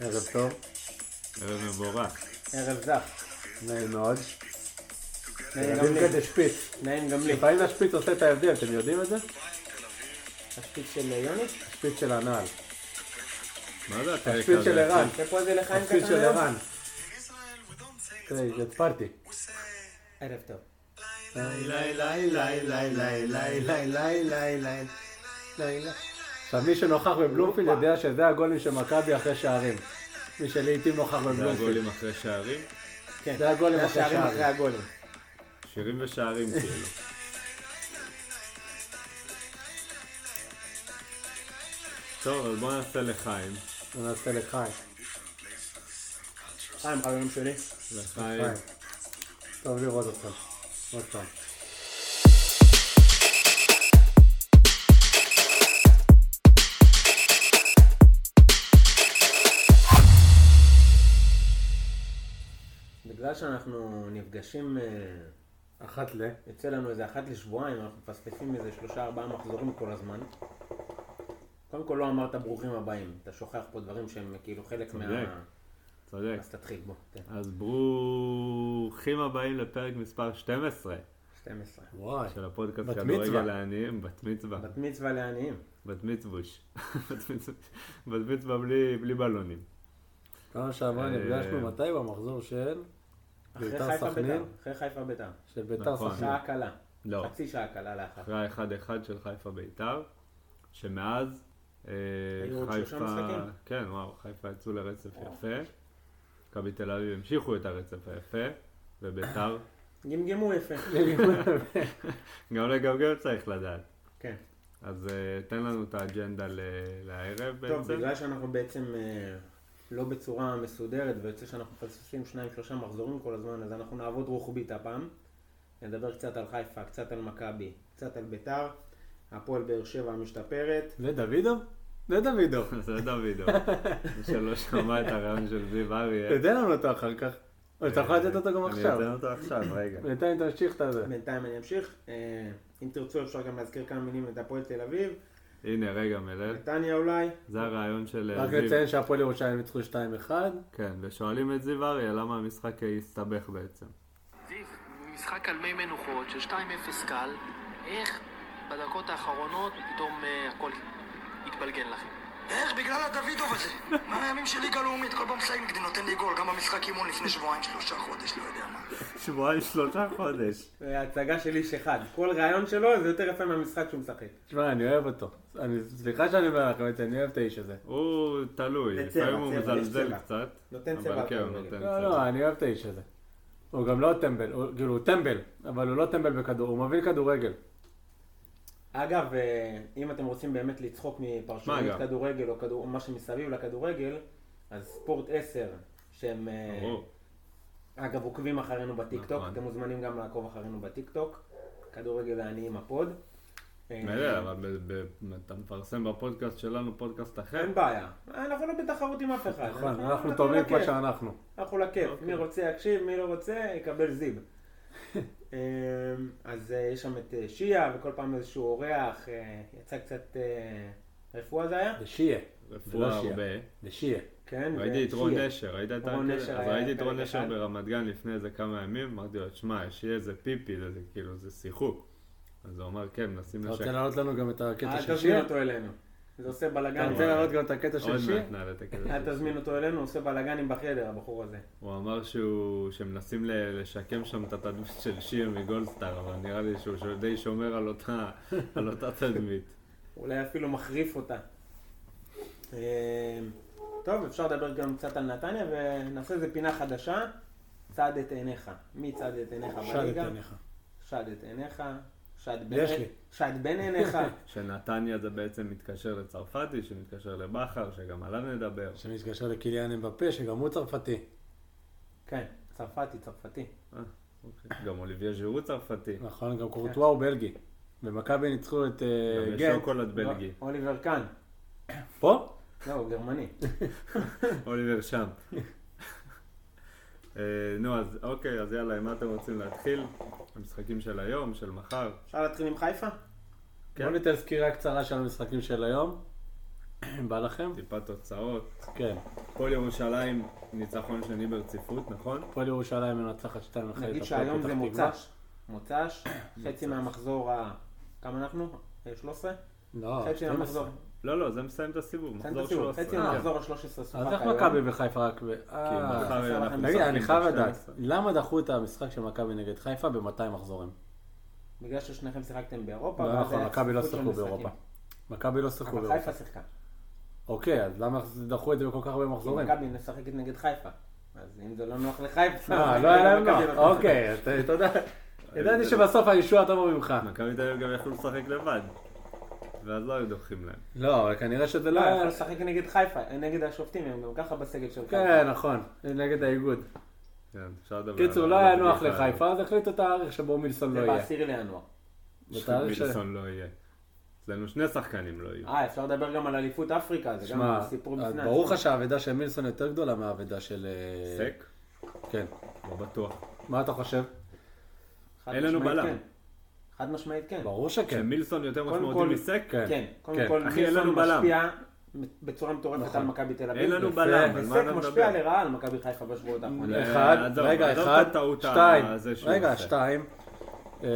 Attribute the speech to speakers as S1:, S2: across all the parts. S1: ערב טוב,
S2: ערב מבורך.
S3: ערב זך.
S1: נעים מאוד.
S3: נעים אה, גם
S1: ילדים
S3: לי.
S1: כאלה שפיץ.
S3: נעים גם לי.
S1: לפעמים השפיץ עושה את ההבדל, אתם יודעים את זה?
S3: השפיץ של יוני?
S1: השפיץ של הנעל.
S2: מה זה הפרק
S1: השפיץ של
S2: הזה?
S1: ערן.
S3: זה פה איזה לחיים
S1: השפיץ של
S3: היום?
S1: ערן.
S4: Israel, we don't say let's
S1: תראי, זה פארטי.
S3: ערב טוב.
S4: lie.
S1: עכשיו מי שנוכח בבלומפילד יודע שזה הגולים של מכבי אחרי שערים. מי שלעיתים נוכח
S2: זה
S1: בבלומפילד.
S2: הגולים אחרי שערים?
S3: כן.
S1: זה הגולים
S3: זה
S1: אחרי
S3: השערים
S1: שערים.
S3: אחרי הגולים.
S2: שירים ושערים כאילו. טוב, אז בוא נעשה לחיים.
S1: בוא נעשה לחיים.
S3: חיים חברים שלי.
S2: לחיים.
S1: חיים. טוב לראות אתכם. עוד פעם.
S3: בגלל שאנחנו נפגשים, אה,
S1: אחת ל...
S3: יוצא לנו איזה אחת לשבועיים, אנחנו מפספסים איזה שלושה ארבעה מחזורים כל הזמן. קודם כל לא אמרת ברוכים הבאים, אתה שוכח פה דברים שהם כאילו חלק מה...
S2: צודק.
S3: אז תתחיל בוא, כן, תן.
S2: אז ברוכים הבאים לפרק מספר 12
S3: 12.
S1: וואי.
S2: של הפודקאסט
S1: בת
S2: כדורגל
S1: מצווה.
S2: לעניים, בת מצווה.
S3: בת מצווה לעניים.
S2: בת מצווש. בת מצווה- בת מצווה בלי- בלי בלונים.
S1: פעם שעברה
S2: אה,
S1: נפגשנו מתי? במחזור של...
S3: אחרי
S1: בית"ר
S3: חיפה
S1: סכנין?
S3: בית"ר. אחרי חיפה בית"ר.
S1: של ביתר
S2: נכון.
S1: סכנין.
S3: שעה קלה.
S2: לא.
S3: חצי שעה קלה לאחר.
S2: אחרי ה-1-1 של חיפה ביתר, שמאז אה,
S3: היו עוד שלושה
S2: חיפה,
S3: משחקים?
S2: כן וואו, חיפה יצאו לרצף יפה, מכבי תל אביב המשיכו את הרצף היפה, וביתר,
S3: גמגמו יפה.
S2: גם לגמגם צריך לדעת.
S3: כן.
S2: אז אה, תן לנו את האג'נדה ל- לערב
S3: טוב,
S2: בעצם.
S3: בגלל שאנחנו בעצם אה, לא בצורה מסודרת, ויוצא שאנחנו מפספסים שניים שלושה מחזורים כל הזמן, אז אנחנו נעבוד רוחבית הפעם. נדבר קצת על חיפה, קצת על מכבי, קצת על ביתר. הפועל באר שבע משתפרת.
S1: זה דוידו? זה דוידו.
S2: זה דוידו, מי שלא שמע את הרעיון של זיו אריה.
S1: תתן לנו אותו אחר כך. או שאתה יכול לתת אותו גם עכשיו.
S2: כן. אה, אני אתן אותו עכשיו, רגע.
S1: בינתיים תמשיך את הזה.
S3: בינתיים אני אמשיך. אה, אם תרצו אפשר גם להזכיר כמה מילים את הפועל תל אביב.
S2: הנה, רגע, מלך.
S3: נתניה אולי.
S2: זה הרעיון של אה,
S1: רק
S2: זיו.
S1: לציין שהפועל ירושלים ניצחו 2-1.
S2: כן, ושואלים את זיו אריה למה המשחק הסתבך בעצם.
S5: זיו, משחק על מי מנוחות של 2-0 קל, איך בדקות האחרונות פתאום אה, הכל התבלגן לכם?
S6: איך? בגלל הדוידוב הזה. מהימים של ליגה לאומית, כל פעם מסיים כדי נותן לי גול, גם במשחק אימון לפני שבועיים, שלושה חודש, לא יודע מה.
S2: שבועיים שלושה חודש.
S3: אה, הצגה של איש אחד. כל רעיון שלו זה יותר יפה מהמשחק שהוא משחק.
S1: תשמע, אני אוהב אותו. אני- סליחה שאני אומר לכם את זה, אני אוהב את האיש הזה.
S2: הוא תלוי,
S3: זה צבע,
S2: לפעמים הוא
S3: צבע, יש
S2: מזלזל
S3: צבע.
S2: קצת.
S3: נותן
S2: אבל
S3: צבע,
S2: כן,
S3: אתה
S2: הוא
S3: אומר.
S2: נותן
S1: לא, לא,
S2: צבע.
S1: אני אוהב את האיש הזה. הוא גם לא טמבל, הוא- כאילו הוא טמבל, אבל הוא לא טמבל בכדור, הוא מבין כדורגל.
S3: אגב, אה, אם אתם רוצים באמת לצחוק
S2: מה
S3: מפרשנות
S2: אגב?
S3: כדורגל או כדור, או מה שמסביב לכדורגל, אז ספורט 10, שהם אה,
S2: ברור.
S3: אגב עוקבים אחרינו בטיקטוק,
S2: נכון.
S3: אתם מוזמנים גם לעקוב אחרינו בטיקטוק, כדורגל לעניים הפוד. אה,
S2: מלא, אבל ב- ב- אתה מפרסם בפודקאסט שלנו פודקאסט אחר.
S3: אין בעיה, אנחנו לא בתחרות עם אף
S2: אה,
S3: אחד.
S1: נכון, אנחנו טובים כמו
S3: לכיף.
S1: שאנחנו.
S3: אנחנו לכיף,
S2: אוקיי.
S3: מי רוצה יקשיב, מי לא רוצה יקבל זיב. אמ, אז אה, יש שם את אה, שיעה, וכל פעם איזשהו אורח, אה, יצא קצת אה, רפואה זה היה?
S1: זה שיהיה.
S2: רפואה
S1: זה לא שיעה.
S2: הרבה.
S1: זה שיהיה.
S3: כן,
S2: ראיתי את
S3: ושיעה.
S2: רון נשר, ראית את
S3: רון
S2: הקטע?
S3: נשר
S2: אז
S3: היה
S2: ראיתי את
S3: פרק
S2: רון נשר
S3: אחד.
S2: ברמת גן לפני איזה כמה ימים, אמרתי לו, שמע, יש לי איזה פיפי, זה כאילו, זה שיחוק. אז הוא אמר, כן, מנסים
S1: אתה
S2: לשק.
S1: רוצה להעלות לנו גם את הקטע של
S3: אל אה, תזמין
S1: שיהיה?
S3: אותו אלינו. זה עושה
S1: אתה
S3: בלאגן.
S1: רוצה להעלות גם את הקטע של
S2: אה, עוד
S1: שיהיה?
S2: מעט נעלה את הקטע
S3: אל
S2: של
S3: אה, תזמין אותו אלינו, הוא עושה בלאגנים בחדר, הבחור הזה.
S2: הוא אמר שהוא, שמנסים ל- לשקם שם את התדמית של שיר מגולדסטאר, אבל נראה לי שהוא שהוא די שומר על אותה, על אותה תדמית.
S3: אולי אפילו מחריף אותה. אמ, טוב, אפשר לדבר גם קצת על נתניה, ונעשה איזה פינה חדשה. צעד את עיניך. מי צעד את עיניך
S1: שד את
S3: בליגה?
S1: עיניך.
S3: שד את עיניך, שד בין,
S1: יש לי.
S3: שד בין עיניך.
S2: שנתניה זה בעצם מתקשר לצרפתי, שמתקשר לבכר, שגם עליו נדבר.
S1: שמתקשר לקיליאן אמבפה, שגם הוא צרפתי.
S3: כן, צרפתי, צרפתי.
S2: אה, אוקיי. גם אוליביה ז'ירו צרפתי.
S1: נכון,
S3: כן.
S1: גם קורטואה הוא בלגי. ומכבי ניצחו את אה,
S2: גם יש
S1: גנט.
S2: שוקולד בלגי.
S3: לא, אוליבר קאן.
S1: פה?
S3: לא, הוא גרמני.
S2: אוליבר שם. אה, נו, אז אוקיי, אז יאללה, עם מה אתם רוצים להתחיל? המשחקים של היום, של מחר.
S3: אפשר להתחיל עם חיפה?
S2: כן.
S1: בוא ניתן סקירה קצרה של המשחקים של היום. בא לכם?
S2: טיפה תוצאות.
S1: כן.
S2: הפועל ירושלים, ניצחון שני ברציפות, נכון?
S1: הפועל ירושלים מנצחת 2-1 את הפועל
S3: נגיד
S1: פתח
S3: שהיום זה
S1: תקווה.
S3: מוצ"ש, מוצ"ש, חצי מהמחזור ה... כמה אנחנו? אה, 13?
S1: לא,
S3: חצי
S1: 12.
S3: מהמחזור.
S2: לא, לא, זה מסיים את הסיבוב,
S3: תן
S2: מחזור
S3: את הסיבוב.
S2: 13.
S3: חצי
S2: כן.
S3: מהמחזור ה-13 שוחק
S1: אה. אז איך
S3: היום. כן,
S1: מכבי וחיפה רק ב... אה,
S2: מחר
S3: חסר
S2: אנחנו
S3: לכם.
S1: תגיד, אני
S2: משחקים
S1: חייב
S2: ב-
S1: לדעת,
S2: 12.
S1: למה דחו את המשחק של מכבי נגד חיפה ב-200 מחזורים?
S3: בגלל ששניכם שיחקתם באירופה.
S1: לא
S3: ואז
S1: נכון,
S3: היה
S1: מכבי לא
S3: צפיפות של
S1: שיחקו
S3: משחקים.
S1: באירופה. מכבי לא שיחקו
S3: אבל
S1: באירופה.
S3: חיפה שיחקה.
S1: אוקיי, אז למה דחו את זה בכל כך הרבה
S3: כי
S1: מחזורים?
S3: מכבי משחקת נגד חיפה. אז אם זה לא נוח לחיפה...
S1: אה,
S3: אז
S1: לא היה להם
S3: מכבי
S1: נוח.
S3: לא תשחק.
S1: אוקיי, אז תודה. ידעתי שבסוף הישועה תבוא ממך.
S2: מכבי תל אביב גם יכלו לשחק לבד. ואז לא היו דוחים להם.
S1: לא, אבל כנראה שזה לא
S3: לא,
S1: היה...
S3: יכול לשחק נגד חיפה, אה, נגד השופטים, הם גם ככה בסגל של חיפה.
S1: כן, נכון, נגד האיגוד.
S2: כן, אפשר לדבר על-
S1: קיצור, לא היה נוח לחיפה, אז החליטו תאריך שבו מילסון לא
S3: זה
S1: יהיה.
S3: בעשירי לינואר.
S1: בתאריך ש-
S2: מילסון לא יהיה. אצלנו שני שחקנים לא יהיו.
S3: אה, אפשר לדבר גם על אליפות אפריקה, זה
S1: שמע,
S3: גם סיפור
S1: אז
S3: בפני
S1: אה, ברור
S3: עצמו.
S1: לך שהאבדה של מילסון יותר גדולה מהאבדה של... אה,
S2: סק?
S1: כן.
S2: לא בטוח.
S1: מה אתה חושב?
S3: חד
S2: אין לנו
S3: משמעית
S2: בלם.
S3: כן. חד משמעית כן.
S1: ברור שכן.
S2: שמילסון יותר
S3: קודם
S2: משמעותי
S3: כל-
S2: מסק?
S1: כן.
S3: כן, קודם
S1: כן.
S3: כל
S2: אחי, אין
S3: מילסון
S2: לנו בלם.
S3: משפיע בצורה מטורפת
S1: נכון.
S3: על מכבי תל אביב.
S2: אין לנו
S1: יפה.
S2: בלם, על מה
S3: וסק
S2: אתה
S3: משפיע
S2: מדבר?
S3: לרעה על מכבי חיפה בשבועות האחרונים.
S2: אה,
S1: אחד,
S2: עזוב,
S1: רגע,
S2: עזוב
S1: אחד,
S2: את הטעות
S1: שתיים,
S2: הזה שהוא
S1: רגע,
S2: עושה.
S1: שתיים. אה,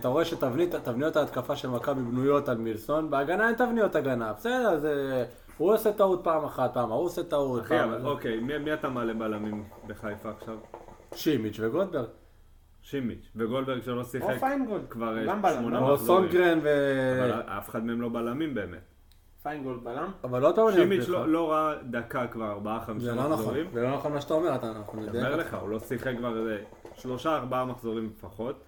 S1: אתה רואה שתבניות ההתקפה של מכבי בנויות על מילסון, בהגנה אין תבניות הגנה, בסדר, זה... הוא עושה טעות פעם אחת, פעם ההוא עושה טעות,
S2: אחי, אבל
S1: פעם...
S2: אוקיי, מי מי אתה מעלה בלמים בחיפה עכשיו? אוקיי.
S1: שימיץ' וגולדברג.
S2: שימיץ' וגולדברג שלא שיחק.
S3: או פיינגולד,
S2: כבר אה,
S3: גם בלם,
S2: שמונה
S3: לא?
S1: או
S2: מחזורים.
S1: סונגרן ו...
S2: אבל אף אחד מהם לא בלמים באמת.
S3: פיינגולד בלם.
S1: אבל עוד פעם אני
S2: שימיץ'
S1: אסביר
S2: לא
S1: לך.
S2: לא ראה דקה כבר ארבעה
S1: זה
S2: חמישה
S1: לא נכון,
S2: מחזורים.
S1: זה לא נכון מה שאתה אומר, אתה- אנחנו
S2: אני אומר
S1: נדע.
S2: לך, הוא לא שיחק כבר איזה שלושה ארבעה מחזורים לפחות.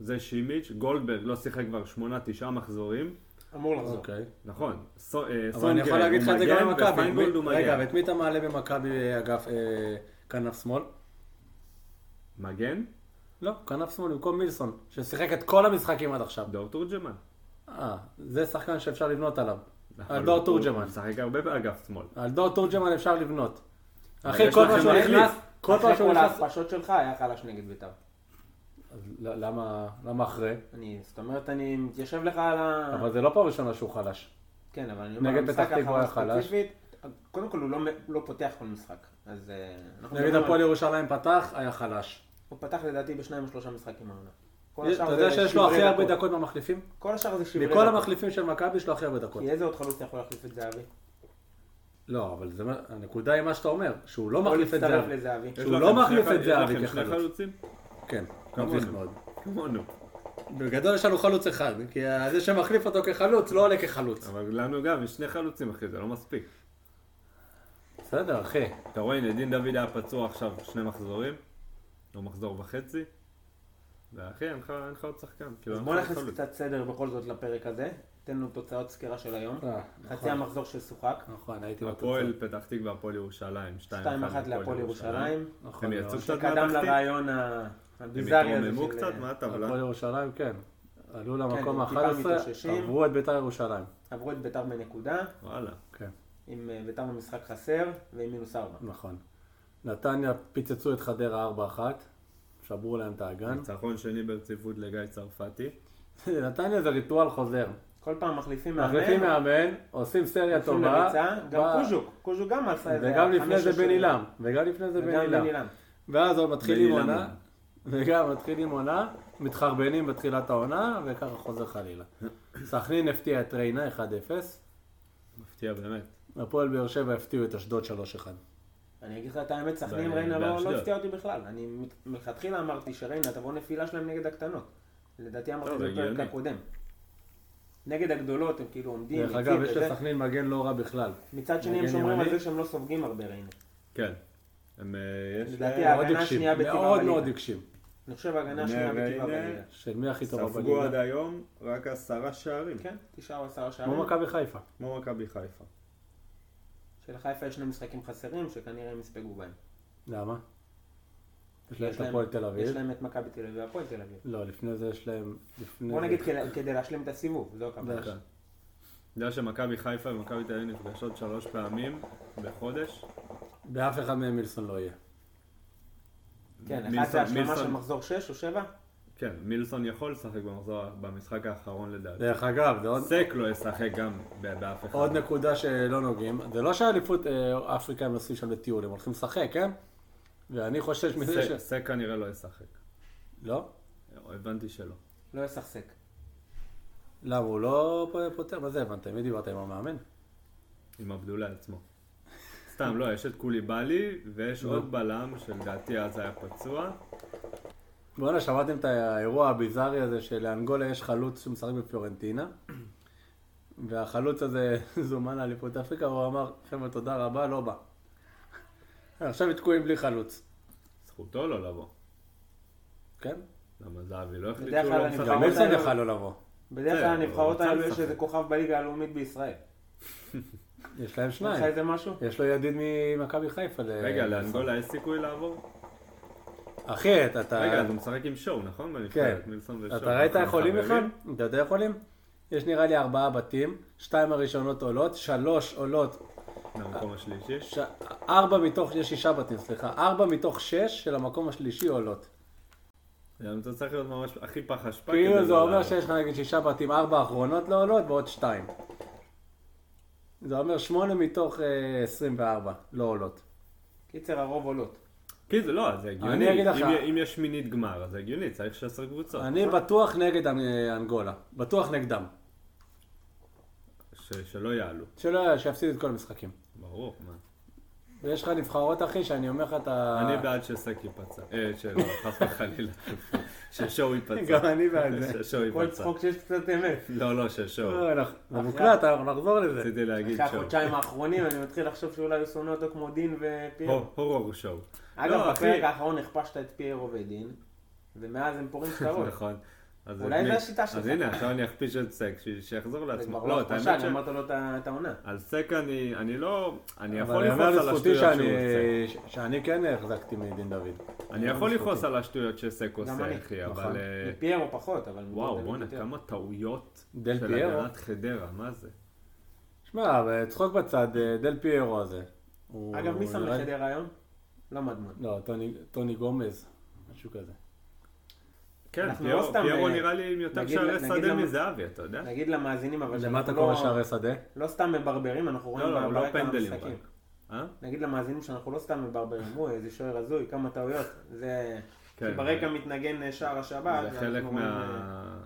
S2: זה שימיץ', גולדברג לא שיחק כבר שמונה תשעה מחזורים.
S3: אמור לחזור.
S1: אוקיי.
S2: נכון, סו- אה,
S1: אבל אני
S2: סונגרן
S1: יכול להגיד לך את זה
S2: הוא
S1: גם
S2: מגן,
S1: במכבי.
S2: ופיינגולד הוא
S1: מי- רגע,
S2: מגן.
S1: ואת מי אתה מעלה במכבי אגף אה, כנף שמאל?
S2: מגן?
S1: לא, כנף שמאל במקום מילסון, ששיחק את כל המשחקים עד עכשיו.
S2: דור תורג'מן.
S1: אה, זה שחקן שאפשר לבנות עליו. על
S2: אבל
S1: דור
S2: הוא-
S1: תורג'מן.
S2: הוא משחק הרבה באגף שמאל.
S1: על דור תורג'מן אפשר לבנות.
S2: אבל
S1: אחי,
S2: יש
S1: כל פעם
S2: לכם
S1: שהוא
S2: מחליף.
S1: נכנס, כל פעם
S3: אחרי
S1: שהוא
S3: כל
S1: נכנס...
S3: ההכפשות שלך היה חלש נגד בית"ר.
S1: אז ל- למה למה אחרי?
S3: אני, זאת אומרת, אני מתיישב לך על ה...
S1: אבל זה לא פעם ראשונה שהוא חלש.
S3: כן, אבל אני
S1: נגד
S3: אומר, המשחק
S1: פתח תקווה
S3: האחרון
S1: היה חלש.
S3: ספציפית, קודם כל הוא לא, מ- לא פותח כל משחק. אז אה, אנחנו
S1: נגד
S3: מדברים על-
S1: הפועל ירושלים פתח, היה חלש.
S3: הוא פתח לדעתי בשניים או שלושה משחקים העונה. כל השאר
S1: אתה
S3: זה
S1: יודע שיש לו
S3: שברי
S1: הכי הרבה
S3: דקות.
S1: דקות מהמחליפים?
S3: כל השאר זה שברי
S1: מכל המחליפים של מכבי יש לו הכי הרבה דקות.
S3: כי איזה עוד חלוץ יכול להחליף את זהבי?
S1: לא, אבל זה מה- הנקודה היא מה שאתה אומר, שהוא לא מחליף את
S3: או להצטרף
S1: זהבי.
S3: לזהבי.
S2: יש
S1: שהוא
S2: לכם
S1: לא
S2: שני
S1: מחליף
S2: חל-
S1: את זהבי
S2: יש לכם שני
S1: כחלוץ.
S2: חלוצים?
S1: כן,
S2: כמונו.
S1: מביך מאוד.
S2: כמונו.
S1: בגדול יש לנו חלוץ אחד, כי זה שמחליף אותו כחלוץ לא עולה כחלוץ.
S2: אבל לנו גם יש שני חלוצים, אחי, זה לא מספיק.
S1: בסדר, אחי.
S2: אתה רואה, הנה, דין דוד היה פצוע עכשיו שני מחזורים, או מחזור וחצי, ואחי, אין לך אין לך עוד שחקן. כאילו,
S3: אז
S2: אין
S3: בואו
S2: לך עוד
S3: נכניס
S2: חלוץ.
S3: קצת סדר בכל זאת לפרק הזה. תן לנו תוצאות סקירה של היום.
S1: אה,
S3: חצי
S1: נכון.
S3: המחזור ששוחק.
S1: נכון, הייתי
S2: הפועל פתח תקווה, הפועל ירושלים, 2-1
S3: 2-1 להפועל ירושלים.
S1: נכון
S2: הם
S1: מאוד.
S2: יצאו קצת
S3: שקדם
S2: מהתחתית?
S3: לרעיון ה- הביזארי
S2: הם
S3: הזה
S2: התרוממו
S3: של- אה,
S2: קצת? מה הטבלה?
S1: הפועל ירושלים, כן. עלו למקום
S3: הם טיפה
S1: ה-11,
S3: מתאוששים.
S1: עברו את בית"ר ירושלים.
S3: עברו את ביתר בנקודה,
S2: וואלה.
S1: כן,
S3: עם אה, ביתר במשחק חסר, ועם מינוס ארבע.
S1: נכון. נתניה פיצצו את חדרה 4-1, שברו להם את האגן.
S2: ניצחון שני ברציפות לגיא צרפתי.
S1: נתניה זה ריטואל חוזר.
S3: כל פעם מחליפים מאמן,
S1: מחליפים מאמן, עושים סריה
S3: עושים
S1: טובה.
S3: לריצה,
S1: בא-
S3: גם קוז'וק, קוז'וק גם עשה איזה...
S1: וגם לפני
S3: חמש
S1: זה
S3: או
S1: בן
S3: שש-
S1: עילם, וגם לפני זה בן
S3: וגם בן
S1: עילם.
S3: עילם.
S1: ואז עוד מתחילים
S2: בן עילם.
S1: עונה, וגם מתחילים עונה, מתחרבנים בתחילת העונה, וככה חוזר חלילה. סכנין הפתיע את ריינה 1-0,
S2: מפתיע באמת.
S1: הפועל באר שבע הפתיעו את אשדוד 3-1.
S3: אני אגיד לך את האמת, סכנין
S2: ב-
S3: ריינה לא-
S2: באשדוד.
S3: לא הפתיע אותי בכלל. אני מת- מלכתחילה אמרתי שריינה תבוא נפילה שלהם נגד הקטנות. לדעתי אמרתי
S2: טוב,
S3: את זה בפרק
S2: הגיוני.
S3: הקודם. נגד הגדולות הם כאילו עומדים,
S1: דרך
S3: יציב
S1: אגב, יש
S3: וזה.
S1: לסכנין מגן לא רע בכלל.
S3: מצד שני הם
S1: מגן
S3: שומרים על
S1: ימני.
S3: זה שהם לא סופגים הרבה ריינה.
S2: כן. הם, אה, יש...
S3: לדעתי
S2: אה,
S1: מאוד
S3: ההגנה
S1: הקשיב,
S3: השנייה בטבעה
S1: מאוד
S3: בליגה.
S1: מאוד הקשיב.
S3: אני חושב ההגנה השנייה
S2: ריינה.
S3: בטבעה בליגה.
S1: של מי הכי טובה
S2: ספגו עד
S1: בליגה?
S2: היום רק עשרה שערים.
S3: כן, תשעה או עשרה שערים.
S1: כמו מכבי חיפה.
S2: כמו מכבי חיפה.
S3: שלחיפה יש שני משחקים חסרים שכנראה הם יספגו בהם.
S1: למה? יש להם את
S3: יש להם-
S1: הפועל תל
S3: יש
S1: אביב.
S3: להם את מכבי תל אביב והפועל תל אביב.
S1: לא, לפני זה יש להם... לפני
S3: בוא
S1: זה-
S3: נגיד כדי- כדי להשלים את הסיבוב, זו הכוונה.
S1: דרך.
S2: אתה יודע שמכבי חיפה ומכבי תל אביב נפגשות שלוש פעמים בחודש?
S1: באף אחד מהם מילסון לא יהיה.
S3: כן, אחד
S2: מילסון-
S3: זה השלמה
S2: מילסון-
S3: של מחזור 6 או 7?
S2: כן, מילסון יכול לשחק במחזור, במשחק האחרון לדעתי.
S1: דרך אגב, זה עוד...
S2: סק לא ישחק גם ב- באף אחד.
S1: עוד נקודה שלא נוגעים, זה לא שהאליפות אה, אפריקה הם נוסעים שם לטיול, הם הולכים לשחק, כן? ואני חושש מזה
S2: סק-
S1: ש...
S2: סק כנראה לא ישחק.
S1: לא?
S2: הבנתי שלא.
S3: לא יסחסק.
S1: למה הוא לא פ- פותר? מה זה הבנתם? מי דיברת עם המאמן?
S2: עם עבדולאי עצמו. סתם, לא, יש את קוליבאלי, ויש עוד בלם, שלדעתי אז היה פצוע.
S1: בואנה, שמעתם את האירוע הביזארי הזה שלאנגולה יש חלוץ שמשחק בפיורנטינה, והחלוץ הזה זומן לאליפות אפריקה, הוא אמר, חבר'ה, תודה רבה, לא בא. עכשיו הם תקועים בלי חלוץ,
S2: זכותו לא לבוא.
S1: כן?
S2: למה זהבי לא החליט
S3: בדרך
S2: שהוא
S3: כלל
S2: לא
S3: אני
S2: משחק.
S1: גם
S3: אבל
S1: מילסון
S3: אתה-
S1: יכל לא לבוא.
S3: בדרך
S2: כן,
S3: כלל
S2: אבל
S3: הנבחרות
S2: הוא
S3: האלו
S2: רוצה
S3: יש איזה
S2: לשחק.
S3: כוכב בליגה הלאומית בישראל.
S1: יש להם
S3: יש לך
S1: שניים.
S3: איזה משהו?
S1: יש לו ידיד ממכבי חיפה. ל-
S2: רגע, לאנגולה יש סיכוי לעבור?
S1: אחי, אתה... אתה-
S2: רגע, אה, אז הוא משחק עם שואו, נכון? בנבחרת, מילסון ושואו.
S1: כן. אתה ראית
S2: אנחנו
S1: יכולים בכלל?
S2: חברים?
S1: אתה יודע יכולים? יש נראה לי ארבעה בתים, שתיים הראשונות עולות, שלוש עולות,
S2: למקום השלישי.
S1: ש... ארבע מתוך, יש שישה בתים, סליחה, ארבע מתוך שש של המקום השלישי עולות.
S2: למה אתה צריך להיות ממש הכי פח אשפה
S1: כאילו
S2: כדי
S1: זה
S2: לא
S1: אומר
S2: לעבור?
S1: שיש לך נגיד שישה בתים, ארבע האחרונות לא עולות ועוד שתיים. זה אומר שמונה מתוך אה, 24 לא עולות.
S3: קיצר, הרוב עולות.
S2: כי זה לא, זה הגיוני.
S1: אני אגיד לך-
S2: אם- אם יש שמינית גמר, אז זה הגיוני, צריך 16 קבוצות.
S1: אני בטוח נגד אה, אנגולה, בטוח נגדם.
S2: ש- שלא יעלו.
S1: שלא, שיפסיד את כל המשחקים.
S2: ברור, מה.
S1: ויש לך נבחרות אחי שאני אומר לך אתה...
S2: אני בעד שסק ייפצע. אה, שלא, חס וחלילה. ששואו ייפצע.
S1: גם אני בעד זה.
S2: ששואו
S3: כל
S2: ייפצע.
S3: צחוק שיש קצת אמת.
S2: לא, לא, ששואו.
S1: לא, אנחנו- זה מוקלט,
S2: אה.
S1: אנחנו נחזור לזה.
S2: רציתי להגיד
S3: אחרי
S2: שואו.
S3: החודשיים האחרונים אני מתחיל לחשוב שאולי הוא שונא אותו כמו דין ופיירו.
S2: הור- הורור שואו.
S3: אגב,
S2: לא, אחי.
S3: בפרק האחרון הכפשת את פיירו ודין, ומאז הם פורעים שטרות.
S2: נכון. אז
S3: אולי
S2: אני-
S3: זה השיטה שלך.
S2: אז הנה, עכשיו אני אכפיש את סק, ש- שיחזור
S3: זה כבר
S2: לעצמו.
S3: לא
S2: לא, את
S3: הכפשה,
S2: האמת ש...
S3: אני אמרת לו את ה- את העונה.
S2: על סק אני, אני לא, אני
S1: אבל
S2: יכול
S1: אני אומר
S2: לכעוס על
S1: לזכותי
S2: השטויות שהוא עושה.
S1: שאני, ש- שאני כן החזקתי מדין דוד.
S2: אני יכול לכעוס על השטויות שסק עושה,
S3: אני,
S2: אחי,
S1: נכון.
S2: אבל... אה,
S3: פיירו פחות, אבל...
S2: וואו,
S3: אבל
S2: בואנה,
S3: יותר.
S2: כמה טעויות
S1: דל
S2: של
S1: פיירו?
S2: הגנת חדרה, מה זה?
S1: שמע, אבל צחוק בצד, אה, דל פיירו הזה. הוא-
S3: אגב, מי שם
S1: נראה לי-
S3: לחדר היום? לא מדמון.
S1: לא, טוני- טוני גומז, משהו כזה.
S2: כן,
S3: אנחנו
S2: פיירו-
S3: לא סתם,
S2: פיירו
S3: אה,
S2: נראה לי עם יותר
S3: נגיד-
S2: שערי
S3: נגיד
S2: שדה
S3: למה-
S2: מזהבי, אתה יודע?
S3: נגיד למאזינים, אבל...
S1: למה אתה
S3: שאנחנו
S1: קורא
S3: לא-
S1: שערי שדה?
S3: לא סתם מברברים, אנחנו רואים
S2: לא, לא, הוא לא
S3: ברקע
S2: פנדלים
S3: המשחקים.
S2: רק. אה?
S3: נגיד למאזינים שאנחנו לא סתם מברברים, אוי, איזה שוער הזוי, כמה טעויות. זה...
S2: כן.
S3: כי ברקע מתנגן אה, שער השבת.
S2: זה
S3: ואנחנו
S2: חלק
S3: רואים, אה,
S2: מה...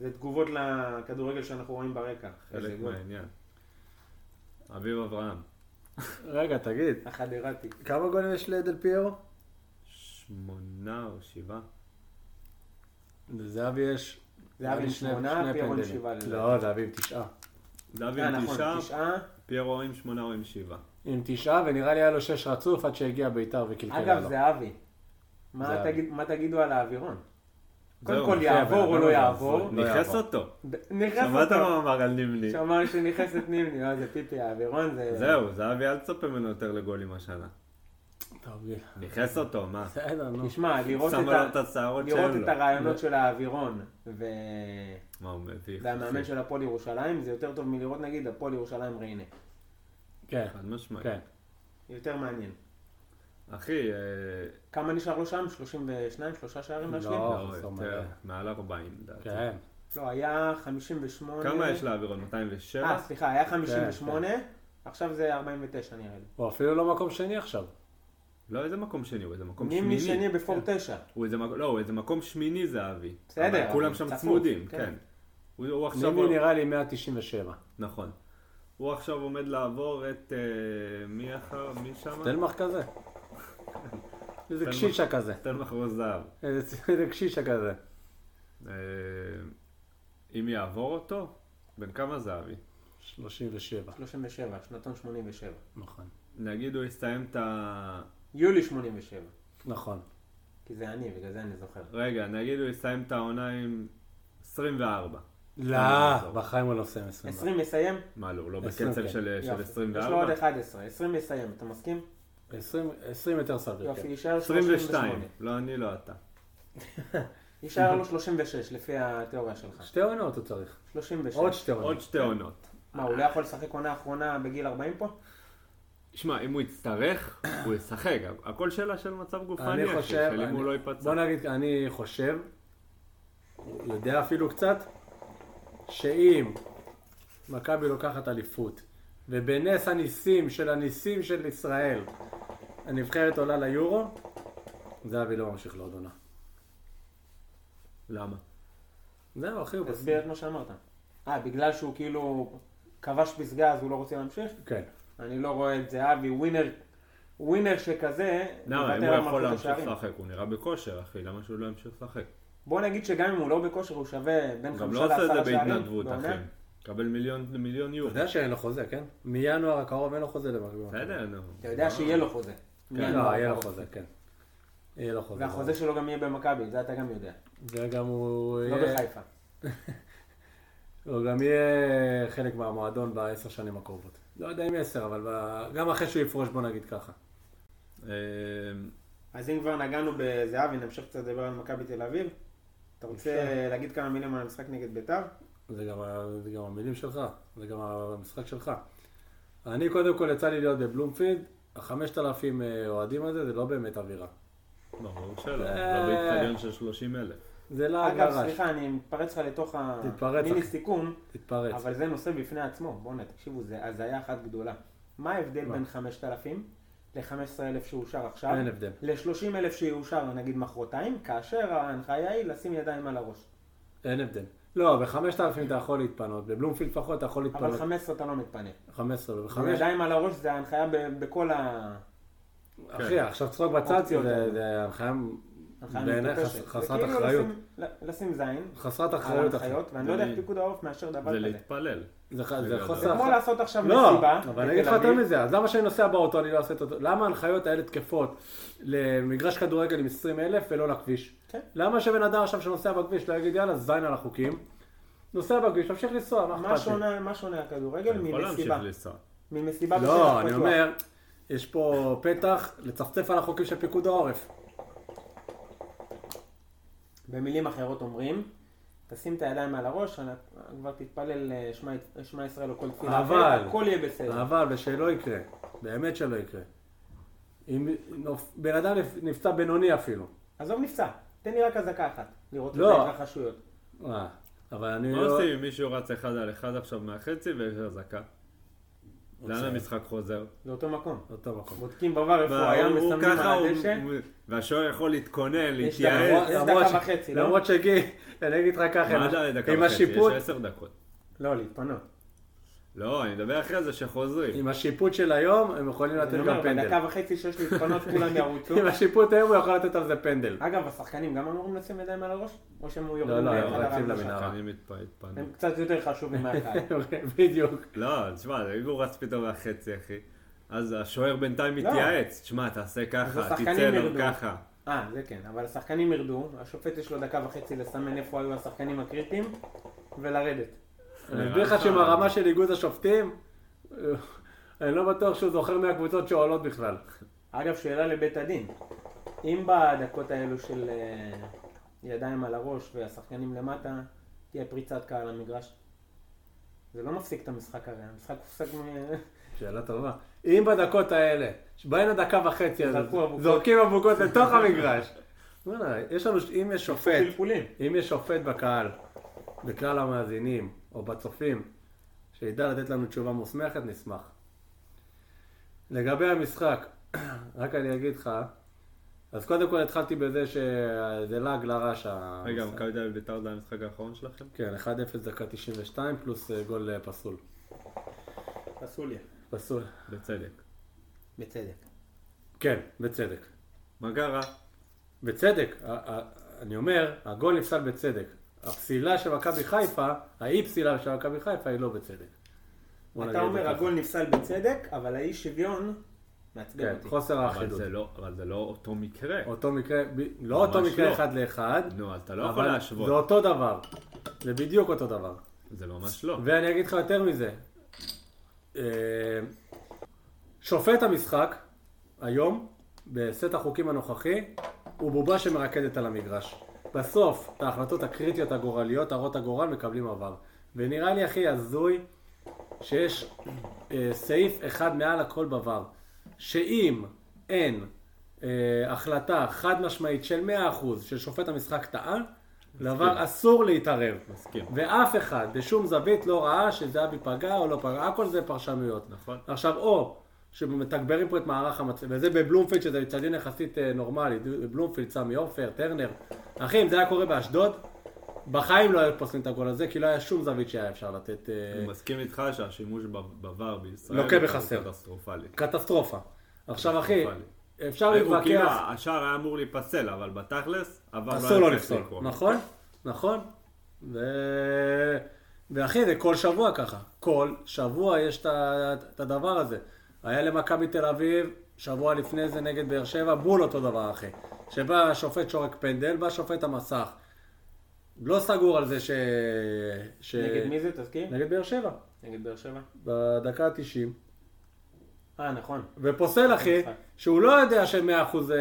S3: זה תגובות לכדורגל שאנחנו רואים ברקע. איזה
S2: חלק
S3: גול.
S2: מהעניין. אביב אברהם,
S1: רגע, תגיד,
S3: החדרתי.
S1: כמה גולים יש לדל פיירו?
S2: שמונה או שבעה?
S1: לזהבי יש...
S3: זהבי עם
S1: שני-
S3: שמונה,
S1: שני
S3: פיירו עם
S1: פנדלים.
S3: שבעה לדעתי.
S1: לא, זהבי עם תשעה.
S2: זהבי
S3: אה,
S2: עם
S3: נכון,
S2: תשעה,
S3: תשעה.
S2: פיירו עם שמונה או עם שבעה.
S1: עם תשעה, ונראה לי היה לו שש רצוף עד שהגיע ביתר וקלקלה
S3: אגב,
S1: לו.
S3: זהבי. מה
S1: זהבי.
S3: תגיד- מה תגידו על האווירון? קודם
S2: זהו,
S3: כל
S2: אחי,
S3: יעבור
S2: הבן
S3: או
S2: אדם
S3: לא
S2: הזה,
S3: יעבור?
S1: לא
S2: ניכס
S1: יעבור.
S2: אותו.
S3: ד- נכנס
S2: שמעת
S3: אותו.
S2: מה אמר על נימני?
S3: שאמר שנכנס את נימני, לא, זה פיפי האווירון, זה...
S2: זהו, זהבי אל תצפה ממנו יותר לגולים השנה.
S1: טוב, גיל.
S2: ניכס אותו, מה?
S1: בסדר, נו.
S3: תשמע, לראות
S2: שמה
S3: את
S2: לו
S3: ה-
S2: את השערות
S3: לראות
S2: שאין
S3: את
S2: לו.
S3: הרעיונות של האווירון ו...
S2: מה הוא מביך?
S3: והמאמן של הפועל ירושלים, זה יותר טוב מלראות נגיד הפועל ירושלים ריינה.
S1: כן,
S2: חד משמעית.
S1: כן.
S3: יותר מעניין.
S2: אחי, אה,
S3: כמה נשאר לו שם? 32? שלושה שערים
S1: לא.
S3: להשלים?
S2: לא,
S1: זה
S2: יותר,
S1: מלא.
S2: מעל 40 לדעתי.
S1: כן.
S3: לא, היה 58...
S2: כמה יש לאווירון? 207?
S3: אה, סליחה, היה 58, עכשיו זה 49 נראה לי.
S1: הוא אפילו לא כן, מקום שני עכשיו.
S2: לא, איזה מקום שני הוא? איזה מקום
S3: נימני שני
S2: שמיני?
S3: בפור
S1: כן.
S3: 9.
S2: הוא איזה מקום, לא, הוא איזה מקום שמיני זהבי.
S3: בסדר,
S2: אבל כולם
S3: אבל
S2: שם
S3: צפוף,
S2: צמודים,
S3: כן.
S2: כן. הוא הוא עכשיו...
S1: נימי נראה לי 197.
S2: נכון. הוא עכשיו עומד לעבור את... אה, מי אחר? מי שם?
S1: תלמח כזה. איזה
S2: תלמח.
S1: קשישה כזה.
S2: תלמח רוז זהב.
S1: איזה איזה קשישה כזה.
S2: אה, אם יעבור אותו? בן כמה זהבי?
S1: 37.
S3: 37, שנתון 87.
S1: נכון.
S2: נגיד הוא יסיים את ה...
S3: יולי 87.
S1: נכון.
S3: כי זה אני, בגלל זה אני זוכר.
S1: לא,
S2: רגע, נגיד הוא יסיים את העונה עם 24.
S1: לא, בחיים הוא לא עושה 20.
S3: 20 מסיים?
S2: מה לא, הוא לא
S1: עשרים, כן.
S2: בקצב
S1: כן.
S2: של של
S3: יופי. יש לו עוד
S2: 24?
S3: 11. 20 מסיים, אתה מסכים?
S1: 20 יותר סביר,
S3: יופי,
S1: כן.
S3: יישאר
S2: 22.
S3: 32.
S2: לא, אני לא אתה.
S3: יישאר לו 36, לפי התיאוריה שלך.
S1: שתי עונות הוא צריך.
S3: 36.
S1: עוד שתי עונות.
S2: עוד שתי עונות.
S3: מה, הוא לא יכול לשחק עונה אחרונה בגיל 40 פה?
S2: שמע, אם הוא יצטרך, הוא ישחק. הכל שאלה של מצב גופני,
S1: אני
S2: אחי,
S1: חושב...
S2: של אם
S1: אני-
S2: הוא לא ייפצע.
S1: בוא נגיד, אני חושב יודע אפילו קצת, שאם מכבי לוקחת אליפות, ובנס הניסים של הניסים של ישראל, הנבחרת עולה ליורו, זהבי לא ממשיך לעוד עונה.
S2: למה?
S1: זהו, אחי, הוא פס...
S3: תסביר את מה שאמרת. אה, בגלל שהוא כאילו כבש פסגה אז הוא לא רוצה להמשיך?
S1: כן.
S3: אני לא רואה את זהבי, ווינר, ווינר שכזה,
S2: למה, אם
S3: מוותר
S2: הוא
S3: על
S2: יכול
S3: מלכות
S2: להמשיך
S3: השערים.
S2: לשחק, הוא נראה בכושר, אחי, למה שהוא לא ימשיך לשחק?
S3: בוא נגיד שגם אם הוא לא בכושר הוא שווה בין
S2: הוא גם
S3: חמישה
S2: לא עושה
S3: לעשרה
S2: את
S3: שערים.
S2: זה בהתנדבות,
S3: בעונה.
S2: אחי. קבל מיליון מיליון
S1: לא אתה
S2: יורו.
S1: יודע שאין לו חוזה, כן? מינואר הקרוב אין לו חוזה למכבי.
S2: בסדר, נו.
S3: אתה יודע שיהיה לו חוזה.
S1: כן, לא, יהיה לו חוזה, כן. יהיה לו חוזה.
S3: והחוזה שלו גם יהיה במכבי, זה אתה גם יודע.
S1: וגם הוא...
S3: לא
S1: יהיה-
S3: בחיפה.
S1: הוא גם יהיה חלק מהמועדון בעשר שנים הקרובות. לא יודע אם עשר, אבל ב- גם אחרי שהוא יפרוש, בוא נגיד ככה.
S2: אה,
S3: אז אם כבר נגענו בזהבי, נמשיך קצת לדבר על מכבי תל אביב. אתה רוצה להגיד כמה מילים על המשחק נגד ביתר?
S1: זה גם, ה- זה גם המילים שלך, זה גם המשחק שלך. אני קודם כל יצא לי להיות בבלומפילד, החמשת אלפים אה, אוהדים הזה זה לא באמת אווירה.
S2: ברור שלא,
S1: אה.
S2: לא באיצטדיון של 30 אלף.
S1: זה לעג
S3: אגב,
S1: לרש,
S3: סליחה, אני מתפרץ לך לתוך
S1: תתפרץ,
S3: המיני
S1: אחי.
S3: סיכום,
S1: תתפרץ.
S3: אבל זה נושא בפני עצמו. בואנה, תקשיבו, זה הזיה אחת גדולה. מה ההבדל בין 5,000 ל-15,000 שאושר עכשיו?
S1: אין הבדל.
S3: ל-30,000 שיאושר נגיד מחרתיים, כאשר ההנחיה היא לשים ידיים על הראש.
S1: אין הבדל. לא, בחמשת אלפים אתה יכול להתפנות, בבלומפילד לפחות אתה יכול
S3: אבל
S1: להתפנות.
S3: 15 אתה לא מתפנה.
S1: חמש עשרה, בחמש...
S3: ידיים על הראש זה ההנחיה ב- בכל ה...
S1: אחי, עכשיו צחוק בצד,
S3: אופציות.
S1: זה- זה הנחיה
S3: הנחיה
S1: בעיניי חס-
S3: מטופשת. זה
S1: חסרת
S3: כאילו
S1: אחריות.
S3: לשים- ל- לשים זין.
S1: חסרת
S3: על
S1: אחריות, אחי.
S3: ההנחיות, ואני לא יודע איך פיקוד העורף מאשר דבר
S2: זה
S3: כזה.
S2: להתפלל.
S1: זה ח- זה
S2: בגדול.
S1: חוסר...
S3: זה כמו
S1: אחריות.
S3: לעשות עכשיו
S1: לא,
S3: מסיבה. אוקיי,
S1: אבל אני
S3: בתל
S1: אגיד לך יותר
S3: אביב.
S1: מזה, אז למה שאני נוסע באוטו אני לא אעשה את אותו? למה ההנחיות האלה תקפות למגרש כדורגל עם 20 אלף ולא לכביש?
S3: כן.
S1: למה שבן אדם עכשיו שנוסע בכביש לא יגיד יאללה זין על החוקים? נוסע בכביש, תמשיך לנסוע, מה
S3: מה
S1: אכפת לי?
S3: שונה- מה שונה הכדורגל
S2: אתה יכול להמשיך
S3: ממסיבה?
S2: לנסוע.
S3: ממסיבה בשטח פתוח.
S1: לא, אני אומר, יש פה פתח לצפצף על החוקים של פיקוד העורף.
S3: במילים אחרות אומרים, תשים את הידיים על הראש, אני- כבר תתפלל אה, שמע- שמע ישראל או כל תפילה
S1: אבל-
S3: אחרת, הכל יהיה בסדר.
S1: אבל, ושלא יקרה, באמת שלא יקרה. אם נופ- בן אדם נפ- נפצע בינוני אפילו.
S3: עזוב נפצע, תן לי רק אזעקה אחת, לראות את
S1: לא.
S3: ההתרחשויות.
S1: אה, אבל אני
S2: מה
S1: לא-
S2: עושים אם מישהו רץ אחד על אחד עכשיו מהחצי ויש אזעקה? לאן המשחק חוזר?
S3: זה אותו מקום.
S1: אותו מקום.
S3: בודקים בבר איפה הוא היה,
S2: הוא- הוא
S3: מסמנים
S2: ככה,
S3: על
S2: הוא-
S3: הדשא.
S2: הוא- והשוער יכול להתכונן,
S3: יש
S2: להתייעץ.
S3: יש דקה
S1: למרות אה, ש-
S3: וחצי, לא?
S1: למרות שגי, אני אגיד לך ככה,
S2: מה
S1: עם-
S2: זה דקה
S1: עם
S2: וחצי? יש
S1: השיפוט,
S2: עשר דקות.
S3: לא, להתפנות.
S2: לא, אני מדבר אחרי זה שחוזרים.
S1: עם השיפוט של היום, הם יכולים לתת
S3: אני
S1: גם
S3: אומר,
S1: פנדל.
S3: בדקה וחצי שיש להתפנות כולם ירוצו.
S1: עם השיפוט היום הוא יכול לתת על זה פנדל.
S3: אגב, השחקנים גם אמורים לשים ידיים על הראש? או שהם יורדים
S1: לא,
S3: ביחד
S1: הם
S3: על
S1: רצים
S3: המנושה?
S1: למנהרה.
S2: שחקנים התפ- התפנו.
S3: הם קצת יותר חשובים מהקהל.
S1: בדיוק.
S2: לא, תשמע, אם הוא רץ פתאום מהחצי, אחי, אז השוער בינתיים מתייעץ. תשמע, תעשה ככה,
S3: השחקנים
S2: תצא לו
S3: ירדו.
S2: ככה.
S3: אה, זה כן, אבל השחקנים ירדו, השופט יש לו דקה וחצי לסמן איפה היו השחקנים הקריטיים, ולרדת.
S1: אני אסביר לך שמהרמה של איגוד השופטים, אני לא בטוח שהוא זוכר מהקבוצות שעולות בכלל.
S3: אגב, שאלה לבית הדין, אם בדקות האלו של אה, ידיים על הראש והשחקנים למטה, תהיה פריצת קהל למגרש, זה לא מפסיק את המשחק הרי, המשחק הופסק מ...
S1: שאלה טובה. אם בדקות האלה, שבהן הדקה וחצי הזאת,
S3: זרקו אבוקות.
S1: זורקים אבוקות לתוך המגרש. וואלה, יש לנו, אם יש שופט,
S3: פלפולים.
S1: אם יש שופט בקהל, בכלל המאזינים או בצופים, שידע לתת לנו תשובה מוסמכת, נשמח. לגבי המשחק, רק אני אגיד לך, אז קודם כל התחלתי בזה שזה לעג לרש.
S2: רגע,
S1: המשחק.
S2: מכבי תל אביב ביתר זה המשחק האחרון שלכם?
S1: כן, 1-0 דקה 92 פלוס אה, גול אה, פסול.
S3: פסוליה.
S1: פסול.
S2: בצדק.
S3: בצדק.
S1: כן, בצדק.
S2: מה קרה?
S1: בצדק, ה- ה- אני אומר, הגול נפסל בצדק. הפסילה של מכבי חיפה, האי פסילה של מכבי חיפה היא לא בצדק. בוא
S3: אתה
S1: נגיד את זה
S3: אומר
S1: ככה.
S3: הגול נפסל בצדק, אבל האי שוויון מעצבן
S1: כן,
S3: אותי.
S1: חוסר
S2: אבל
S1: האחידות.
S2: זה לא- אבל זה לא אותו מקרה.
S1: אותו מקרה, ב- לא אותו
S2: ממש
S1: מקרה
S2: לא.
S1: אחד לאחד,
S2: נו, אז אתה לא יכול
S1: אבל זה
S2: להשוות.
S1: אותו דבר. זה בדיוק אותו דבר.
S2: זה ממש לא.
S1: ואני אגיד לך יותר מזה. אה, שופט המשחק, היום, בסט החוקים הנוכחי, הוא בובה שמרקדת על המגרש. בסוף, את ההחלטות הקריטיות, הגורליות, הרות הגורל, מקבלים עבר. ונראה לי הכי הזוי שיש אה, סעיף אחד מעל הכל בVAR, שאם אין אה, החלטה חד משמעית של 100% של שופט המשחק טעה, דבר אסור להתערב.
S2: מסכים.
S1: ואף אחד בשום זווית לא ראה שזהבי פגע או לא פגע, הכל זה פרשנויות.
S2: נכון.
S1: עכשיו, או שמתגברים פה את מערך המצלמות, וזה בבלומפילד, שזה צעדים יחסית אה, נורמלי, בבלומפילד, סמי עופר, טרנר. אחי, אם זה היה קורה באשדוד, בחיים לא היו פוסלים את הגול הזה, כי לא היה שום זווית שהיה אפשר לתת אה,
S2: אני מסכים איתך שהשימוש בוואר בישראל
S1: לוקה
S2: הוא
S1: בחסר.
S2: קטסטרופלי.
S1: קטסטרופה. עכשיו, אחי,
S2: קטסטרופלי.
S1: אפשר
S2: הוא כאילו,
S1: להתווכח,
S2: השער היה אמור להיפסל, אבל בתכלס, עבר
S1: אסור לא לפסול, נכון? נכון. ו... ואחי, זה כל שבוע ככה. כל שבוע יש את ה- את הדבר הזה. היה למכבי תל אביב, שבוע לפני זה נגד באר שבע, בול אותו דבר, אחי. שבא השופט שורק פנדל, בא שופט המסך. לא סגור על זה ש... ש...
S3: נגד מי זה, תזכיר?
S1: נגד באר שבע,
S3: נגד באר שבע.
S1: בדקה ה-90.
S3: אה, נכון.
S1: ופוסל אחי,
S3: משחק.
S1: שהוא לא יודע שמאה אחוז,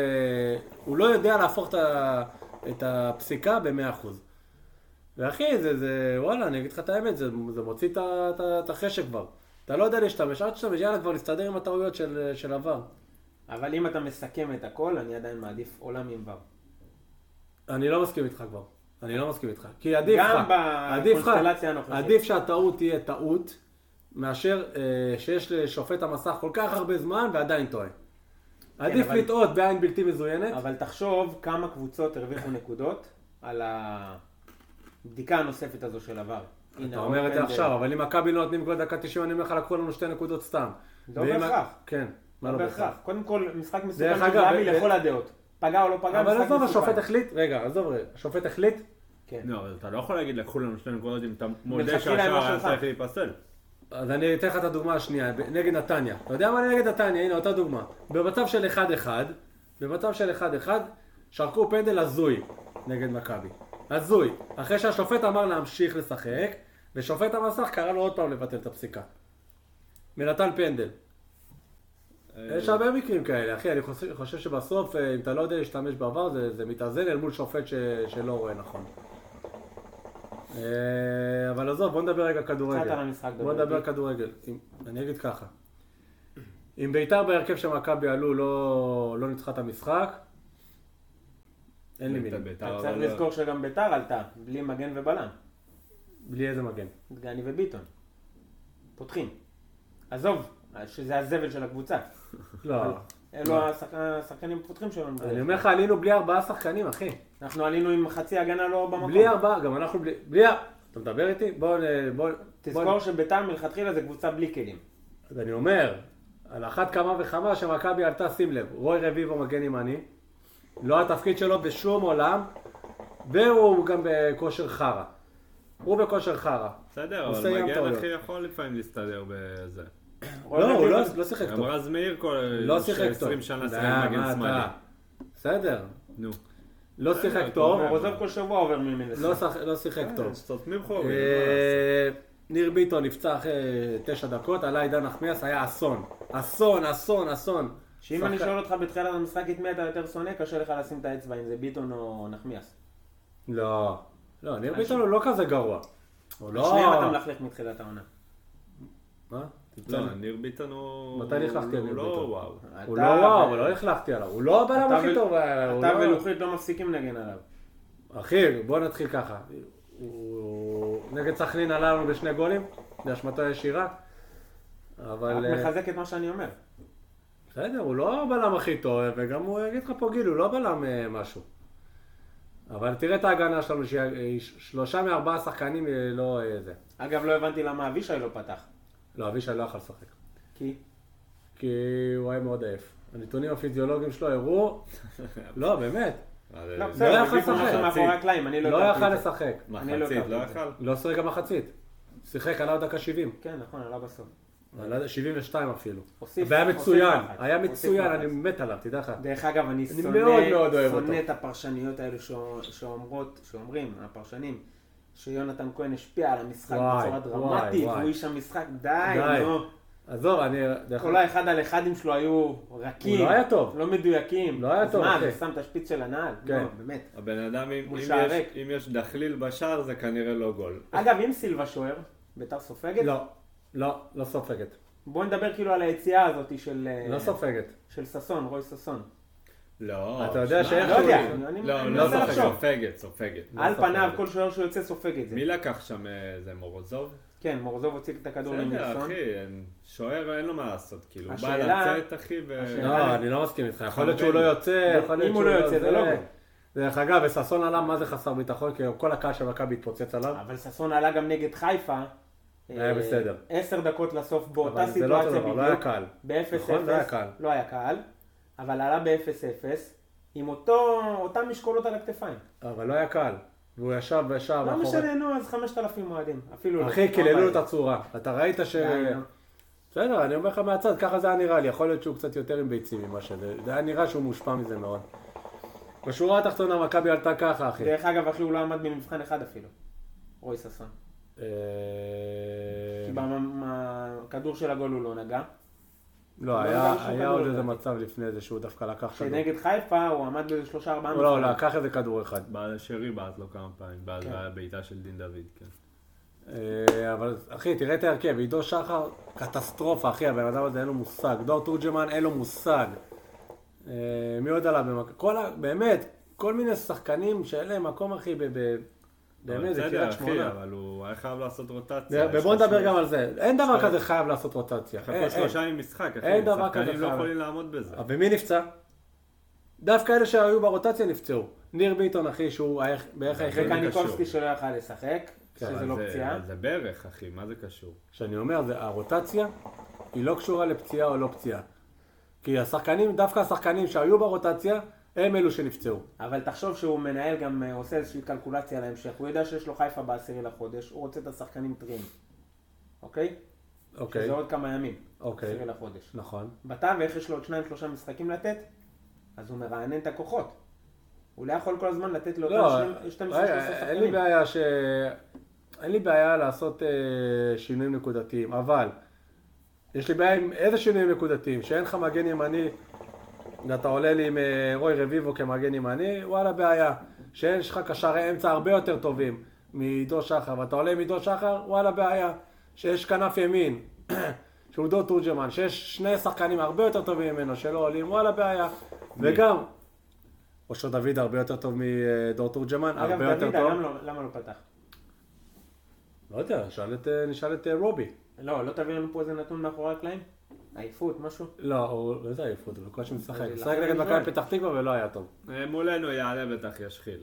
S1: הוא לא יודע להפוך את, ה, את הפסיקה במאה אחוז. ואחי, זה, זה, וואלה, אני אגיד לך את האמת, זה, זה מוציא את ה- את ה- את החשק כבר. אתה לא יודע להשתמש, אל תשתמש, יאללה, כבר נסתדר עם הטעויות של, של עבר.
S3: אבל אם אתה מסכם את הכל, אני עדיין מעדיף עולם עם ור.
S1: אני לא מסכים איתך כבר. אני לא מסכים איתך. כי עדיף
S3: גם
S1: לך, עדיף לך,
S3: בקונסטלציה הנוכחית.
S1: עדיף שהטעות תהיה טעות, מאשר אה, שיש לשופט המסך כל כך הרבה זמן ועדיין טועה. עדיף
S3: כן, אבל-
S1: לטעות בעין בלתי מזוינת.
S3: אבל תחשוב כמה קבוצות הרוויחו נקודות על הבדיקה הנוספת הזו של אוקיי, עבר. לא,
S1: אתה אומר את זה עכשיו, אבל אם מכבי לא נותנים גול דקה 90, אני אומר לך, לקחו לנו שתי נקודות סתם.
S3: לא
S1: ואם-
S3: בהכרח.
S1: כן, מה
S3: לא בהכרח. קודם כל, משחק מסוכן
S1: דרך
S3: של
S1: אגב,
S3: זהבי
S1: ו-
S3: לכל הדעות. פגע או לא פגע,
S1: אבל
S3: משחק
S1: עזוב, השופט
S3: מסוכן.
S1: החליט, רגע, עזוב רגע, השופט החליט,
S3: כן.
S2: לא, אבל אתה לא יכול להגיד, לקחו לנו שתי נקודות אם אתה מודה
S3: מלכתחילה הם
S2: שהשער
S3: לא
S2: היה
S3: שלך.
S2: צריך להיפסל.
S1: אז אני אתן לך את הדוגמה השנייה, ב- נגד נתניה. אתה יודע מה נגד נתניה? הנה, אותה דוגמה. במצב של 1-1, במצב של 1-1, שרקו פנדל הזוי נגד מכבי. הזוי. אחרי שהשופט אמר להמשיך לשחק, ושופט המסך קרא לו עוד פעם לבטל את הפסיקה. ונתן פנדל.
S3: אה,
S1: יש הרבה מקרים כאלה, אחי, אני חושב, חושב שבסוף, אה, אם אתה לא יודע להשתמש בעבר, זה, זה מתאזן אל מול שופט ש, שלא רואה נכון. אה, אבל עזוב, בוא נדבר רגע כדורגל.
S3: קצת על המשחק,
S1: בוא
S3: דבר
S1: נדבר
S3: איתי.
S1: כדורגל. אם, אני אגיד ככה, אם ביתר בהרכב שמכבי עלו לא, לא ניצחה את המשחק, אין לי מילים.
S2: בית"ר,
S3: אתה
S2: אבל
S3: צריך
S2: לא-
S3: לזכור שגם ביתר עלתה, בלי מגן ובלם.
S1: בלי איזה מגן.
S3: דגני וביטון. פותחים. עזוב, שזה הזבל של הקבוצה.
S1: לא.
S3: אה, אלו השחק- השחקנים הפותחים שלנו.
S1: אני אומר לך, עלינו בלי ארבעה שחקנים, אחי.
S3: אנחנו עלינו עם חצי הגנה לא במקום.
S1: בלי ארבעה, גם אנחנו בלי... בלי... ה- אתה מדבר איתי? בוא... נ- לא, בוא... בוא-
S3: תזכור שביתר מלכתחילה זה קבוצה בלי כלים.
S1: אז אני אומר, על אחת כמה וכמה שמכבי עלתה, שים לב, רוי רביבו מגן ימני, לא התפקיד שלו בשום עולם, והוא גם בכושר חרא. הוא בכושר חרא.
S2: בסדר,
S1: הוא
S2: אבל
S1: סיים
S2: מגן
S1: טעויות.
S2: אחי יכול לפעמים להסתדר בזה.
S1: לא, הוא לא לא שיחק
S2: גם
S1: טוב.
S2: רז מאיר כל
S1: לא שיחק טוב.
S2: 20 שנה
S1: די,
S2: שיחק
S1: מה
S2: מגן
S1: אתה?
S2: שמאלי.
S1: בסדר.
S2: נו.
S1: לא שיחק
S2: אתה
S1: טוב,
S2: אומר.
S3: הוא עוזב כל שבוע עובר מימין
S1: לא
S3: לשמאל.
S1: שח- לא שיחק טוב.
S2: סותמים חורים.
S1: אה, ניר ביטון נפצע אחרי תשע דקות, עלה עידן נחמיאס, היה אסון. אסון, אסון, אסון.
S3: שאם אני
S1: שחקן-
S3: שואל אותך בתחילת המשחק את מי אתה יותר שונא, קשה לך לשים את האצבע אם זה ביטון או נחמיאס.
S1: לא. לא, ניר ביטון הוא לא כזה גרוע. הוא לא...
S3: שניהם אתה מלכלך מתחילת העונה.
S1: מה?
S2: לא, ניר ביטון הוא...
S1: מתי לכלכתי על
S2: הוא
S1: ניר
S2: לא
S1: ביטון?
S2: וואו.
S1: הוא לא
S3: אתה
S1: וואו,
S3: ו-
S1: לא החלכתי עליו, הוא לא הבלם
S3: אתה
S1: הכי
S3: ו-
S1: טוב, הוא
S3: אתה
S1: לא-
S3: ולוחית לא מפסיקים לנגן עליו.
S1: אחי, בוא נתחיל ככה. הוא- נגד סכנין עלה לנו בשני גולים, באשמתו הישירה, אבל...
S3: רק
S1: אה,
S3: מחזק את מה שאני אומר.
S1: בסדר, הוא לא הבלם הכי טוב, וגם הוא יגיד לך פה גיל, הוא לא בלם אה, משהו. אבל תראה את ההגנה שלנו, ששלושה מארבעה שחקנים אה, לא אה, זה.
S3: אגב, לא הבנתי למה אבישי לא פתח.
S1: לא, אבישי לא יכול לשחק.
S3: כי
S1: כי הוא היה מאוד עייף. הנתונים הפיזיולוגיים שלו הראו... לא, באמת.
S2: אבל-
S3: לא, בסדר,
S1: אה, יכל
S3: הביאו משהו
S1: לשחק.
S3: מאחורי הקלעים, אני לא
S1: לא
S3: הכרתי
S1: יכל
S3: את זה.
S1: לשחק.
S3: אני לא
S2: מחצית, אה, לא
S3: הכרתי את זה.
S2: יכל?
S1: לא שיחק במחצית. שיחק, עלה עוד דקה 70.
S3: כן, נכון, עלה בסוף.
S1: עלה 72 אפילו.
S3: הוסיף-
S1: והיה
S3: הוסיף
S1: מצוין,
S3: לחץ,
S1: היה
S3: הוסיף
S1: מצוין,
S3: לחץ.
S1: אני מת עליו, תדע לך.
S3: דרך אגב, אני
S1: אני
S3: שונא,
S1: מאוד מאוד אוהב
S3: שונא
S1: אותו.
S3: את הפרשניות האלו שאו- שאומרות, שאומרים, הפרשנים, שיונתן כהן השפיע על המשחק
S1: וואי,
S3: בצורה
S1: וואי,
S3: דרמטית,
S1: וואי.
S3: הוא איש המשחק, די,
S1: די.
S3: נו.
S1: עזוב, אני... דרך
S3: כל האחד על אחדים שלו היו רכים,
S1: הוא לא היה טוב.
S3: לא מדויקים,
S1: לא היה
S3: אז
S1: טוב,
S3: מה,
S1: אחי.
S3: הוא שם את השפיץ של הנעל?
S1: כן.
S3: לא, באמת.
S2: הבן אדם, אם
S3: מול
S2: אם
S3: שער
S2: יש-
S3: ריק.
S2: אם יש דחליל בשער זה כנראה לא גול.
S3: אגב, אם סילבה שוער, ביתר סופגת,
S1: לא, לא, לא סופגת.
S3: בוא נדבר כאילו על היציאה הזאת של, אה,
S1: לא סופגת.
S3: של ששון, רוי ששון.
S2: לא.
S1: אתה יודע
S2: שניים.
S1: שאיך
S3: לא
S1: שהוא-
S3: יודע, אני
S2: לא,
S3: אני
S2: לא,
S3: מנסה
S1: ספק.
S2: סופגת,
S3: לחשוב.
S2: סופגת, סופגת.
S3: על
S1: ספק.
S3: פניו, כל שוער שהוא יוצא סופג את זה.
S2: מי לקח שם אה, זה מורוזוב?
S3: כן, מורזוב הוציא את הכדור
S2: בסדר,
S3: למילסון.
S2: אחי, אין- שוער אין לו מה לעשות, כאילו, הוא בא
S3: השאלה-
S2: לצאת, אחי, ו...
S3: השאלה-
S1: לא, אני לא מסכים איתך, יכול להיות שהוא לא יוצא, יכול להיות
S3: אם הוא
S1: שהוא
S3: לא יוצא, זה לא גול.
S1: דרך אגב, וששון עלה מה זה חסר ביטחון, כי כל הקהל של מכבי התפוצץ עליו.
S3: אבל ששון עלה גם נגד חיפה.
S1: היה
S3: אה,
S1: בסדר.
S3: עשר דקות לסוף
S1: אבל
S3: באותה
S1: זה לא אותו
S3: סיטואציה
S1: דבר,
S3: בדיוק.
S1: לא היה קהל.
S3: ב-0-0.
S1: נכון, לא היה קהל.
S3: לא היה קהל, אבל עלה ב-0-0 עם אותו, אותן משקולות על הכתפיים.
S1: אבל לא היה קהל. והוא ישב וישב.
S3: לא
S1: מאחורי-
S3: משנה, נו, אז 5,000 אוהדים. אפילו לא.
S1: אחי,
S3: מה
S1: קיללו לו
S3: הבעיה?
S1: את אה, כן. הצורה. אתה ראית ש...
S3: די, נו.
S1: בסדר, אני אומר לך מהצד, ככה זה היה נראה לי. יכול להיות שהוא קצת יותר עם ביצים ממה שזה. זה היה נראה שהוא מושפע מזה מאוד. בשורה התחתונה מכבי עלתה ככה, אחי.
S3: דרך אגב, אחי, הוא לא עמד במבחן אחד אפילו. רוי ששון.
S1: כן. אה,
S3: כי בכדור של הגול הוא לא נגע.
S1: לא,
S3: לא
S1: היה
S3: נגע שום
S1: היה
S3: כדור
S1: עוד איזה
S3: לדעתי.
S1: מצב לפני זה שהוא דווקא לקח כדור.
S3: שנגד חיפה הוא עמד באיזה שלושה ארבעה
S1: לא, לא, לקח איזה כדור אחד.
S2: בעל שרי בעט לו כמה פעמים, בעט
S1: כן.
S2: בעיטה של דין דוד, כן.
S1: אה, אבל אחי, תראה את ההרכב, עידו שחר, קטסטרופה, אחי, הבן אדם הזה אין לו מושג. דור תורג'מן, אין לו מושג. אה, מי עוד עלה במכבי? כל ה... באמת, כל מיני שחקנים שאין להם מקום, אחי, ב... ב... באמת, זה
S2: בסדר,
S1: קריית
S2: אחי,
S1: שמונה.
S2: אבל הוא היה חייב לעשות רוטציה. יש לו
S1: ובוא נדבר
S2: שלוש-
S1: גם על זה. אין דבר
S2: שלוש- נכון,
S1: כזה חייב לעשות רוטציה.
S2: חכו
S1: אין, אין.
S2: שלושה עם משחק, אחי.
S1: אין דבר כזה
S2: שחקנים לא
S1: חייב.
S2: יכולים לעמוד בזה.
S1: ומי נפצע? דווקא אלה שהיו ברוטציה נפצעו. ניר ביטון, אחי, שהוא היה- בערך היחיד.
S2: קשור.
S3: וקניקובסקי שלא יכל לשחק,
S1: כן,
S3: שזה
S2: אבל
S3: לא
S2: זה-
S3: פציעה.
S2: אבל זה ברך, אחי, מה זה קשור?
S1: שאני אומר, זה, הרוטציה היא לא קשורה לפציעה או לא פציעה. כי השחקנים, דווקא השחקנים שהיו ברוטציה, הם אלו שנפצעו.
S3: אבל תחשוב שהוא מנהל גם, אה, עושה איזושהי קלקולציה להמשך. הוא יודע שיש לו חיפה בעשירי לחודש, הוא רוצה את השחקנים טריים. אוקיי?
S1: אוקיי,
S3: שזה עוד כמה ימים.
S1: אוקיי.
S3: עשירי לחודש.
S1: נכון.
S3: בתווך יש לו עוד שניים שלושה משחקים לתת, אז הוא מרענן את הכוחות. הוא לא יכול כל הזמן לתת לו
S1: לא,
S3: אותם שני- שתים עשרה,
S1: רגע,
S3: שלושה
S1: אין לי
S3: שחקנים.
S1: בעיה ש... אין לי בעיה לעשות אה, שינויים נקודתיים, אבל יש לי בעיה עם איזה שינויים נקודתיים, שאין לך מגן ימני, אתה עולה לי עם אה, רוי רביבו כמגן ימני, וואלה בעיה. שיש לך קשרי אמצע הרבה יותר טובים מעידו שחר, ואתה עולה עם עידו שחר, וואלה בעיה. שיש כנף ימין, שהוא דוד תורג'מן, שיש שני שחקנים הרבה יותר טובים ממנו שלא עולים, וואלה בעיה. וגם, אושרו דוד הרבה יותר טוב מדור תורג'מן,
S3: אגב,
S1: הרבה יותר
S3: דוד,
S1: טוב.
S3: למה לא- למה לא פתח?
S1: לא יודע, נשאל את, אה, נשאל את אה, רובי.
S3: לא, לא תביא לנו פה איזה נתון מאחורי הקלעים? עייפות, משהו?
S1: לא, הוא איזה עייפות, הוא בקושי משחק.
S3: זה
S1: משחק אה, נגד
S3: לחץ
S1: מכבי
S3: ראשון.
S1: פתח תקווה ולא היה טוב.
S2: אה, מולנו יעלה בטח ישחיל.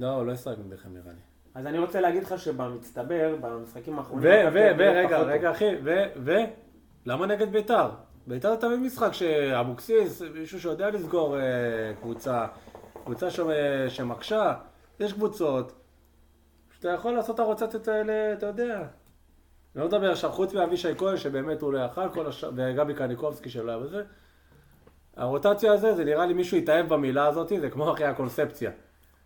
S1: לא, הוא לא ישחק נגדכם נראה לי.
S3: אז אני רוצה להגיד לך שבמצטבר, במשחקים
S1: ו,
S3: האחרונים...
S1: ו,
S3: מכבי
S1: ו,
S3: נראית
S1: רגע,
S3: לא פחות
S1: רגע, אחי, ו, ו, למה נגד ביתר? ביתר זה תמיד משחק שאבוקסיס, מישהו שיודע לסגור אה, קבוצה, קבוצה ש, אה, שמקשה, יש קבוצות, שאתה יכול לעשות את הרוצציות האלה, אתה יודע. אני לא מדבר עכשיו, חוץ מאבישי כהן, שבאמת הוא לא יכל, כל הש... וגבי קניקובסקי שלא היה בזה. הרוטציה הזה, זה נראה לי מישהו התאהב במילה הזאת, זה כמו אחרי הקונספציה.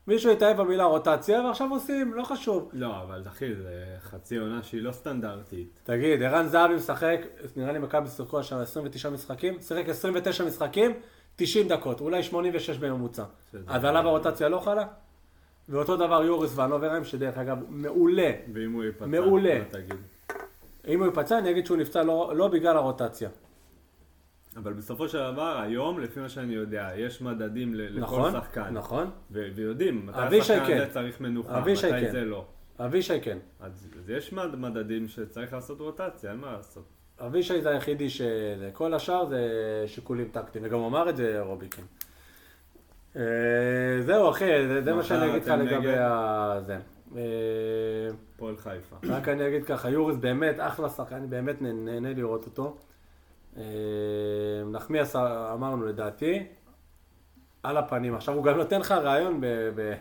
S1: מישהו התאהב במילה רוטציה, ועכשיו עושים, לא חשוב.
S2: לא, אבל אחי, זה חצי עונה שהיא לא סטנדרטית.
S1: תגיד, ערן זהבי משחק, נראה לי מכבי שיחקו השנה 29 משחקים, שיחק 29 משחקים, 90 דקות, אולי 86 בממוצע.
S2: שזה-
S1: אז עליו הרוטציה לא חלה? ואותו דבר יוריס ואנוברהם, שדרך אגב, מעולה.
S2: ואם הוא ייפצע,
S1: מעולה.
S2: מה תגיד?
S1: אם הוא ייפצע, אני אגיד שהוא נפצע לא, לא בגלל הרוטציה.
S2: אבל בסופו של דבר, היום, לפי מה שאני יודע, יש מדדים ל- לכל
S1: נכון?
S2: שחקן.
S1: נכון.
S2: ו- ויודעים, מתי
S1: אבישי
S2: השחקן
S1: כן.
S2: הזה צריך מנוחה,
S1: אבישי
S2: מתי
S1: כן.
S2: זה לא.
S1: אבישי כן.
S2: אז אז יש מד- מדדים שצריך לעשות רוטציה, אין מה לעשות.
S1: אבישי זה היחידי ש... זה- כל השאר זה שיקולים טקטיים, וגם הוא אמר את זה רוביקין. אה, זהו אחי, זה, זה מה
S2: מחר
S1: שאני אגיד לך
S2: נכון, אתם
S1: לגבי
S2: נגד?
S1: ה... זה. אה,
S2: פועל חיפה.
S1: רק אני אגיד ככה, יוריס באמת אחלה שחקן, אני באמת נה- נהנה לראות אותו. אה, נחמיאס אמרנו לדעתי, על הפנים. עכשיו הוא גם נותן לך רעיון ב- ב-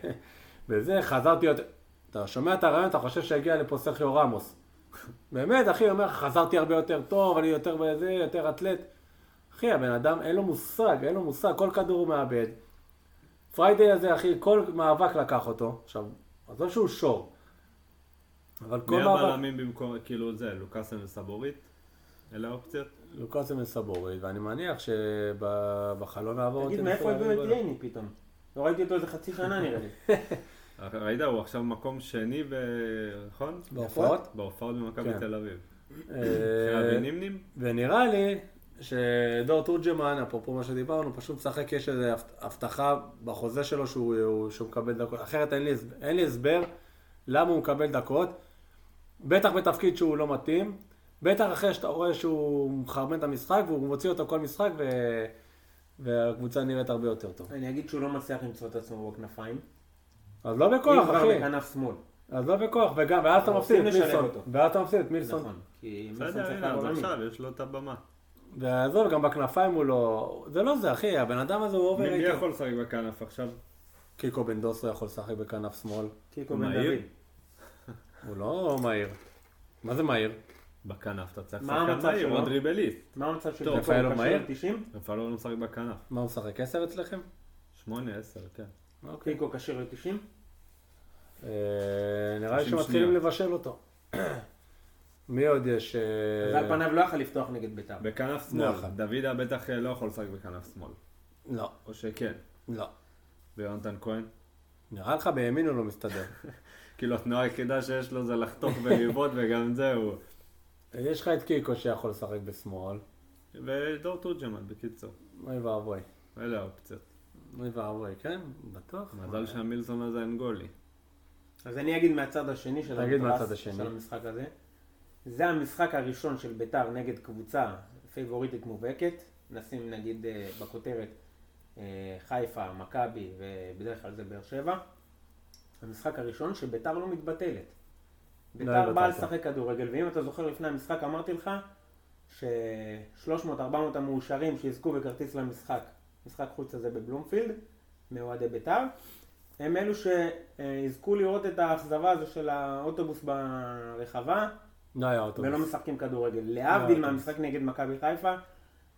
S1: בזה, חזרתי יותר... אתה שומע את הרעיון, אתה חושב שהגיע לפה סרחיו רמוס. באמת, אחי, הוא אומר, חזרתי הרבה יותר טוב, אני יותר בזה, יותר אתלט. אחי, הבן אדם, אין לו מושג, אין לו מושג, כל כדור הוא מאבד. פריידי הזה, אחי, כל מאבק לקח אותו. עכשיו, עזוב שהוא שור. אבל כל
S2: מי
S1: מאבק...
S2: הבלמים במקום, כאילו זה, לוקאסן וסבורית? אלה האופציות?
S1: לוקאסם וסבורית, ואני מניח שבחלון העבור...
S3: תגיד,
S1: תנסו
S3: מאיפה
S1: להביא
S3: הביאו את
S1: גולים.
S3: ייני פתאום? לא ראיתי אותו איזה חצי שנה נראה לי.
S2: אה, ראית, הוא עכשיו מקום שני ב... נכון?
S1: בהופעות?
S2: בהופעות במכבי
S1: כן.
S2: תל אביב.
S1: אה,
S2: אחרי אבי נימנים?
S1: ונראה לי, שדור תורג'מן, אפרופו מה שדיברנו, פשוט משחק, יש איזו הבטחה בחוזה שלו שהוא, הוא- שהוא מקבל דקות. אחרת אין לי, הסבר- אין לי הסבר למה הוא מקבל דקות. בטח בתפקיד שהוא לא מתאים, בטח אחרי שאתה רואה שהוא מחרמן את המשחק והוא מוציא אותו כל משחק ו... והקבוצה נראית הרבה יותר טוב.
S3: אני אגיד שהוא לא מצליח למצוא את עצמו בכנפיים.
S1: אז לא
S3: אם
S1: בכוח,
S3: כבר
S1: אחי.
S3: בכנף שמאל.
S1: אז לא בכוח, וגם, ואז אתה מפסיד את
S3: רוצים לשלב
S1: מילסון.
S3: אותו.
S1: ואז אתה מפסיד את מילסון.
S3: נכון. כי מילסון
S2: בסדר,
S3: צריך
S2: הנה, אז
S3: לעבור ימין.
S2: עכשיו יש לו את הבמה.
S1: ועזוב, גם בכנפיים הוא לא... זה לא זה, אחי, הבן אדם הזה הוא
S2: מי
S1: אובר
S2: מי יכול לשחק בכנף עכשיו?
S1: קיקו בן דוסו יכול לשחק בכנף שמאל.
S3: קיקו
S2: מה,
S3: בן
S2: יהיה?
S3: דוד.
S1: הוא לא מהיר. מה זה מהיר?
S2: בכנף אתה צריך
S3: מה
S2: שחקן
S3: המצב
S2: מהיר,
S3: שלו?
S2: הוא דריבליסט.
S3: מה המצב של
S2: טוב,
S3: קיקו?
S1: רפאלוב
S3: הוא קשר
S1: מהיר?
S3: על 90?
S2: רפאלו לא משחק בכנף.
S1: מה, הוא משחק עשר אצלכם?
S2: שמונה, עשר, כן.
S1: אוקיי.
S3: קיקו כשיר ל-90?
S1: אה, נראה לי
S2: 90
S1: שמתחילים
S2: שניות.
S1: לבשל אותו. מי עוד יש? אה,
S3: אז על פניו לא יכול לפתוח נגד ביתר.
S2: בכנף שמאל.
S1: נכון.
S2: דוידה בטח אה, לא יכול לשחק בכנף שמאל.
S1: לא,
S2: או שכן.
S1: לא.
S2: ויונתן כהן.
S1: נראה לך בימין הוא לא מסתדר.
S2: כאילו התנועה היחידה שיש לו זה לחתוך ולבעוט וגם זהו.
S1: יש לך את קיקו שיכול לשחק בשמאל.
S2: ודור תורג'מן, בקיצור.
S1: אוי ואבוי.
S2: אלה האופציות.
S1: אוי ואבוי, כן? בטוח.
S2: מזל שהמילסון הזה אנגולי.
S3: אז אני אגיד מהצד השני של
S1: תגיד
S3: המתרס,
S1: מהצד השני.
S3: של המשחק הזה. זה המשחק הראשון של ביתר נגד קבוצה פייבוריטית מובהקת. נשים נגיד אה, בכותרת אה, חיפה, מכבי ובדרך כלל זה באר שבע. המשחק הראשון שביתר לא מתבטלת. ביתר באה
S1: לא התבטלת.
S3: לשחק כדורגל, ואם אתה זוכר לפני המשחק אמרתי לך ש-300-400 המאושרים שיזכו בכרטיס למשחק, משחק חוץ הזה בבלומפילד, מאוהדי ביתר, הם אלו שיזכו לראות את האכזבה הזו של האוטובוס ברחבה,
S1: לא היה אוטובוס. לא,
S3: ולא משחקים כדורגל. להבדיל
S1: האוטובוס.
S3: מהמשחק נגד מכבי חיפה,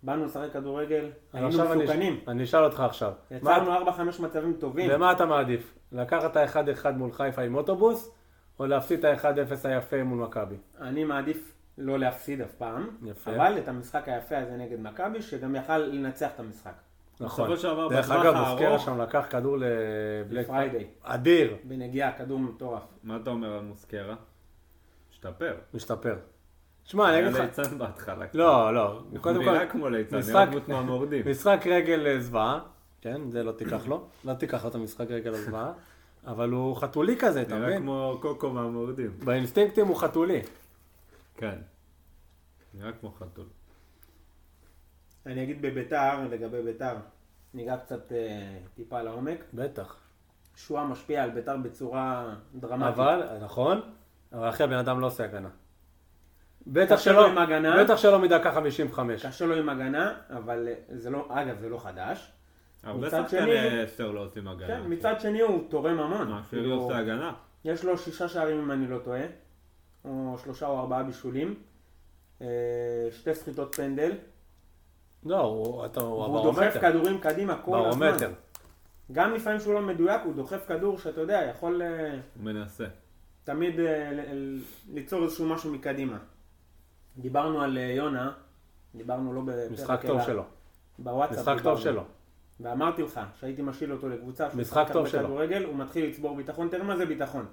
S3: באנו לשחק כדורגל,
S1: אז
S3: היינו
S1: עכשיו אני-
S3: מסוכנים.
S1: אני אשאל אותך עכשיו. מה אתה-
S3: יצרנו 4-5 מצבים טובים.
S1: ומה אתה מעדיף? לקחת את ה-1-1 מול חיפה עם אוטובוס, או להפסיד את ה-1-0 היפה מול מכבי?
S3: אני מעדיף לא להפסיד אף פעם,
S1: יפה.
S3: אבל את המשחק היפה הזה נגד מכבי, שגם יכל לנצח את המשחק.
S1: נכון.
S2: בסופו של דבר,
S1: דרך
S2: בטווח
S1: אגב,
S2: הארוך-
S1: מוסקרה שם לקח כדור לבלק
S3: לפריידי.
S1: אדיר,
S3: בנגיעה, כדור מטורף.
S2: מה אתה אומר על מוסקרה? השתפר.
S1: משתפר. שמע, אני
S2: היה
S1: אגיד לך...
S2: ליצן בהתחלה.
S1: לא, לא.
S2: הוא
S1: קודם כל,
S2: נראה כמו ליצן, נראה
S1: משחק-
S2: דמות מהמורדים.
S1: משחק רגל אה, זוועה, כן, זה לא תיקח לו. לא תיקח לו את המשחק רגל הזוועה, אבל הוא חתולי כזה, אתה
S2: נראה
S1: מבין?
S2: כמו קוקו מהמורדים.
S1: באינסטינקטים הוא חתולי.
S2: כן. נראה כמו חתול.
S3: אני אגיד בביתר, לגבי ביתר, ניגע קצת אה, טיפה לעומק.
S1: בטח.
S3: שואה משפיע על ביתר בצורה דרמטית.
S1: אבל, נכון, אבל אחי הבן אדם לא עושה הגנה. בטח
S3: קשה
S1: שלא,
S3: לו עם הגנה.
S1: בטח שלא מדקה 55.
S3: קשה לו עם הגנה, אבל אה, זה לא, אגב, זה לא חדש.
S2: הרבה
S3: מצד
S2: שחקני
S3: שני-
S2: עשר לא עושים הגנה.
S3: כן, מצד שני הוא תורם המון.
S2: מה, שרי
S3: כאילו,
S2: עושה הגנה?
S3: יש לו שישה שערים אם אני לא טועה, או שלושה או ארבעה בישולים, אה, שתי סחיטות פנדל,
S1: לא, הוא אתה- הוא
S3: והוא דוחף
S1: הברומטר.
S3: כדורים קדימה כל הזמן.
S1: ברומטר.
S3: גם לפעמים שהוא לא מדויק, הוא דוחף כדור שאתה יודע, יכול אה,
S2: הוא מנסה.
S3: תמיד אה, ל- ל- ליצור איזשהו משהו מקדימה. דיברנו על אה, יונה, דיברנו לא בפרק
S1: משחק טוב
S3: אלא
S1: שלו.
S3: בוואטסאפ.
S1: משחק
S3: דיברנו.
S1: טוב שלו.
S3: ואמרתי לך, שהייתי משיל אותו לקבוצה, שהוא
S1: משחק
S3: שחקן
S1: טוב שלו.
S3: בכדורגל, הוא מתחיל לצבור ביטחון, תראה מה זה ביטחון.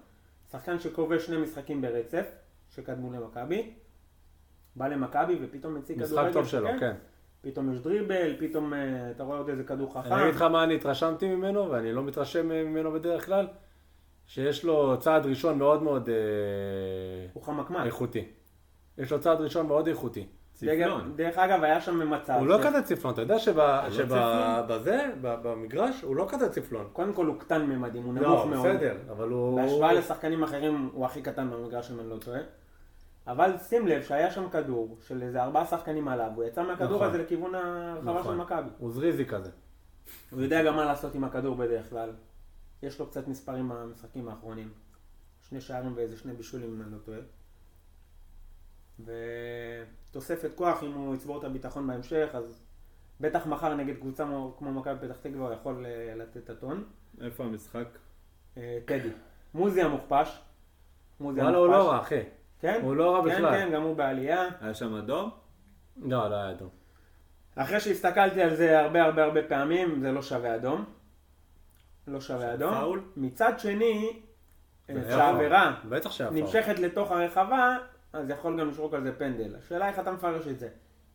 S3: שחקן שכובש שני משחקים ברצף, שקדמו למכבי, בא למכבי ופתאום מציג
S1: משחק
S3: כדורגל.
S1: טוב שלו, כן.
S3: פתאום יש דריבל, פתאום אה, אתה רואה עוד איזה כדור חכם.
S1: אני אגיד לך מה אני התרשמתי ממנו, ואני לא מתרשם ממנו בדרך כלל, שיש לו צעד ראשון מאוד מאוד אה,
S3: הוא חמקמק.
S1: איכותי. יש לו צעד ראשון מאוד איכותי.
S2: ציפלון.
S3: דרך- דרך אגב, היה שם מצב.
S1: הוא לא
S3: ש-
S1: כזה צפלון, אתה יודע
S3: אה, לא
S2: צפלון.
S1: שבזה, במגרש, הוא לא כזה צפלון.
S3: קודם כל הוא קטן ממדים, הוא נמוך
S1: לא,
S3: מאוד.
S1: בסדר, אבל הוא...
S3: בהשוואה לשחקנים אחרים הוא הכי קטן במגרש אם אני לא טועה. אבל שים לב שהיה שם כדור של איזה ארבעה שחקנים עליו, הוא יצא מהכדור
S1: נכון.
S3: הזה לכיוון הרחבה של
S1: נכון.
S3: מכבי.
S1: הוא זריזי כזה.
S3: הוא יודע גם מה לעשות עם הכדור בדרך כלל. יש לו קצת מספרים מהמשחקים האחרונים. שני שערים ואיזה שני בישולים אם אני לא טועה. ותוספת כוח, אם הוא יצבור את הביטחון בהמשך, אז בטח מחר נגד קבוצה כמו- כמו מכבי פתח תקווה הוא יכול אה, לתת את הטון.
S2: איפה המשחק?
S3: אה, טדי. מוזי המוכפש. מוזי
S1: וואלה, הוא לא רע, אחי.
S3: כן?
S1: הוא לא רע בכלל.
S3: כן, כן, גם הוא בעלייה.
S2: היה שם אדום?
S1: לא, לא היה אדום.
S3: אחרי שהסתכלתי על זה הרבה הרבה הרבה פעמים, זה לא שווה אדום. לא שווה אדום.
S2: פאול?
S3: מצד שני, אה,
S1: זה היה
S3: כשהעבירה
S1: פאול. בטח שהיה פאול.
S3: נמשכת לתוך הרחבה, אז יכול גם לשרוק על זה פנדל. השאלה איך אתה מפרש את זה.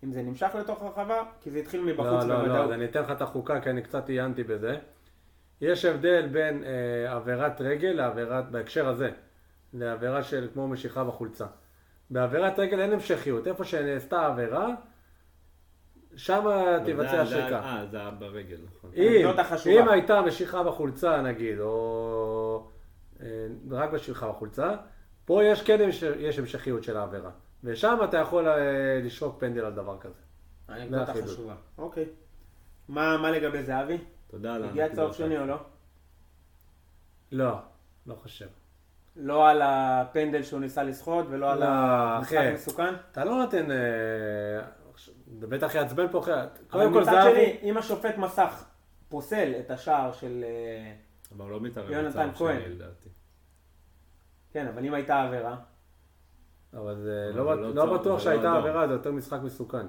S3: אם זה נמשך לתוך הרחבה, כי זה התחיל מבחוץ
S1: לא, לא, לא,
S3: בוודאות.
S1: אז אני אתן לך את החוקה, כי אני קצת עיינתי בזה. יש הבדל בין אה, עבירת רגל לעבירת, בהקשר הזה, לעבירה של כמו משיכה בחולצה. בעבירת רגל אין המשכיות, איפה שנעשתה עבירה, שם תיווצע
S2: זה- זה-
S1: השריקה.
S2: אה, זה היה ברגל, נכון.
S1: אם,
S3: זאת החשובה.
S1: אם הייתה משיכה בחולצה נגיד, או אה, רק משיכה בחולצה, פה יש כן המש- יש המשכיות של העבירה. ושם אתה יכול אה, לשרוק פנדל על דבר כזה.
S3: האנקדוטה
S1: זה החידוד.
S3: חשובה. אוקיי. מה מה לגבי זהבי?
S2: תודה על
S3: הגיע צהוב שני או לא?
S1: לא, לא חושב.
S3: לא על הפנדל שהוא ניסה לסחוט ולא על
S1: לא,
S3: המשחק
S1: אחי.
S3: מסוכן?
S1: אתה לא נותן... אה, זה בטח יעצבן פה אחרת.
S3: אבל
S1: קודם כל
S3: מצד
S1: זהבי...
S3: שני, אם השופט מסך פוסל את השער של... אה,
S2: אבל הוא לא מתערב
S3: יונתן
S2: בצד
S3: כהן.
S2: שני, לדעתי.
S3: כן, אבל אם הייתה עבירה,
S1: אבל זה
S2: אבל
S1: לא
S2: לא
S1: בט-
S2: צהוב,
S1: לא בטוח
S2: זה לא
S1: שהייתה
S2: אדום.
S1: עבירה, זה יותר משחק מסוכן.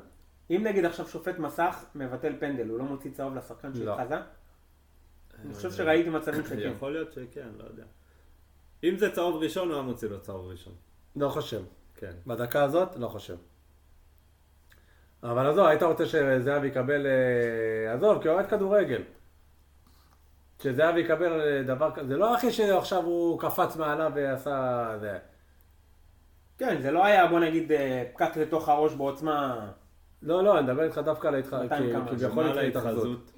S3: אם נגיד עכשיו שופט מסך, מבטל פנדל, הוא לא מוציא צהוב לשחקן
S1: לא. אה, כן.
S3: שהתחזה? אני חושב שראיתי מצבים שכן.
S2: יכול להיות שכן, לא יודע. אם זה צהוב ראשון, הוא היה מוציא לו צהוב ראשון.
S1: לא חושב.
S2: כן.
S1: בדקה הזאת, לא חושב. אבל עזוב, היית רוצה שזהבי יקבל... אה, עזוב, כי הוא אוהד כדורגל. שזהבי יקבל אה, דבר כזה, זה לא אחי שעכשיו הוא קפץ מעליו ועשה... זה.
S3: כן, זה לא היה, בוא נגיד, אה, פקק לתוך הראש בעוצמה.
S1: לא, לא, אני מדבר איתך דווקא על ההתח-
S3: נתן
S1: כי-
S3: כמה,
S1: כביכול
S2: ומה
S1: להתחזות.
S2: להתחזות?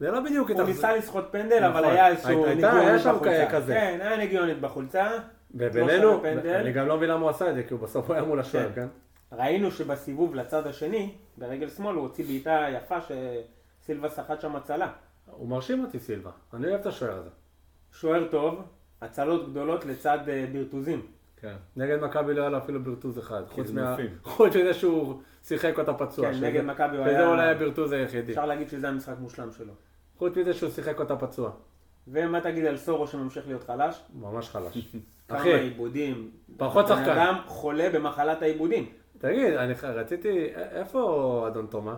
S1: זה לא בדיוק
S3: הוא
S1: התחזות.
S3: ניסה לסחוט פנדל, אבל
S1: נכון.
S3: היה איזשהו
S1: הייתה-
S3: ניגיונת
S1: הייתה-
S3: בחולצה.
S1: היה שם כזה.
S3: כן, היה ניגיונת בחולצה. לא
S1: ובינינו,
S3: שם הפנדל.
S1: אני גם לא מבין למה הוא עשה את זה, כי הוא בסוף היה מול השוער,
S3: כן.
S1: כן?
S3: ראינו שבסיבוב לצד השני, ברגל שמאל, הוא הוציא בעיטה יפה שסילבה סחט שם הצלה.
S1: הוא מרשים אותי סילבה, אני אוהב את השוער הזה.
S3: שוער טוב, הצלות גדולות לצד אה, ברטוזים.
S2: כן.
S1: נגד מכבי לא היה לו אפילו ברטוז אחד, חוץ מה...
S2: נופים.
S1: חוץ מזה שהוא שיחק אותה פצוע.
S3: כן,
S1: שזה-
S3: נגד מכבי הוא
S1: שזה
S3: היה-
S1: אולי הברטוז היחידי.
S3: אפשר להגיד שזה המשחק מושלם שלו.
S1: חוץ מזה שהוא שיחק אותה פצוע.
S3: ומה תגיד על סורו שממשיך להיות חלש?
S1: ממש חלש.
S3: כמה
S1: אחי,
S3: עיבודים.
S1: פחות שחקן.
S3: בן אדם חולה במחלת העיבודים.
S1: תגיד, אני ח- רציתי... א- איפה אדון תומה?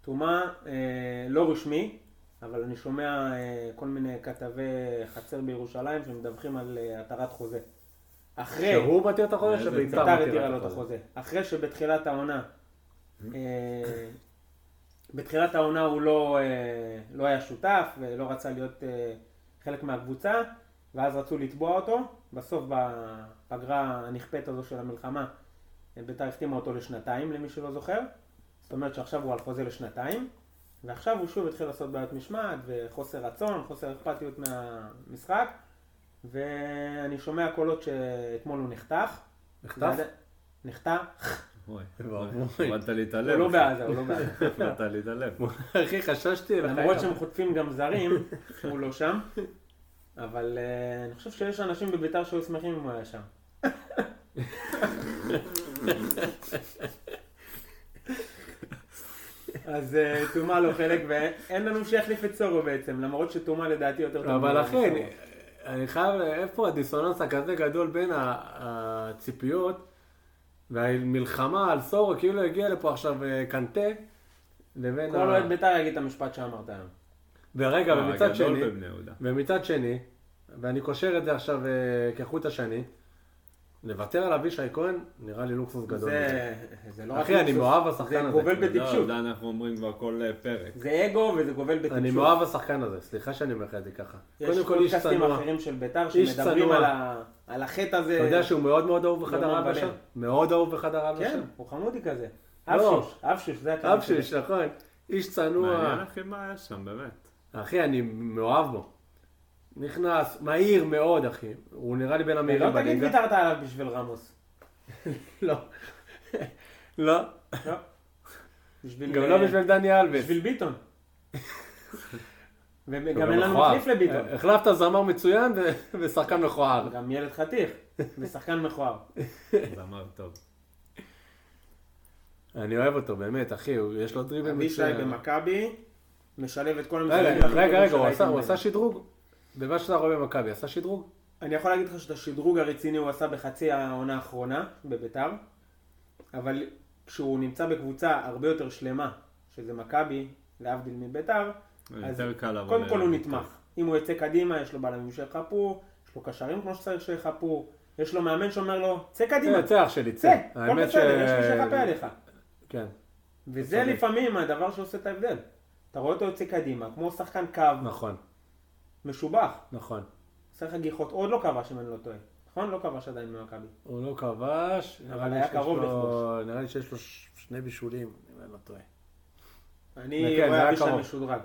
S3: תומה אה, לא רשמי, אבל אני שומע אה, כל מיני כתבי חצר בירושלים שמדווחים על אה, התרת חוזה. אחרי...
S1: שהוא מתיר את החוזה?
S2: איזה
S1: שביתר
S3: כן. ביתר
S1: מתירה
S3: התירה לו את החוזה. אחרי שבתחילת העונה, אה, בתחילת העונה הוא לא, אה, לא היה שותף ולא רצה להיות אה, חלק מהקבוצה, ואז רצו לתבוע אותו. בסוף בפגרה הנכפית הזו של המלחמה, אה, ביתר החתימה אותו לשנתיים, למי שלא זוכר. זאת אומרת שעכשיו הוא על חוזה לשנתיים, ועכשיו הוא שוב התחיל לעשות בעיות משמעת וחוסר רצון, חוסר אכפתיות מהמשחק. ואני שומע קולות שאתמול הוא נחתך.
S1: נחטף?
S3: נחתך.
S2: אוי,
S1: ואבוי.
S2: עבדת לי את הלב.
S3: הוא לא בעזה, הוא לא בעזה.
S2: עבדת לי את הלב.
S1: אחי, חששתי לך.
S3: למרות שהם חוטפים גם זרים, הוא לא שם. אבל אה, אני חושב שיש אנשים בביתר שהיו שמחים אם הוא היה שם. אז אה, תומה לא חלק, ואין לנו שיחליף את סורו בעצם, למרות שתומה לדעתי יותר טוב.
S1: אבל
S3: מסורו.
S1: אחי, אני- אני חייב, איפה הדיסוננס הכזה גדול בין ה- הציפיות והמלחמה על סורו, כאילו הגיע לפה עכשיו אה, קנטה, לבין
S3: כל אוהד לא ביתר יגיד את המשפט שאמרת היום.
S1: ורגע, ומצד
S2: אה, לא, הגדול
S1: שני,
S2: בבני יהודה.
S1: ומצד שני, ואני קושר את זה עכשיו אה, כחוט השני, לוותר על אבישי כהן נראה לי לוקסוס גדול. מדי.
S3: זה זה לא רק...
S1: אחי, אני
S3: לוקסוס,
S1: מאוהב בשחקן הזה.
S3: זה גובל
S2: לא,
S3: בטיפשות.
S2: זה אנחנו אומרים כבר כל אה, פרק.
S3: זה אגו וזה גובל בטיפשות.
S1: אני מאוהב השחקן הזה, סליחה שאני אומר לך את זה ככה.
S3: יש
S1: קודם כל איש
S3: פודקאסטים
S1: צנוע.
S3: אחרים של ביתר
S1: איש
S3: שמדברים
S1: צנוע.
S3: על ה- על החטא הזה.
S1: אתה יודע שהוא מאוד מאוד אהוב
S3: יומם
S1: בחדר הלבשה?
S3: וליל.
S1: מאוד אהוב בחדר הלבשה.
S3: לא כן, הוא חמודי כזה.
S1: לא.
S3: אבשוש, אבשוש, זה הכלל.
S1: אבשיש, נכון. איש צנוע.
S2: מעניין אחי מה היה שם, באמת.
S1: אחי, אני מאוהב בו. נכנס, מהיר מאוד, אחי. הוא נראה לי בין
S3: לא
S1: המהירים
S3: תגיד
S1: בליגה.
S3: ויתרת עליו בשביל רמוס.
S1: לא. לא.
S3: לא. בשביל...
S1: גם לא
S3: אה,
S1: בשביל דני אלבס.
S3: בשביל ביטון.
S1: הוא
S3: וגם אין לנו
S1: מכוער.
S3: מחליף לביטון.
S1: אה, החלפת זמר מצוין ו- ושחקן מכוער.
S3: גם ילד חתיך. ושחקן מכוער.
S2: זמר טוב.
S1: אני אוהב אותו, באמת, אחי, הוא- יש לו דריבל
S3: אבישי
S1: מצוין.
S3: במכבי, משלב את כל המשחקים.
S1: רגע,
S3: הכי
S1: רגע,
S3: טובים
S1: רגע, הוא
S3: שראיתי
S1: עשה- הוא
S3: ממנו.
S1: עשה שדרוג. במה שאתה רואה במכבי, עשה שדרוג?
S3: אני יכול להגיד לך שאת השדרוג הרציני הוא עשה בחצי העונה האחרונה בביתר, אבל כשהוא נמצא בקבוצה הרבה יותר שלמה, שזה מכבי, להבדיל מביתר, אז
S2: יותר קל לעבוד
S3: קודם כל הוא
S2: עליו.
S3: נתמך. אם הוא יצא קדימה, יש לו בלמים שיחפו, יש לו קשרים כמו שצריך שיחפו, יש לו מאמן שאומר לו, צא קדימה,
S1: זה צח שלי,
S3: צא,
S1: אה, כן, צא.
S3: כן. הכל
S1: האמת ש...
S3: בסדר, יש מי שיחפה עליך.
S1: כן,
S3: וזה
S1: צודק.
S3: לפעמים הדבר שעושה את ההבדל. אתה רואה אותו יוצא קדימה, כמו שחקן קו,
S1: נכון,
S3: משובח,
S1: נכון.
S3: עושה לך גיחות, עוד לא כבש אם אני לא טועה. נכון? לא כבש עדיין במכבי.
S1: הוא לא כבש, נראה לי
S3: היה
S1: שיש
S3: קרוב
S1: לו-
S3: לכבוש.
S1: נראה לי שיש לו ש- שני בישולים, אם אני לא טועה.
S3: אני
S1: וכן, כן, זה היה
S3: רואה אבישי
S1: קרוב.
S3: משודרג.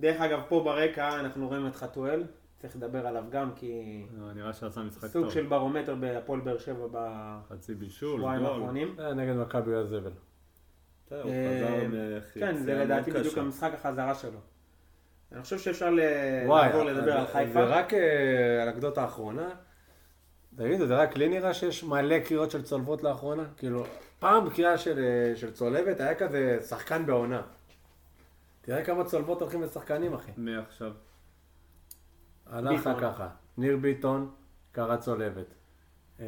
S3: דרך אגב, פה ברקע אנחנו רואים את חתואל, צריך לדבר עליו גם כי
S2: לא, נראה שעשה משחק
S3: סוג
S2: טוב.
S3: של ברומטר בהפועל באר שבע
S2: חצי בישול,
S3: בשבועיים
S2: גול.
S3: האחרונים.
S1: זה היה אה, נגד מכבי הוא היה זבל.
S2: בסדר, הוא
S3: אה,
S2: חזר מהחיצי
S3: כן, זה
S2: המאוד
S3: לדעתי בדיוק
S2: קשה.
S3: המשחק החזרה שלו. אני חושב שאפשר ל-
S1: וואי,
S3: לעבור לדבר על חיפה.
S1: זה רק אה, האנקדוטה האחרונה. תגידו, זה רק לי נראה שיש מלא קריאות של צולבות לאחרונה? כאילו, פעם קריאה של, אה, של צולבת היה כזה שחקן בעונה. תראה כמה צולבות הולכים לשחקנים, אחי.
S2: מעכשיו.
S1: הלך
S3: ביטון.
S1: ככה, ניר ביטון, קרא צולבת. אה,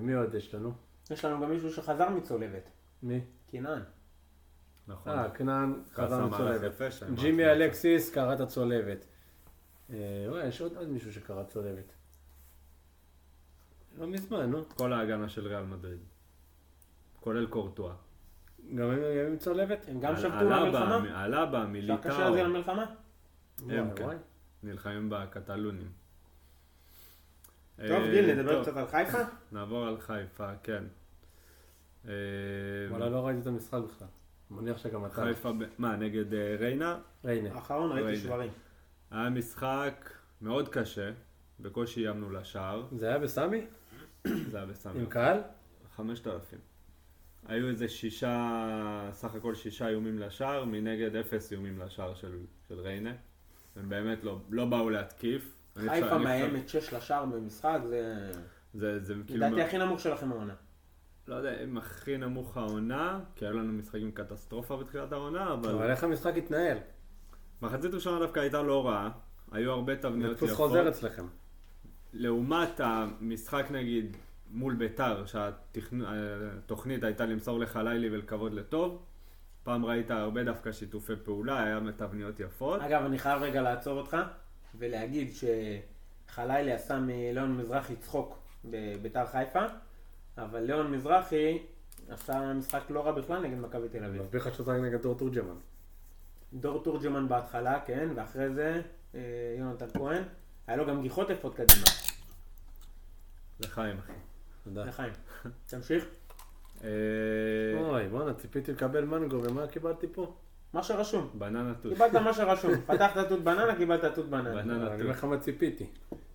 S1: מי עוד יש לנו?
S3: יש לנו גם מישהו שחזר מצולבת,
S1: מי?
S3: קינן.
S2: נכון.
S1: אה, כנען, חזר
S2: עשה מהלך
S1: מצולבת.
S2: יפה שם,
S1: ג'ימי
S2: משהו.
S1: אלקסיס, קרא את הצולבת. אה, וואי, יש עוד עוד מישהו שקרא צולבת. לא מזמן, נו.
S2: כל ההגנה של ריאל מדריד. כולל קורטואה.
S1: גם הם גם הם צולבת?
S3: הם גם
S2: על-
S3: שבתו
S2: עלה
S3: למלחמה?
S2: בה- עלה בה
S3: אפשר לקשר על זה
S2: מליטאו.
S3: למלחמה?
S1: וואי,
S2: כן.
S1: וואי.
S2: נלחמים בקטלונים. אה,
S3: טוב, גיל, נדבר קצת על חיפה?
S2: נעבור על חיפה, כן. אה,
S1: וואלה, לא ראיתי את המשחק בכלל. מניח שגם אתה.
S2: חיפה, ב- מה, נגד אה, ריינה?
S1: הנה.
S3: האחרון ראיתי
S2: ראיתי.
S3: שברים.
S2: היה משחק מאוד קשה, בקושי איימנו לשער,
S1: זה היה בסמי?
S2: זה היה בסמי.
S1: עם קהל?
S2: 5,000. היו איזה שישה, סך הכל שישה איומים לשער, מנגד אפס איומים לשער של, של ריינה. הם באמת לא, לא באו להתקיף. אני חושב-
S3: חיפה
S2: אני חושב-
S3: מאיימת 6 לשער במשחק, זה
S2: זה, זה כאילו...
S3: לדעתי הכי נמוך שלכם העונה.
S2: לא יודע אם הכי נמוך העונה, כי היו לנו משחקים קטסטרופה בתחילת העונה,
S1: אבל
S3: נכון.
S2: אבל
S1: איך המשחק התנהל?
S2: מחצית ראשונה דווקא הייתה לא רעה, היו הרבה תבניות
S1: דפוס
S2: יפות.
S1: חוזר אצלכם.
S2: לעומת המשחק נגיד מול ביתר, שהתוכנית הייתה למסור לך לילי ולקוות לטוב, פעם ראית הרבה דווקא שיתופי פעולה, היה תבניות יפות.
S3: אגב, אני חייב רגע לעצור אותך ולהגיד שחלילי עשה מליאון מזרחי צחוק בביתר חיפה, אבל ליאון מזרחי עשה משחק לא רע בכלל נגד מכבי תל אביב.
S1: מסביר לך שהוא זרק נגד דור תורג'מן.
S3: דור תורג'מן בהתחלה, כן, ואחרי זה אה, יונתן כהן. היה לו גם גיחות יפות קדימה.
S2: לחיים אחי.
S1: תודה.
S3: לחיים. תמשיך.
S2: אה,
S1: אוי, בואנה, ציפיתי לקבל מנגו, ומה קיבלתי פה?
S3: מה שרשום.
S2: בננה טוס.
S3: קיבלת מה שרשום. פתחת תות בננה, קיבלת תות בננה.
S2: בננה.
S1: אני אומר לך מה ציפיתי.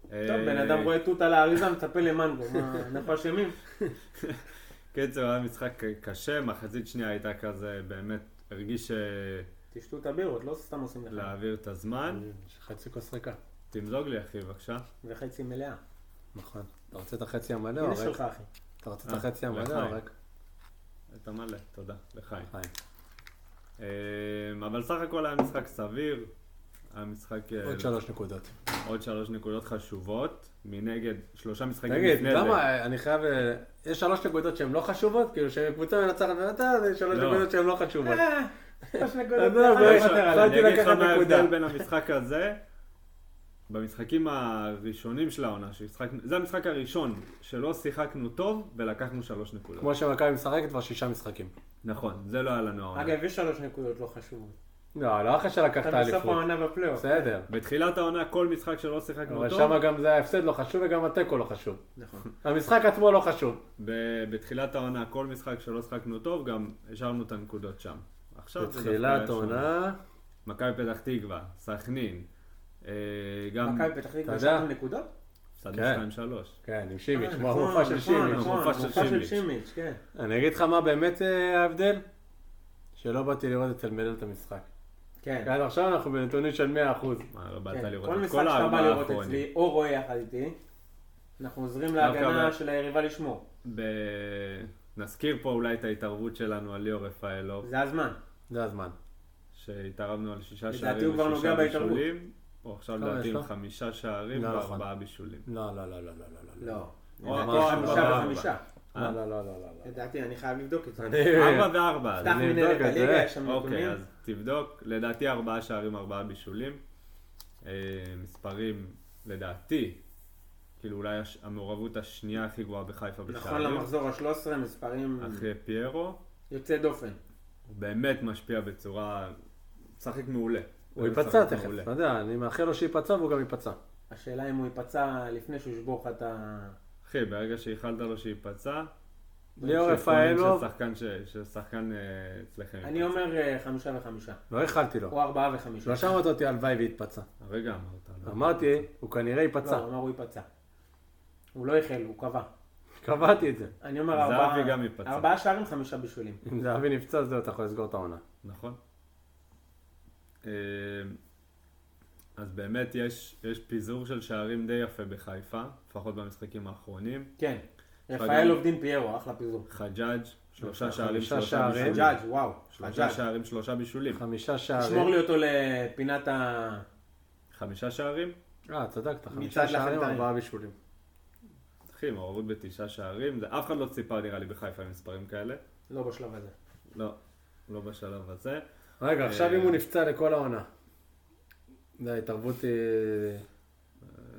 S3: טוב, בן אדם
S2: אה,
S3: רואה תות על האריזה, מצפה למנגו. מה, אנחנו אשמים?
S2: קצב היה משחק קשה, מחצית שנייה הייתה כזה, באמת, הרגיש אה,
S3: תשתו את הבירות, לא סתם עושים לך.
S2: להעביר את הזמן.
S1: יש חצי כוס ריקה.
S2: תמזוג לי אחי, בבקשה.
S3: וחצי מלאה.
S1: נכון. אתה רוצה את החצי המלא או
S3: הנה
S1: רק?
S3: שלך, אחי.
S1: אתה רוצה את
S2: אה,
S1: החצי המלא או
S2: לחיים.
S1: רק?
S2: אתה מלא, תודה, לחיים.
S1: חיים.
S2: אה, אבל סך הכל היה משחק סביר. היה משחק... אה,
S1: עוד שלוש נקודות.
S2: עוד שלוש נקודות חשובות. מנגד, שלושה משחקים
S1: תגיד,
S2: לפני זה.
S1: למה אני חייב... אה, יש שלוש נקודות שהן לא חשובות? כאילו שקבוצה מנצחת ואתה, זה שלוש
S2: לא.
S1: נקודות שהן לא חשובות.
S3: אה, שלוש נקודות,
S1: אתה יודע,
S3: אני
S1: אבל-
S3: מוותר עליו.
S1: יכולתי
S2: אני אגיד לך
S1: לקחת
S2: מה
S1: נקודה.
S2: ההבדל בין המשחק הזה, במשחקים הראשונים של העונה, שהשחקנו- זה המשחק הראשון שלא שיחקנו טוב ולקחנו שלוש נקודות.
S1: כמו שמכבי משחקת כבר שישה משחקים.
S2: נכון, זה לא היה לנו העונה.
S3: אגב, יש שלוש נקודות לא חשובות.
S1: לא, לא אחרי שלקחת
S3: אתה בסוף
S1: אליפות.
S3: העונה בפלייאוף.
S1: בסדר.
S2: בתחילת העונה כל משחק שלא שיחקנו
S1: אבל
S2: טוב,
S1: שם גם זה ההפסד לא חשוב וגם התיקו לא חשוב.
S3: נכון.
S1: המשחק עצמו לא חשוב.
S2: ב- בתחילת העונה כל משחק שלא שיחקנו טוב, גם השארנו את הנקודות שם. עכשיו זה דווקא היה
S1: בתחילת
S2: שונה.
S1: עונה,
S2: מכבי פתח תקווה, סכנין, אה, גם
S3: מכבי פתח
S1: אתה
S3: תקווה
S1: יודע?
S3: שלוש נקודות?
S2: סדו
S1: כן.
S2: 2-3.
S1: כן, עם שימיץ',
S3: אה,
S1: כמו
S3: נכון,
S1: המופע של
S3: נכון,
S1: שימיץ'.
S3: נכון,
S2: המופע של
S3: המופע של
S2: שימיץ'.
S3: שימיץ', כן.
S1: אני אגיד לך מה באמת אה, ההבדל? שלא באתי לראות אצל מנהל את המשחק.
S3: כן.
S1: עד עכשיו אנחנו בנתונים של 100%.
S2: מה, לא באת
S3: כן,
S2: לראות
S3: כל
S2: את
S3: משחק
S2: כל
S3: שאתה בא
S2: הארבעה
S3: לראות
S2: האחרונים. לא
S3: אצלי, או רואה יחד איתי, אנחנו עוזרים
S2: דווקא
S3: להגנה
S2: ב-
S3: של היריבה לשמור.
S2: ב- נזכיר פה אולי את ההתערבות שלנו על ליאור רפאלוב,
S3: זה הזמן.
S1: זה הזמן.
S2: שהתערבנו על שישה
S3: לדעתי
S2: שערים
S3: הוא כבר
S2: ושישה
S3: נוגע בהתערבות.
S2: בישולים. הוא עכשיו
S1: כמה
S2: לדעתי
S1: אה, יש
S2: עם
S1: לו?
S2: חמישה שערים
S1: לא,
S2: וארבעה בישולים.
S1: לא, לא, לא, לא, לא, לא, לא.
S3: לא.
S2: או,
S3: לדעתי
S2: או,
S3: חמישה
S2: ארבעה,
S3: וחמישה.
S1: לא, לא, לא, לא, לא.
S3: לדעתי, אני חייב לבדוק את זה. אה,
S2: ארבע וארבע. אז-
S3: פתח
S1: אני
S3: מנהלת
S1: אבדוק את זה.
S3: הליגה, יש שם
S2: אוקיי,
S3: נתונים.
S2: אז תבדוק. לדעתי ארבעה שערים, ארבעה בישולים. אה, מספרים, לדעתי, כאילו אולי הש- המעורבות השנייה הכי גבוהה בחיפה
S3: נכון
S2: בשערים.
S3: למחזור ה-13, מספרים
S2: אחרי פיירו.
S3: יוצא דופן.
S2: הוא באמת משפיע בצורה... משחק מעולה.
S1: הוא ייפצע
S2: משחק
S1: תכף,
S2: מעולה.
S1: אתה יודע, אני מאחל לו שייפצע והוא גם ייפצע.
S3: לא, השאלה אם הוא ייפצע לפני שהוא ישבור לך את ה...
S2: אחי, ברגע שאיחלת לו שייפצע...
S1: ליאור
S2: יש סיכויים
S1: רפאלוב,
S2: ששחקן ש- ששחקן אה, אצלכם.
S3: אני אומר אה, חמישה וחמישה.
S1: לא איחלתי לו.
S3: או ארבעה וחמישה.
S1: לא שמעת אותי הלוואי ויתפצע.
S2: הרגע אמרת. לא?
S1: אמרתי, הוא כנראה
S3: לא,
S1: ייפצע.
S3: הוא אמר הוא ייפצע. הוא לא החל, הוא קבע.
S1: קבעתי את זה.
S3: אני אומר
S2: זהבי
S3: ארבעה...
S2: גם ייפצע.
S3: ארבעה שערים, חמישה בישולים.
S1: אם זהבי נפצע, זהו, אתה יכול לסגור את העונה.
S2: נכון. אה, אז באמת יש, יש פיזור של שערים די יפה בחיפה, לפחות במשחקים האחרונים.
S3: כן.
S2: חגג.
S3: רפאל עובדים פיירו, אחלה פיזור.
S2: חג'אג', שלושה
S1: חמישה
S2: שערים, שלושה
S1: שערים.
S2: בישולים.
S3: חג'אג', וואו.
S2: שלושה
S3: חג'אג'.
S2: שערים, שלושה בישולים.
S1: חמישה
S3: שמור
S1: שערים.
S3: לי אותו לפינת ה...
S2: חמישה שערים?
S1: אה, צדקת, חמישה
S3: מצד
S1: שערים,
S3: לחלטיים.
S1: ארבעה בישולים.
S2: אחי, מעורבות בתשעה שערים, זה אף אחד לא ציפה נראה לי בחיפה עם מספרים כאלה.
S3: לא בשלב הזה.
S2: לא, לא בשלב הזה.
S1: רגע, עכשיו
S2: אה,
S1: אם הוא נפצע לכל העונה. זה ההתערבות... אה,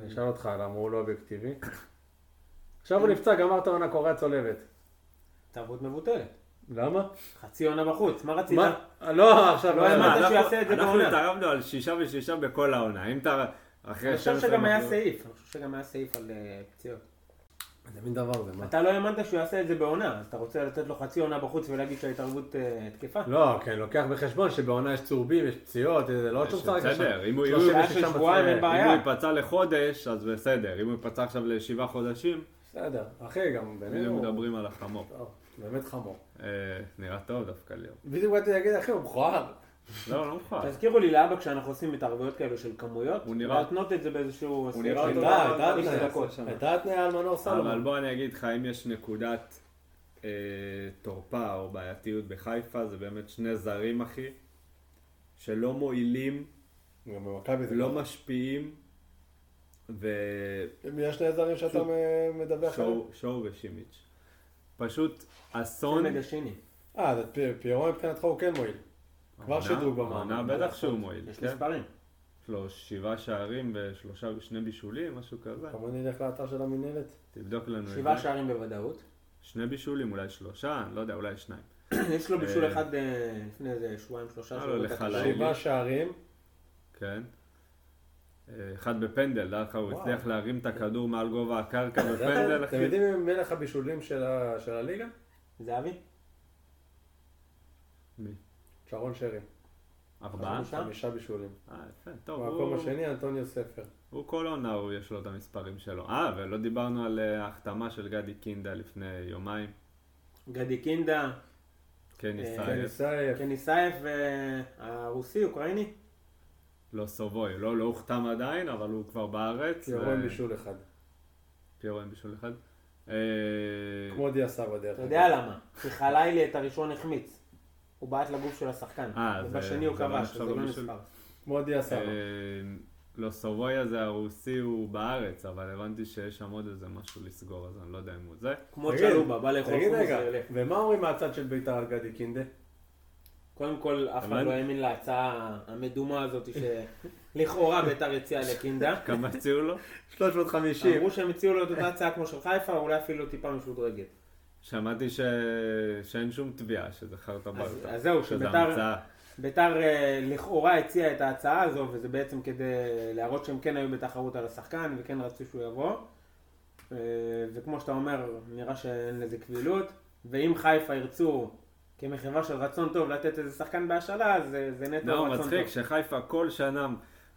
S1: אני אשאל אותך למה הוא לא אובייקטיבי. עכשיו הוא נפצע, גמר את העונה קוריאה צולבת.
S3: התערבות מבוטלת.
S1: למה?
S3: חצי עונה בחוץ, מה רצית?
S1: מה? לא, עכשיו לא
S3: לא,
S1: היה.
S3: מה?
S2: אנחנו-
S3: שיעשה את זה
S2: אנחנו
S3: בעונה.
S2: התערבנו על שישה ושישה בכל העונה. אם אתה...
S3: אני
S2: אחרי
S3: חושב
S2: 12
S3: שגם היה
S2: מחזור-
S3: סעיף, אני חושב שגם היה סעיף על אה, פציעות.
S1: זה מין דבר זה, מה?
S3: אתה לא האמנת שהוא יעשה את זה בעונה, אז אתה רוצה לתת לו חצי עונה בחוץ ולהגיד שההתערבות אה, תקפה?
S1: לא, כן, לוקח בחשבון שבעונה יש צורבים, יש פציעות, זה לא
S2: יש
S1: אותו משחק
S2: בסדר, אם הוא- אם הוא-
S1: שלושים
S3: היה של
S1: ושישה
S3: שבועיים,
S1: מצבים.
S3: אין
S2: אם
S3: בעיה.
S2: הוא ייפצע לחודש, אז בסדר. אם הוא ייפצע עכשיו לשבעה חודשים,
S1: בסדר, אחי, גם באמת
S2: בדיוק
S1: הוא...
S2: מדברים על החמור.
S1: טוב, באמת חמור.
S2: אה, נראה טוב דווקא ליאור.
S1: בדיוק באתי להגיד, אחי, הוא מכוער.
S2: לא, לא מוכן.
S3: תזכירו לי לאבא כשאנחנו עושים התערבויות כאלה של כמויות,
S2: הוא נראה-
S3: להתנות את זה באיזשהו... סעיף
S2: נראה
S3: של
S2: אותו
S3: דעת,
S2: דבר,
S3: X
S2: אבל-
S3: דקות.
S1: הייתה התניה על מנור
S2: אבל
S1: סלומון.
S2: בוא אני אגיד לך, אם יש נקודת אה, תורפה או בעייתיות בחיפה, זה באמת שני זרים, אחי, שלא מועילים,
S1: גם במכבי זה
S2: לא
S1: ככה.
S2: משפיעים, ו-
S1: מי השני זרים שאתה
S2: שוב.
S1: מ- מדווח עליהם?
S2: שואו שואו ושימיץ'. פשוט אסון.
S3: עומד השני.
S1: אה, אז פי- פיירו מבחינתך הוא כן מועיל. כבר
S2: העונה-
S1: שדרוג במעמד.
S2: העונה בטח שהוא מועיל,
S3: יש
S2: כן?
S3: מספרים.
S2: יש לו שבעה שערים ושלושה, שני בישולים, משהו כזה.
S1: אתה בוא נלך לאתר של המינהלת.
S2: תבדוק לנו את
S3: שבעה
S2: זה.
S3: שערים בוודאות.
S2: שני בישולים, אולי שלושה, אני לא יודע, אולי שניים.
S3: יש לו
S2: אה,
S3: בישול אחד אה, לפני איזה שבועיים, שלושה
S2: אה, לא,
S3: שבועות.
S2: לחלל.
S3: אתה-
S1: שבעה שערים.
S2: כן. אה, אחד בפנדל, דרך אגב, הוא
S1: וואו.
S2: הצליח להרים את הכדור מעל גובה הקרקע בפנדל,
S1: אתם
S2: אחי.
S1: יודעים מי מלך הבישולים של ה- של הליגה?
S3: זהבי?
S2: מי?
S1: שרון שרי.
S2: ארבעה?
S3: חמישה?
S1: חמישה בישולים.
S2: אה, יפה, טוב,
S1: במקום
S2: הוא-
S1: השני, אנטוניו ספר.
S2: הוא כל עונה, הוא יש לו את המספרים שלו. אה, ולא דיברנו על אה, ההחתמה של גדי קינדה לפני יומיים.
S3: גדי קינדה,
S2: כן,
S3: אה,
S2: ישראל.
S1: כן, סייף.
S3: קניסייף אה, הרוסי, אוקראיני?
S2: לא סובוי, לא לא הוחתם עדיין, אבל הוא כבר בארץ.
S1: ירון
S2: ו-
S1: בישול אחד.
S2: פיירו עם בישול אחד. אה,
S1: כמו דיה סבא דרך
S3: אתה
S1: אגב.
S2: אוקיי.
S3: יודע למה? כי חלילי את הראשון החמיץ. הוא בעט לגוף של השחקן.
S2: אה, זה-
S3: ובשני הוא
S2: זה לא
S3: כבש,
S2: נחשב
S3: זה לא
S2: לבישול?
S3: נספר.
S1: כמו דיה סבא.
S2: אה, לא סובוי הזה הרוסי הוא בארץ, אבל הבנתי שיש שם עוד איזה משהו לסגור, אז אני לא יודע אם הוא זה.
S3: כמו
S1: תגיד,
S3: צ'לובה, בא לאכול
S1: תגיד
S3: חומוס
S1: רגע,
S3: וילך.
S1: ומה אומרים מהצד של ביתר על גדי קינדה?
S3: קודם כל, אף אחד
S2: אבל-
S3: לא האמין להצעה המדומה הזאת שלכאורה ביתר הציעה לקינדה.
S2: כמה הציעו לו?
S1: 350.
S3: אמרו שהם הציעו לו את אותה הצעה כמו של חיפה, אולי אפילו טיפה משודרגת.
S2: שמעתי ש... שאין שום תביעה, שזה חרטה
S3: אז
S2: ברטה.
S3: אז זהו,
S2: שזה
S3: שביתר
S2: המצאה.
S3: ביתר, אה, לכאורה הציעה את ההצעה הזו, וזה בעצם כדי להראות שהם כן היו בתחרות על השחקן, וכן רצו שהוא יבוא. אה, וכמו שאתה אומר, נראה שאין לזה קבילות. ואם חיפה ירצו, כמחווה של רצון טוב, לתת איזה שחקן בהשאלה, אז אה, זה נטו
S2: לא,
S3: רצון טוב.
S2: מצחיק שחיפה כל שנה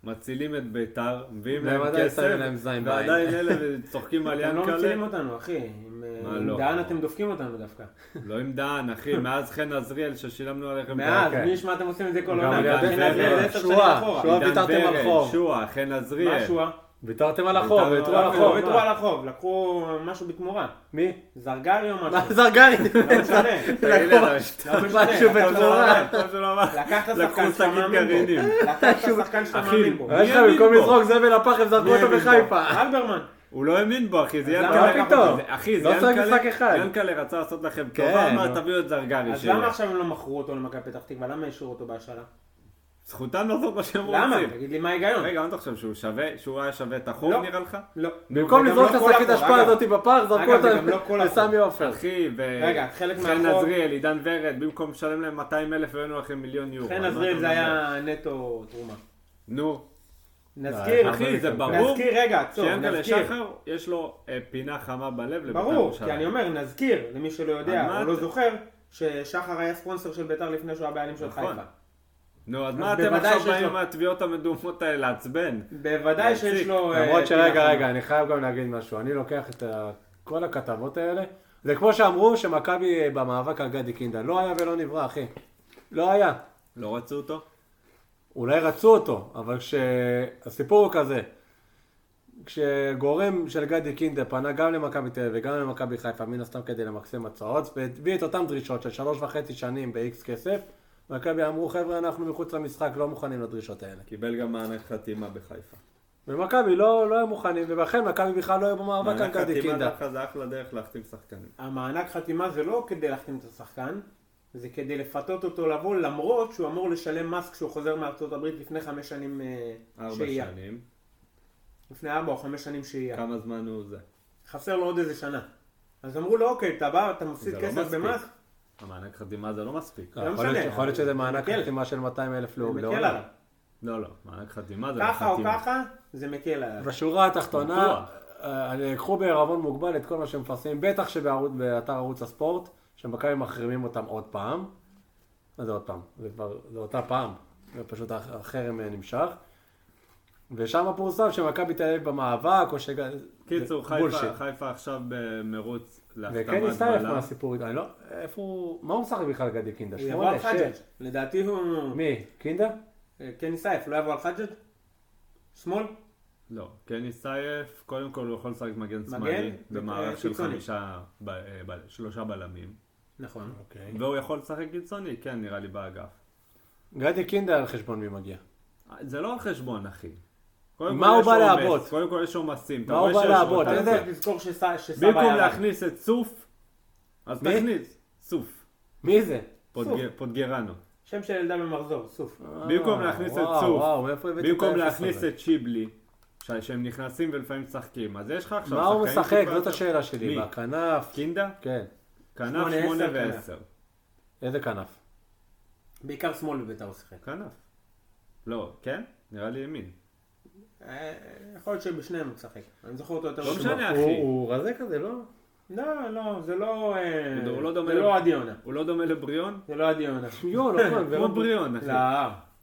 S2: מצילים את ביתר, מביאים
S1: והם
S2: להם
S1: עדיין
S2: כסף,
S1: שמים להם זין
S2: ועדיין אלה צוחקים על
S3: אתם לא מצילים
S2: ינקלה.
S3: אותנו, אחי. עם אה,
S2: מה
S3: עם
S2: לא?
S3: דהן אתם דופקים אותנו דווקא.
S2: לא עם דהן, אחי, מאז חן עזריאל ששילמנו עליכם.
S3: מאז,
S1: אוקיי.
S3: מי ישמע אתם עושים את זה כל
S1: גם
S3: עונה.
S1: על ידי-
S3: מבחינת זה, זה עשר שנים
S1: שועה,
S3: אחורה.
S1: שועה. לא
S2: עידן
S1: ויתרתם על
S2: ורד,
S1: חוב.
S2: שועה, חן עזריאל.
S3: מה שועה?
S1: ויתרתם על החוב,
S2: ויתרנו
S1: ויתרו
S2: על
S1: על
S2: החוב,
S1: החוב.
S3: ויתרו
S1: מה?
S3: על החוב, לקחו משהו בתמורה.
S1: מי?
S3: זרגרי או משהו.
S1: מה זרגרי?
S3: לא משנה.
S2: תגיד
S1: לקחו
S2: לנו,
S1: משהו
S3: אתה לא
S1: בתמורה.
S3: יודע.
S2: טוב שלא אמר.
S3: לקחת
S2: לקחו
S3: שחקן שאתה
S2: שקית
S3: מאמין
S2: גרעינים.
S3: בו. לקחת שחקן שאתה
S2: אחי,
S3: מאמין בו.
S2: מי
S1: איך
S2: האמין
S1: במקום
S2: בו?
S1: לזרוק זבל לפח הם זרקו אותו בחיפה.
S3: אלברמן.
S2: הוא לא האמין בו, אחי, זה
S3: אז למה
S2: ינקלה.
S3: לקחת
S1: אותו?
S2: זה- אחי, זה
S1: לא צריך
S2: ינקלה-
S1: משחק אחד.
S2: ינקלה רצה לעשות לכם
S1: כן,
S2: טובה, אמר
S1: נו.
S2: תביאו את זרגרי
S3: אז
S2: שלי.
S3: למה עכשיו הם לא מכרו אותו למכבי פתח תקווה? למה השאירו אותו בהשאלה?
S2: זכותם לעשות מה שהם
S3: למה?
S2: רוצים.
S3: תגיד לי מה ההיגיון.
S2: רגע, מה אתה חושב, שהוא שווה, שהוא היה שווה את החור
S3: לא.
S2: נראה לך?
S3: לא.
S1: במקום
S3: וגם
S1: לזרוק
S3: לא
S1: את
S3: כל
S1: השקית
S3: החור,
S1: האשפה
S3: אגב.
S1: הזאת בפח, זרקו
S3: אגב, זה
S1: אותה
S3: גם לא כל החור.
S1: לסמי עופר.
S2: אחי, ו...
S3: רגע, חלק
S2: חן
S3: מהחור-
S2: עזריאל, עידן ורד, במקום לשלם להם 200 אלף, הבאנו לכם מיליון יורו. על
S3: חן
S2: מה
S3: עזריאל
S2: אתה
S3: כן, זה
S2: מדבר?
S3: היה נטו תרומה.
S2: נו,
S3: נזכיר,
S2: אחי, זה ברור.
S3: נזכיר, כן. רגע, עצור,
S2: שיענקל'ה
S3: נזכיר.
S2: שחר, יש לו אה, פינה חמה בלב לבית"ר
S3: ברור,
S2: ירושלים.
S3: כי אני אומר, נזכיר, למי שלא
S2: על מה
S3: יודע או לא
S2: אתה-
S3: זוכר, ששחר היה ספונסר של ביתר לפני שהוא היה בעלים של
S2: נכון.
S3: חיפה.
S2: נו, אז
S3: אז
S2: מה אתם
S3: בוודאי
S2: עכשיו
S3: שיש
S2: באים
S3: לו.
S2: עם התביעות המדומות האלה לעצבן?
S3: בוודאי שיש
S2: להציק.
S3: לו... אה,
S1: למרות שרגע,
S3: פינה
S1: רגע, אני חייב גם להגיד משהו. אני לוקח את ה- כל הכתבות האלה. זה כמו שאמרו שמכבי אה, במאבק על גדי קינדה. לא היה ולא נברא, אחי. לא היה.
S2: לא רצו אותו?
S1: אולי רצו אותו, אבל כשהסיפור הוא כזה, כשגורם של גדי קינדה פנה גם למכבי תל אביב וגם למכבי חיפה, מן הסתם כדי למקסם הצעות, והביא את אותן דרישות של שלוש וחצי שנים ב-X כסף, מכבי אמרו, חבר'ה, אנחנו מחוץ למשחק, לא מוכנים לדרישות האלה.
S2: קיבל גם מענק חתימה בחיפה.
S1: ומכבי לא, לא היו מוכנים, ולכן מכבי בכלל לא היו במאבק על
S2: מענק
S1: גדי
S2: חתימה
S1: קינדה.
S2: דווקא זה אחלה דרך להחתים שחקנים.
S3: חמה. המענק חתימה זה לא כדי להחתים את השחקן, זה כדי לפתות אותו לבוא, למרות שהוא אמור לשלם מס כשהוא חוזר מארצות הברית לפני חמש שנים אה,
S2: ארבע
S3: שהייה.
S2: שנים. כן.
S3: לפני ארבע או חמש שנים שהייה.
S2: כמה זמן הוא זה?
S3: חסר לו עוד איזה שנה. אז אמרו לו, אוקיי, אתה בא, אתה מפסיד
S2: זה לא
S3: כסף
S2: מספיק.
S3: במס,
S2: המענק חתימה זה לא מספיק.
S1: לא,
S3: לא
S1: יכול להיות-
S3: משנה.
S1: יכול להיות שזה מענק
S3: מקל.
S1: חתימה של 200 אלף
S3: זה
S1: לעולם.
S3: מקל עליו.
S2: לא, לא, מענק חתימה זה
S3: ככה או
S2: לחתימה.
S3: ככה, זה מקל עליו.
S1: בשורה התחתונה,
S2: בטוח.
S1: אה, לקחו בערבון מוגבל את כל מה שמפרסמים, בטח שבאתר ערוץ הספורט, שמכבי מחרימים אותם עוד פעם. מה זה עוד פעם? זה כבר, זה אותה פעם, זה פשוט הח- החרם אה, נמשך. ושם פורסם שמכבי תל אביב במאבק, או ש...
S2: קיצור,
S1: זה
S2: חיפה-
S1: בולשיט.
S2: עכשיו עכשיו במרוץ
S1: וכן
S2: להחתמת
S1: הסתעף
S2: בלם.
S1: מהסיפור, אני לא, איפה הוא, מה הוא משחק בכלל גדי קינדה?
S3: הוא יבוא על
S1: שמונה,
S3: חג'ג'.
S1: שש.
S3: לדעתי הוא...
S1: מי? קינדה?
S3: אה, קני סייף, לא יבוא על חג'ג'? שמאל?
S2: לא, קני סייף, קודם כל הוא יכול לשחק מגן שמאלי,
S3: מגן?
S1: אה,
S2: במערך של
S3: קיצוני.
S2: חמישה, ב- אה, ב- שלושה בלמים.
S3: נכון.
S2: והוא יכול לשחק קיצוני, כן, נראה לי באגף.
S1: גדי קינדה על חשבון מי מגיע.
S2: זה לא על חשבון, אחי. קודם
S1: מה
S2: כל
S1: הוא
S2: יש
S1: בא
S2: עומס,
S1: לעבות?
S2: קודם כל יש עומסים. אתה
S1: מה
S2: רואה
S1: הוא בא
S2: שיש
S1: לעבות?
S2: רוטציה.
S1: אין
S3: אתה צריך לזכור שס- שסבא
S2: במקום
S3: ירד.
S2: להכניס את סוף, אז
S1: מי?
S2: תכניס, סוף.
S1: מי זה?
S2: פוטגר- פוטגרנו.
S3: שם של ילדה במחזור, סוף.
S2: במקום להכניס את
S1: אה, וואו,
S2: סוף,
S1: וואו, מאיפה הבאת את
S2: במקום
S1: האפס
S2: להכניס
S1: הזה?
S2: את שיבלי, ש- שהם נכנסים ולפעמים משחקים, אז יש לך עכשיו
S1: מה הוא
S2: שחקנים
S1: משחק?
S2: טיפה
S1: זאת
S2: יותר-
S1: השאלה שלי.
S2: מי?
S1: בכנף?
S2: קינדה?
S1: כן.
S2: כנף
S3: שמונה,
S2: 8
S3: עשר,
S2: ו-10.
S1: איזה כנף?
S3: בעיקר שמאל בביתר הוא שיחק.
S2: כנף. לא, כן? נראה לי ימין.
S3: אה, יכול להיות שבשניהם הוא משחק. אני זוכר אותו יותר
S2: לא
S3: בשמאל.
S2: משנה,
S1: הוא-
S2: אחי.
S1: הוא רזה כזה, לא?
S3: לא, לא, זה לא... אה,
S2: הוא לא דומה
S3: זה
S2: ל-
S3: לא עדי עונה.
S2: הוא לא דומה לבריאון?
S3: זה לא עדי עונה.
S1: יואו, נכון.
S2: כמו
S1: ורון-
S2: בריאון, אחי.
S3: לא,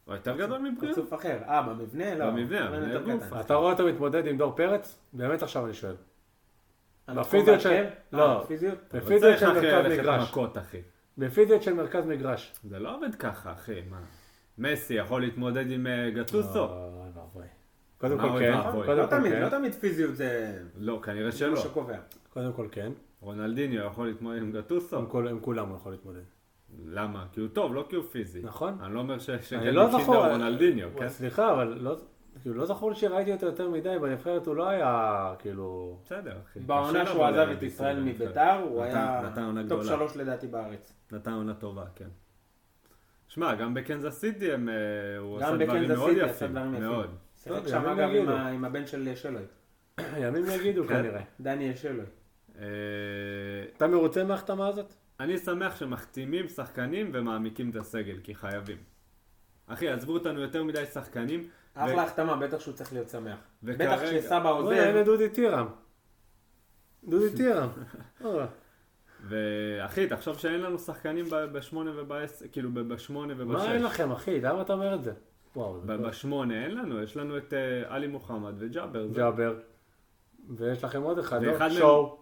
S2: הוא יותר גדול מבריאון?
S3: פרצוף אחר. אה, במבנה? לא.
S2: במבנה,
S3: אבל
S2: אבל
S3: יותר
S2: הגוף.
S3: קטן.
S1: אתה רואה אותו מתמודד עם דור פרץ? באמת עכשיו אני שואל.
S3: אנחנו
S1: בפיזיות של-
S3: בהרכב?
S1: לא.
S3: אה, בפיזיות?
S2: אבל
S1: בפיזיות של
S2: צריך, אחי,
S1: מרכז
S2: ללכת
S1: מגרש.
S2: מכות, אחי.
S1: בפיזיות של מרכז מגרש.
S2: זה לא עובד ככה, אחי, מה? מסי יכול להתמודד עם אה, גטוסו?
S1: אוי ואבוי. קודם
S2: מה
S1: כל
S2: אוי
S1: כן,
S2: ואבוי?
S1: קודם
S3: לא
S1: כל
S3: תמיד,
S1: כן,
S3: לא תמיד פיזיות זה...
S2: לא, כנראה
S3: זה מה
S2: שלא.
S3: שקובע.
S1: קודם כל כן,
S2: רונלדיניו יכול להתמודד עם
S1: עם
S2: גטוסו?
S1: כל- עם כולם הוא יכול להתמודד.
S2: למה? כי הוא טוב, לא כי הוא פיזי.
S1: נכון.
S2: אני לא אומר ש...
S1: אני לא זכור,
S2: רונלדיניו, כן?
S1: סליחה, אבל לא- כאילו, לא זכור לי שראיתי אותו יותר מדי, בנבחרת הוא לא היה, כאילו,
S2: בסדר, אחי.
S3: בעונה
S2: קשה
S3: שהוא
S2: לעבוד
S3: עזב
S2: על
S3: את ישראל
S2: ביטוי בנבחרת.
S3: מביתר, הוא
S2: נתן-
S3: היה
S2: נתן עונה
S3: טופ
S2: גדולה.
S3: שלוש לדעתי בארץ.
S2: נתן עונה טובה, כן. שמע, גם בקנזס סיטי הם, אה, הוא עשה
S3: גם
S2: דברים
S3: בקנזס
S2: מאוד
S3: סיטי עשה
S2: יפים.
S3: דברים יפים.
S2: מאוד.
S1: טוב,
S3: שיחק שם
S1: ימים
S3: אגב עם
S1: יגידו.
S3: ה- עם הבן של אה, שלוי,
S1: ימים יגידו כנראה.
S3: דניאל שלוי.
S2: אה,
S1: אתה מרוצה מההחתמה הזאת?
S2: אני שמח שמחתימים שחקנים ומעמיקים את הסגל, כי חייבים. אחי, עזבו אותנו יותר מדי שחקנים. ו-
S3: אחלה החתמה, בטח שהוא צריך להיות שמח.
S2: וכרגע- לא,
S3: בטח כשסבא
S1: בוא'נה, הנה
S3: עוזב,
S1: דודי טירם. דודי טירם. אה,
S2: ואחי, תחשוב שאין לנו שחקנים ב- בשמונה ובעשר, כאילו ב- בשמונה ובשש.
S1: מה אין לכם, אחי? למה אתה אומר את זה? וואו, זה
S2: ב-
S1: טוב.
S2: בשמונה אין לנו, יש לנו את אה, עלי מוחמד וג'אבר. זה-
S1: ג'אבר. ויש לכם עוד אחד,
S2: ואחד
S1: לא?
S2: מהם-
S1: שואו.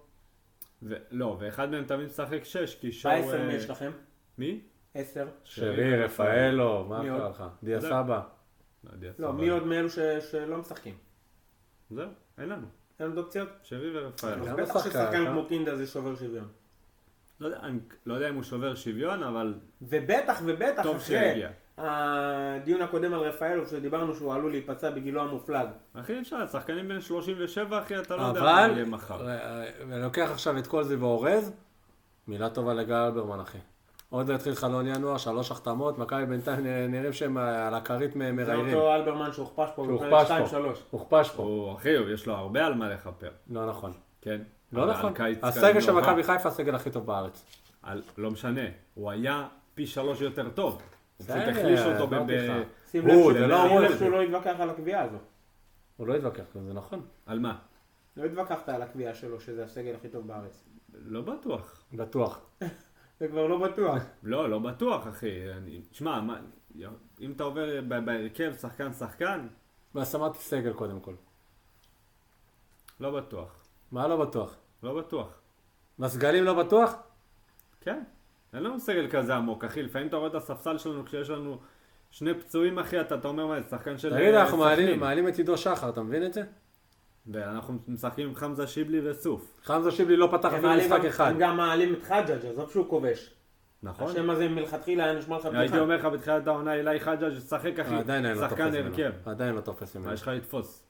S2: ו- לא, ואחד מהם תמיד משחק שש, כי שואו...
S3: בעשר
S2: אה,
S3: מי יש לכם?
S2: מי?
S3: עשר?
S1: שרי, רפאלו, מה
S3: מי
S1: קרה
S3: עוד?
S1: לך? דיה
S2: זה-
S1: סבא.
S2: לא יודע,
S3: לא,
S2: סבבה.
S3: מי עוד מאלו ש- שלא משחקים?
S2: זהו, אין לנו.
S3: אין עוד אופציות?
S2: שרי ורפאל.
S3: אז
S1: גם
S3: בטח
S1: שחקן,
S3: ששחקן
S1: אה?
S3: כמו קינדה זה שובר שוויון.
S2: לא יודע, אני לא יודע אם הוא שובר שוויון, אבל
S3: ובטח ובטח
S2: טוב
S3: אחרי
S2: שיגיע.
S3: הדיון הקודם על רפאלוב, שדיברנו שהוא עלול להיפצע בגילו המופלג.
S2: אחי, אי אפשר, שחקנים בן 37, אחי, אתה לא יודע מה
S1: אבל,
S2: יהיה מחר.
S1: אה, אני לוקח עכשיו את כל זה ואורז, מילה טובה לגיא אלברמן, אחי. עוד לא התחיל חלון ינואר, שלוש החתמות, מכבי בינתיים נראה- נראים שהם אה, על הכרית מ-
S3: זה
S1: מראיינים.
S3: אותו אה, אלברמן שהוכפש פה בפרק
S1: הוכפש
S3: 2-3.
S1: פה, הוכפש פה.
S2: הוא, אחי, הוא- יש לו הרבה על מה לכפר,
S1: לא נכון.
S2: כן?
S1: לא
S2: אבל
S1: נכון.
S2: על קיץ
S1: הסגל
S2: קל
S1: של
S2: נורא.
S1: מכבי חיפה הסגל הכי טוב בארץ.
S2: על- לא משנה, הוא היה פי שלוש יותר טוב. הוא פשוט
S1: בסדר,
S2: החליש אותו ב...
S1: אמרתי
S2: ב-
S1: לך.
S3: שים
S1: הוא, זה
S3: לב שהוא-
S1: לא
S3: שים
S1: אמרו
S3: לב
S1: את
S3: שהוא
S1: זה.
S3: לא התווכח על הקביעה הזו.
S1: הוא לא התווכח, זה נכון.
S2: על מה?
S3: לא התווכחת על הקביעה שלו שזה הסגל הכי טוב בארץ.
S2: לא בטוח.
S1: בטוח.
S3: זה כבר לא בטוח.
S2: לא, לא בטוח, אחי. אני- תשמע, מה- אם אתה עובר ב- בהרכב שחקן-שחקן,
S1: אז אמרתי סגל קודם כל.
S2: לא בטוח.
S1: מה לא בטוח?
S2: לא בטוח.
S1: בסגלים לא בטוח?
S2: כן. אין לנו סגל כזה עמוק, אחי. לפעמים אתה רואה את הספסל שלנו כשיש לנו שני פצועים, אחי, אתה אתה אומר מה, זה שחקן של...
S1: תגיד,
S2: אה,
S1: אנחנו
S2: סכנין."
S1: מעלים- מעלים את עידו שחר, אתה מבין את זה?
S2: ואנחנו משחקים עם חמזה שיבלי וסוף.
S1: חמזה שיבלי לא פתח
S3: הם
S1: אפילו
S3: מעלים-
S1: משחק אחד.
S3: הם גם מעלים את חג'ג', עזוב שהוא כובש.
S2: נכון?
S3: השם הזה מלכתחילה היה נשמע לך
S2: הייתי
S3: בדיחה.
S2: אומר לך בתחילת העונה, אילי חג'ג' שחק, אחי.
S1: אה, עדיין אין לו תופס
S2: שחקן
S1: ממנו.
S2: הרכב.
S1: עדיין לא תופס
S2: מה
S1: ממנו.
S2: יש לך לתפוס?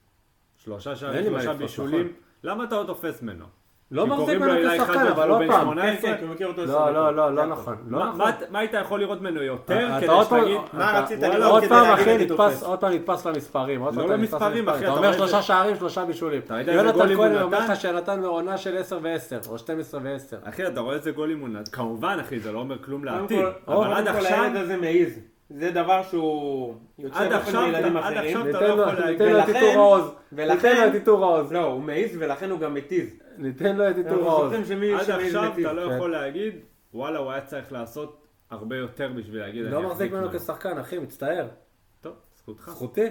S2: שלושה
S1: אין
S2: שערים,
S1: לי מה
S2: שלושה
S1: לתפוס,
S2: בישולים.
S1: נכון.
S2: למה אתה לא תופס ממנו?
S1: לא
S2: כי
S1: מחזיק
S2: קוראים לו
S1: ממנו
S2: אילי
S1: כשחקן,
S2: חג'ג'
S1: אבל לא
S2: והוא בן
S1: פעם.
S2: 18.
S3: כן, כן, כי הוא מכיר אותו עשרים
S1: לא,
S3: דקות.
S1: לא,
S3: כן.
S1: לא,
S3: זה
S1: לא
S3: הכל.
S1: נכון.
S2: מה-
S1: לא נכון. אה,
S2: מה- מה היית יכול לראות ממנו יותר
S1: אתה
S2: כדי
S1: עוד פעם-
S2: שתגיד...
S1: אתה-
S3: מה רצית
S1: וואלה,
S3: לראות
S1: עוד
S3: כדי
S1: פעם
S3: להגיד
S1: אחי
S3: אני
S1: נתפס,
S3: תופס?
S1: עוד פעם נתפס למספרים. עוד
S2: לא
S1: פעם אתה נתפס
S2: למספרים, אחי,
S1: למספרים. אתה
S2: אתה רואה
S1: אומר
S2: את זה?
S1: שלושה שערים, שלושה בישולים.
S2: אתה יודע איזה
S1: יונתן
S2: גולים הוא
S1: כהן אומר
S2: נתן?
S1: לך שנתן בעונה של 10 ו-10, או 12 ו-10.
S2: אחי, אתה רואה איזה גולים הוא נתן? כמובן, אחי, זה לא אומר כלום
S3: קודם
S2: לעתיד.
S3: כל-
S2: אבל
S3: קודם
S2: עד
S3: כל
S2: עכשיו...
S3: הילד הזה מעיז. זה דבר שהוא יוצא
S2: עד
S3: דופן
S2: עכשיו
S3: מילדים
S2: אתה- עד
S3: אחרים.
S2: עכשיו אתה לא
S1: ניתן לו
S2: יכול להגיד.
S1: ניתן לו את
S3: ולכן-
S1: עיטור העוז.
S3: ולכן-
S1: ניתן לו את עיטור העוז.
S3: לא, הוא מעיז ולכן הוא גם מתיז.
S1: ניתן לו את עיטור
S3: אנחנו
S1: העוז.
S3: זוכרים שמי
S2: עד
S3: שמעיז
S2: עכשיו
S3: מתיז.
S2: אתה לא
S1: כן.
S2: יכול להגיד, וואלה, הוא היה צריך לעשות הרבה יותר בשביל להגיד,
S1: לא
S2: אני
S1: מחזיק
S2: אחזיק
S1: ממנו
S2: ממנו.
S1: כשחקן, אחי, מצטער.
S2: טוב, זכותך.
S1: זכותי.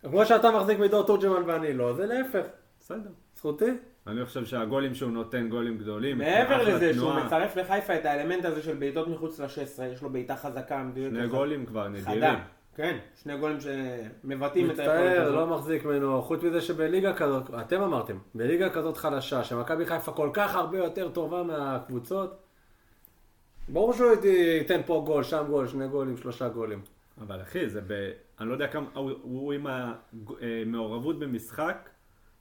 S1: כמו שאתה מחזיק מדור תורג'מן ואני לא, זה להפך.
S2: בסדר.
S1: זכותי.
S2: אני חושב שהגולים שהוא נותן, גולים גדולים.
S3: כן. מעבר
S2: אחלה
S3: לזה שהוא
S2: תנועה.
S3: מצרף לחיפה את האלמנט הזה של בעיטות מחוץ ל-16, יש לו בעיטה חזקה, מדויקת.
S2: שני גולים כבר נדירים.
S3: חדה. כן, שני גולים שמבטאים את היכולת
S1: מצטער, לא
S3: הזאת.
S1: מחזיק ממנו, חוץ מזה שבליגה כזאת, אתם אמרתם, בליגה כזאת חלשה, שמכבי חיפה כל כך הרבה יותר טובה מהקבוצות, ברור שהוא ייתן פה גול, שם גול, שני גולים, שלושה גולים.
S2: אבל אחי, זה ב... אני לא יודע כמה... הוא, הוא עם המעורבות במשחק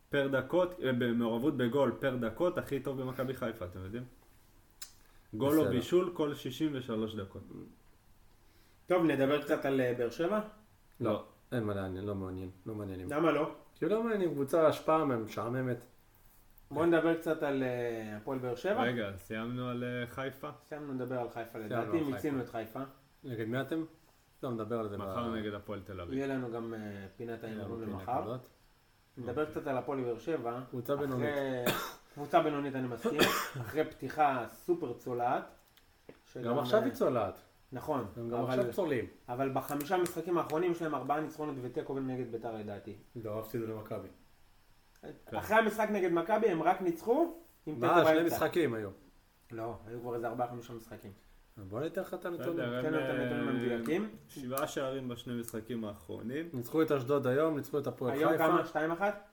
S2: פר דקות, אה, במעורבות בגול פר דקות, הכי טוב במכבי חיפה, אתם יודעים? גול או
S1: בסדר.
S2: בישול כל 63 דקות.
S3: טוב, נדבר קצת על אה, באר שבע?
S2: לא.
S1: אין מה לעניין, לא מעניין, לא מעניינים.
S3: למה לא?
S1: כי לא מעניינים, קבוצה השפעה משעממת. כן.
S3: בואו נדבר קצת על אה, הפועל באר שבע.
S2: רגע, סיימנו על אה, חיפה?
S3: סיימנו לדבר על חיפה
S1: סיימנו
S3: לדעתי,
S1: על חיפה.
S3: מיצינו את חיפה.
S1: נגד מי אתם? לא, נדבר על זה.
S2: מחר
S1: ב-
S2: נגד הפועל תל אביב.
S3: יהיה לנו גם אה, פינת ההימורים למחר.
S1: נקודות.
S3: נדבר קצת על הפועל באר שבע.
S1: קבוצה
S3: אחרי-
S1: בינונית.
S3: קבוצה בינונית, אני מסכים. אחרי פתיחה סופר צולעת. שגם,
S1: גם עכשיו
S3: אה,
S1: היא צולעת.
S3: נכון,
S1: הם גם
S3: אבל-
S1: עכשיו צולעים.
S3: אבל בחמישה משחקים האחרונים יש להם ארבעה ניצחונות ותיקו נגד ביתר לדעתי.
S1: לא, הפסידו למכבי.
S3: אחרי המשחק נגד מכבי הם רק ניצחו עם תיקו
S1: כן. מה, שני
S3: באמצע.
S1: משחקים היו.
S3: לא, היו כבר איזה ארבעה חמישה משחקים.
S1: בוא ניתן לך את הנתונים.
S2: בסדר,
S3: תן
S2: הם,
S3: לו את הנתונים
S2: אה,
S3: המדויקים.
S2: שבעה שערים בשני משחקים האחרונים.
S1: ניצחו את אשדוד היום, ניצחו את הפועל
S3: היום
S1: חיפה.
S3: כמה? שתיים אחת?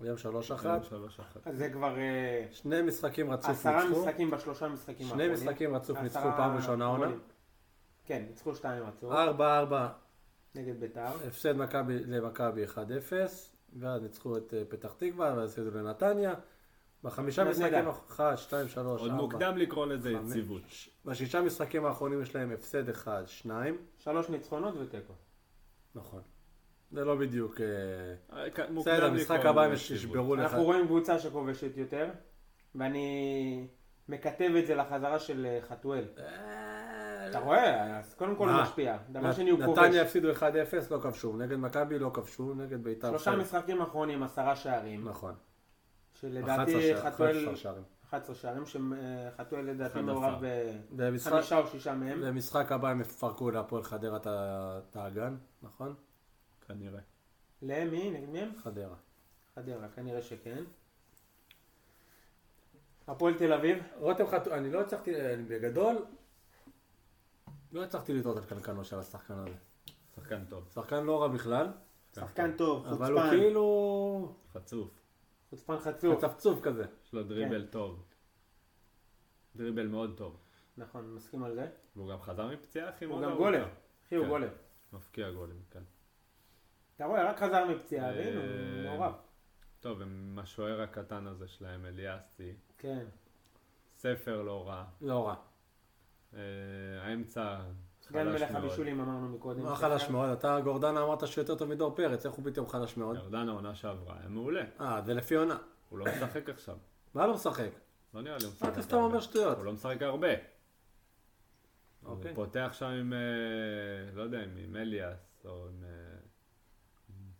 S1: היום שלוש אחת.
S2: הם שלוש אחת.
S3: אז זה כבר אה,
S1: שני משחקים רצוף
S3: עשרה
S1: ניצחו.
S3: משחקים בשלושה משחקים
S1: שני
S3: האחרונים.
S1: משחקים רצוף ניצחו
S3: עשרה
S1: פעם ראשונה
S3: גולים.
S1: עונה. אה.
S3: כן, ניצחו שתיים רצוף
S1: ארבע ארבע.
S3: נגד ביתר.
S1: הפסד מכבי למכבי 1-0. ואז ניצחו את אה, פתח תקווה, ואז הפסידו לנתניה. בחמישה
S3: נדע.
S1: משחקים, האח- אחת, שתיים, שלוש,
S2: עוד
S1: ארבע.
S2: מוקדם לקרוא לזה
S1: חמש.
S2: יציבות. אה,
S1: בשישה משחקים האחרונים יש להם הפסד אחד, שניים.
S3: שלוש ניצחונות ותיקו.
S1: נכון. זה לא בדיוק... אה,
S2: אה, כ- מוקדם
S1: בסדר,
S2: לקרוא
S1: משחק
S2: לזה
S1: הבא הם
S2: יציבות.
S1: ישברו לך.
S3: אנחנו רואים קבוצה שכובשת יותר, ואני מקטב את זה לחזרה של אה, חתואל. אתה רואה? אז קודם כל הוא
S1: אה, מה?
S3: משפיע. דבר
S1: נת-
S3: שני הוא כובש.
S1: נתניה הפסידו 1-0, לא כבשו. נגד מכבי לא כבשו, נגד בית"ר.
S3: שלושה
S1: הפסידו.
S3: משחקים אחרונים, עשרה שערים.
S1: נכון. 11
S3: שלדעתי
S1: שער-
S3: חתואל...
S1: 11 שערים.
S3: 11 שערים, אה, שחתואל לדעתי
S2: 11.
S3: מעורב ב-
S1: במשחק-
S3: חמישה או שישה מהם.
S1: במשחק הבא הם יפרקו להפועל חדרה את ה- את האגן, נכון?
S2: כנראה.
S3: למי? נגד מי הם?
S1: חדרה.
S3: חדרה, כנראה שכן. הפועל תל אביב,
S1: רותם חתול, אני לא הצלחתי, אני בגדול, לא הצלחתי לטעות על קנקנו של השחקן הזה.
S2: שחקן טוב.
S1: שחקן לא רע בכלל,
S3: שחקן טוב,
S1: אבל הוא
S3: חוצפן,
S1: כאילו
S2: חצוף.
S3: חוצפן חצוף.
S1: מצפצוף כזה.
S2: יש לו דריבל טוב. דריבל מאוד טוב.
S3: נכון, מסכים על זה.
S2: והוא גם חזר מפציעה, אחי,
S3: הוא
S2: מאוד
S3: גם
S2: ארוכה.
S3: גולר, אחי הוא
S2: כן.
S3: גולר.
S2: מפקיע גולים, כן.
S3: אתה רואה, רק חזר מפציעה,
S2: אה,
S3: והנה, הוא מעורב.
S2: טוב, עם השוער הקטן הזה שלהם, אליאסי.
S3: כן.
S2: ספר לא רע.
S1: לא רע.
S2: אה, האמצע
S3: גן
S2: חלש
S3: מלך
S2: מאוד.
S3: הבישולים אמרנו מקודם.
S1: מה
S3: שחקן-
S1: חלש מאוד? אתה, גורדנה, אמרת שהוא יותר טוב מדור פרץ, איך הוא פתאום חלש
S3: לא.
S1: מאוד?
S2: ירדן העונה שעברה, היה מעולה.
S1: אה, זה לפי עונה.
S2: הוא לא משחק עכשיו.
S1: מה לא משחק?
S2: לא נראה לי הוא
S1: מה
S2: משחק.
S1: אתה סתם
S2: הרבה.
S1: אומר שטויות?
S2: הוא לא משחק הרבה. הוא
S1: אוקיי.
S2: פותח שם עם, אה, לא יודע, עם- עם אליאס, או עם אה,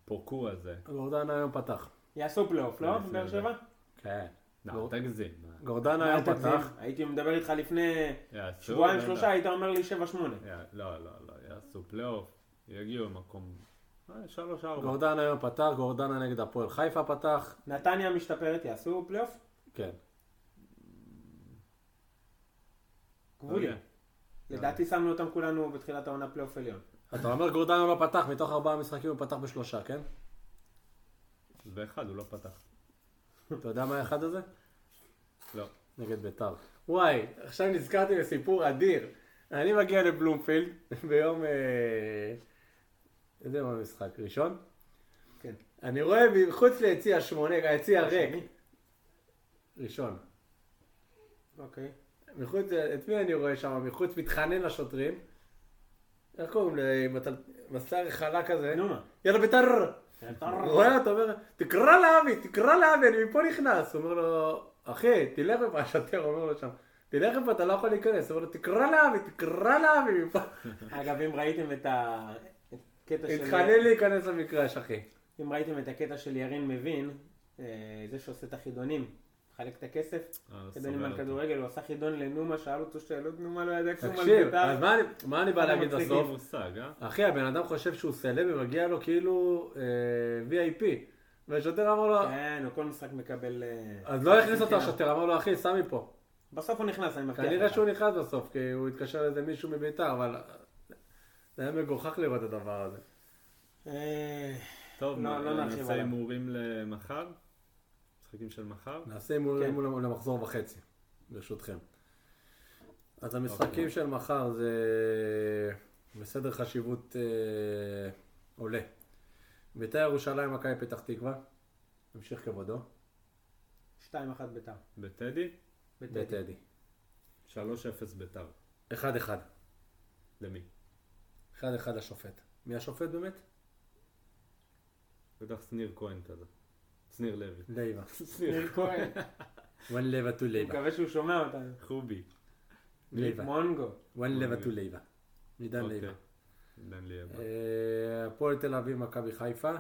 S2: פוקו הזה.
S1: גורדנה היום פתח.
S3: יעשו פלייאוף, לא?
S2: לפני
S3: באר
S2: זה.
S3: שבע?
S1: כן.
S2: לא, תגזים.
S1: גורדנה
S3: מה
S1: היום
S3: אתה
S1: לא, פתח.
S3: מבין? הייתי מדבר איתך לפני
S2: יעשו,
S3: שבועיים
S2: לא
S3: שלושה,
S2: יודע.
S3: היית אומר לי שבע שמונה.
S2: יא- לא, לא, לא, יעשו פלייאוף, יגיעו למקום אה, שלוש ארבע.
S3: לא.
S1: גורדנה היום פתח, גורדנה נגד הפועל חיפה פתח.
S3: נתניה משתפרת, יעשו פלייאוף?
S1: כן.
S2: לא
S3: גבולי.
S1: אוקיי.
S2: יודע.
S3: לדעתי שמנו אותם כולנו בתחילת העונה פלייאוף עליון.
S1: אתה אומר גורדנה לא פתח, מתוך ארבעה משחקים הוא פתח בשלושה, כן?
S2: באחד הוא לא פתח.
S1: אתה יודע מה האחד הזה?
S2: לא.
S1: נגד ביתר. וואי, עכשיו נזכרתי בסיפור אדיר. אני מגיע לבלומפילד ביום... אה, איזה יום המשחק? ראשון?
S3: כן.
S1: אני רואה מחוץ ליציע שמונה, היציע ריק. ראשון.
S3: אוקיי.
S1: מחוץ, את מי אני רואה שם? מחוץ מתחנן לשוטרים. איך קוראים ל... עם הטל- מסר חלק כזה?
S3: נו מה.
S1: יאללה ביתר! רואה אותו, אומר, תקרא לאבי, תקרא לאבי, אני מפה נכנס. הוא אומר לו, אחי, תלך מפה, השוטר אומר לו שם, תלך מפה, אתה לא יכול להיכנס. הוא אומר לו, תקרא לאבי, תקרא לאבי מפה.
S3: אגב, אם ראיתם את ה... את הקטע של...
S1: התחנן להיכנס למגרש, אחי.
S3: אם ראיתם את הקטע של ירין מבין, אה, זה שעושה את החידונים, מחלק את הכסף,
S2: אה, לא
S3: חידונים
S2: סובל
S3: על
S2: אותו.
S3: כדורגל, הוא עשה חידון לנומה, שאל אותו שאלות, נומה לא ידע כלום על
S1: תקשיב,
S3: בית"ר.
S1: אז מה אני- מה אני בא
S3: כמה
S1: להגיד
S3: מצחיקים.
S2: אין
S1: בסוף?
S2: לי מושג, אה?
S1: אחי, הבן אדם חושב שהוא סלב ומגיע לו כאילו אה, VIP. והשוטר אמר לו,
S3: כן, הוא כל משחק מקבל... אה,
S1: אז לא הכניס אותו
S2: כן.
S3: חינם.
S1: השוטר, אמר לו, אחי, סע מפה.
S3: בסוף הוא נכנס, אני מבטיח לך.
S1: כנראה שהוא נכנס בסוף, כי הוא התקשר לאיזה מישהו מביתר, אבל זה היה מגוחך לראות את הדבר הזה.
S3: אה,
S2: טוב,
S3: לא- לא נרחיב
S2: נעשה
S3: עליו.
S2: הימורים למחר? משחקים של מחר?
S1: נעשה הימורים
S3: כן.
S1: מול- למחזור וחצי, ברשותכם. אז המשחקים
S2: אוקיי.
S1: של מחר זה בסדר חשיבות אה, עולה. ביתר ירושלים, מכבי פתח תקווה. המשיך כבודו.
S3: 2-1 בית"ר.
S2: בטדי?
S3: בית"ר.
S1: וטדי.
S2: 3-0 ביתר.
S1: 1-1.
S2: למי?
S1: 1-1 השופט. מי השופט באמת?
S2: בטח שניר כהן כזה. שניר לוי.
S1: לייבה.
S2: שניר
S3: כהן.
S1: one לבה to
S3: אני
S1: לייבה.
S3: מקווה שהוא שומע אותנו.
S2: חובי.
S1: לייבה.
S3: מונגו.
S1: one לבה to לייבה. עידן
S2: אוקיי.
S1: לייבה.
S2: דן לייבה.
S1: אה, הפועל תל אביב, מכבי חיפה.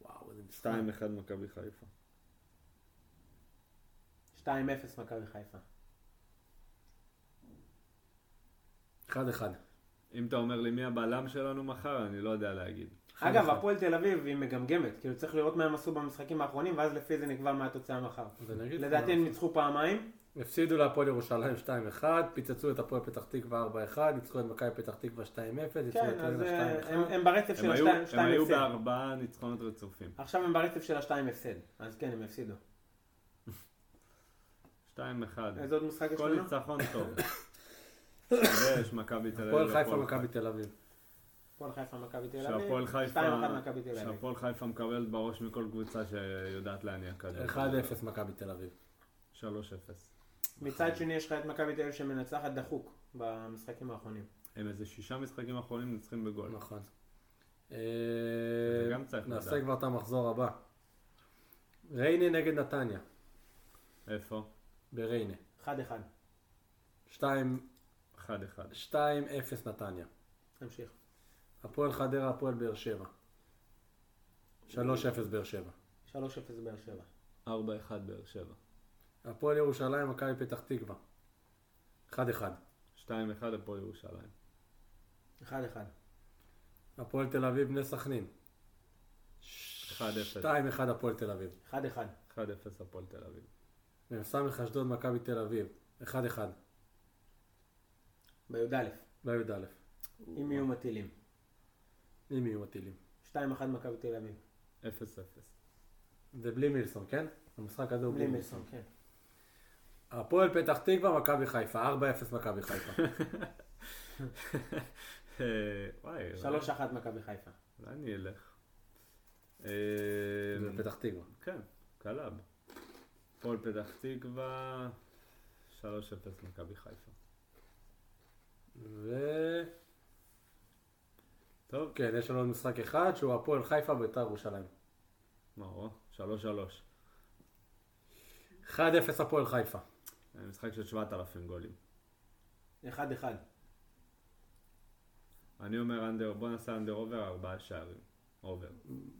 S1: וואו, איזה משחק.
S2: 2-1 מכבי חיפה.
S3: 2-0 מכבי חיפה.
S1: 1-1.
S2: אם אתה אומר לי מי הבלם שלנו מחר, אני לא יודע להגיד.
S3: אגב,
S1: אחד.
S3: הפועל תל אביב היא מגמגמת, כאילו צריך לראות מה הם עשו במשחקים האחרונים, ואז לפי זה נקבע מה התוצאה מחר.
S1: אז אני אגיד לך
S3: לדעתי
S1: מה
S3: הם
S1: לעשות.
S3: ניצחו פעמיים,
S1: הפסידו להפועל ירושלים 2-1, פיצצו את הפועל פתח תקווה 4-1, ניצחו את מכבי פתח תקווה 2-0, ניצחו את
S3: כן, אז
S1: טרנר
S3: אה,
S1: 2-1.
S3: הם- הם ברצף של
S2: הם היו-
S3: השתיים
S2: הם
S3: שתיים
S2: היו
S3: הפסד.
S2: בארבעה ניצחונות רצופים.
S3: עכשיו הם ברצף של השתיים הפסד, אז כן, הם הפסידו.
S2: 2-1. כן.
S3: איזה עוד משחק יש
S2: כל
S3: לנו?
S2: ניצחון טוב. יש מכבי תל אביב.
S1: הפועל חיפה,
S2: הפועל
S1: מכבי תל אביב.
S3: הפועל חיפה, מכבי תל אביב.
S2: שהפועל חיפה,
S3: 2-1 מכבי תל אביב.
S2: שהפועל חיפה מקבלת בראש מכל קבוצה שיודעת להניע כדור.
S1: 1-0 מכבי תל אביב.
S2: 3-0.
S3: מצד שני יש לך את מכבי תל אביב שמנצחת דחוק במשחקים האחרונים.
S2: הם איזה שישה משחקים אחרונים ניצחים בגול.
S1: נכון.
S2: זה
S1: אה,
S2: גם צריך
S1: נעשה
S2: לדעת.
S1: כבר את המחזור הבא. ריינה נגד נתניה,
S2: איפה?
S1: בריינה.
S3: 1-1.
S1: 2-0
S2: 1-1.
S1: נתניה.
S3: תמשיך.
S1: הפועל חדרה, הפועל באר שבע. 3-0 באר שבע.
S3: 3-0 באר שבע.
S2: 4-1 באר שבע.
S1: הפועל ירושלים, מכבי פתח תקווה. 1-1.
S2: 2-1 הפועל ירושלים.
S3: 1-1.
S1: הפועל תל אביב, בני סכנין.
S2: 1-0.
S1: 2-1 הפועל תל אביב.
S3: 1-1.
S2: 1-0 הפועל תל אביב.
S1: מ"ם סמ"ך אשדוד מכבי תל אביב. 1-1.
S3: בי"א.
S1: בי"א.
S3: אם יהיו מטילים.
S1: אם יהיו מטילים.
S3: 2-1 מכבי תל אביב.
S2: 0-0.
S1: זה בלי מילסון, כן? המשחק הזה הוא
S3: בלי מילסון, כן.
S1: הפועל פתח תקווה, מכבי חיפה. 4-0 מכבי חיפה.
S2: אה, וואי,
S3: 3-1 כן. מכבי חיפה.
S2: אולי אני אלך. אה,
S1: זה פתח תקווה.
S2: כן, קלאב. הפועל פתח תקווה, 3-0 מכבי חיפה.
S1: ו...
S2: טוב,
S1: כן, יש לנו עוד משחק אחד שהוא הפועל חיפה ביתר ירושלים.
S2: מרו, שלוש שלוש.
S1: 1-0 הפועל חיפה.
S2: היה משחק של 7,000 גולים.
S3: אחד אחד.
S2: אני אומר אנדר, בוא נעשה אנדר אובר, ארבעה שערים. אובר,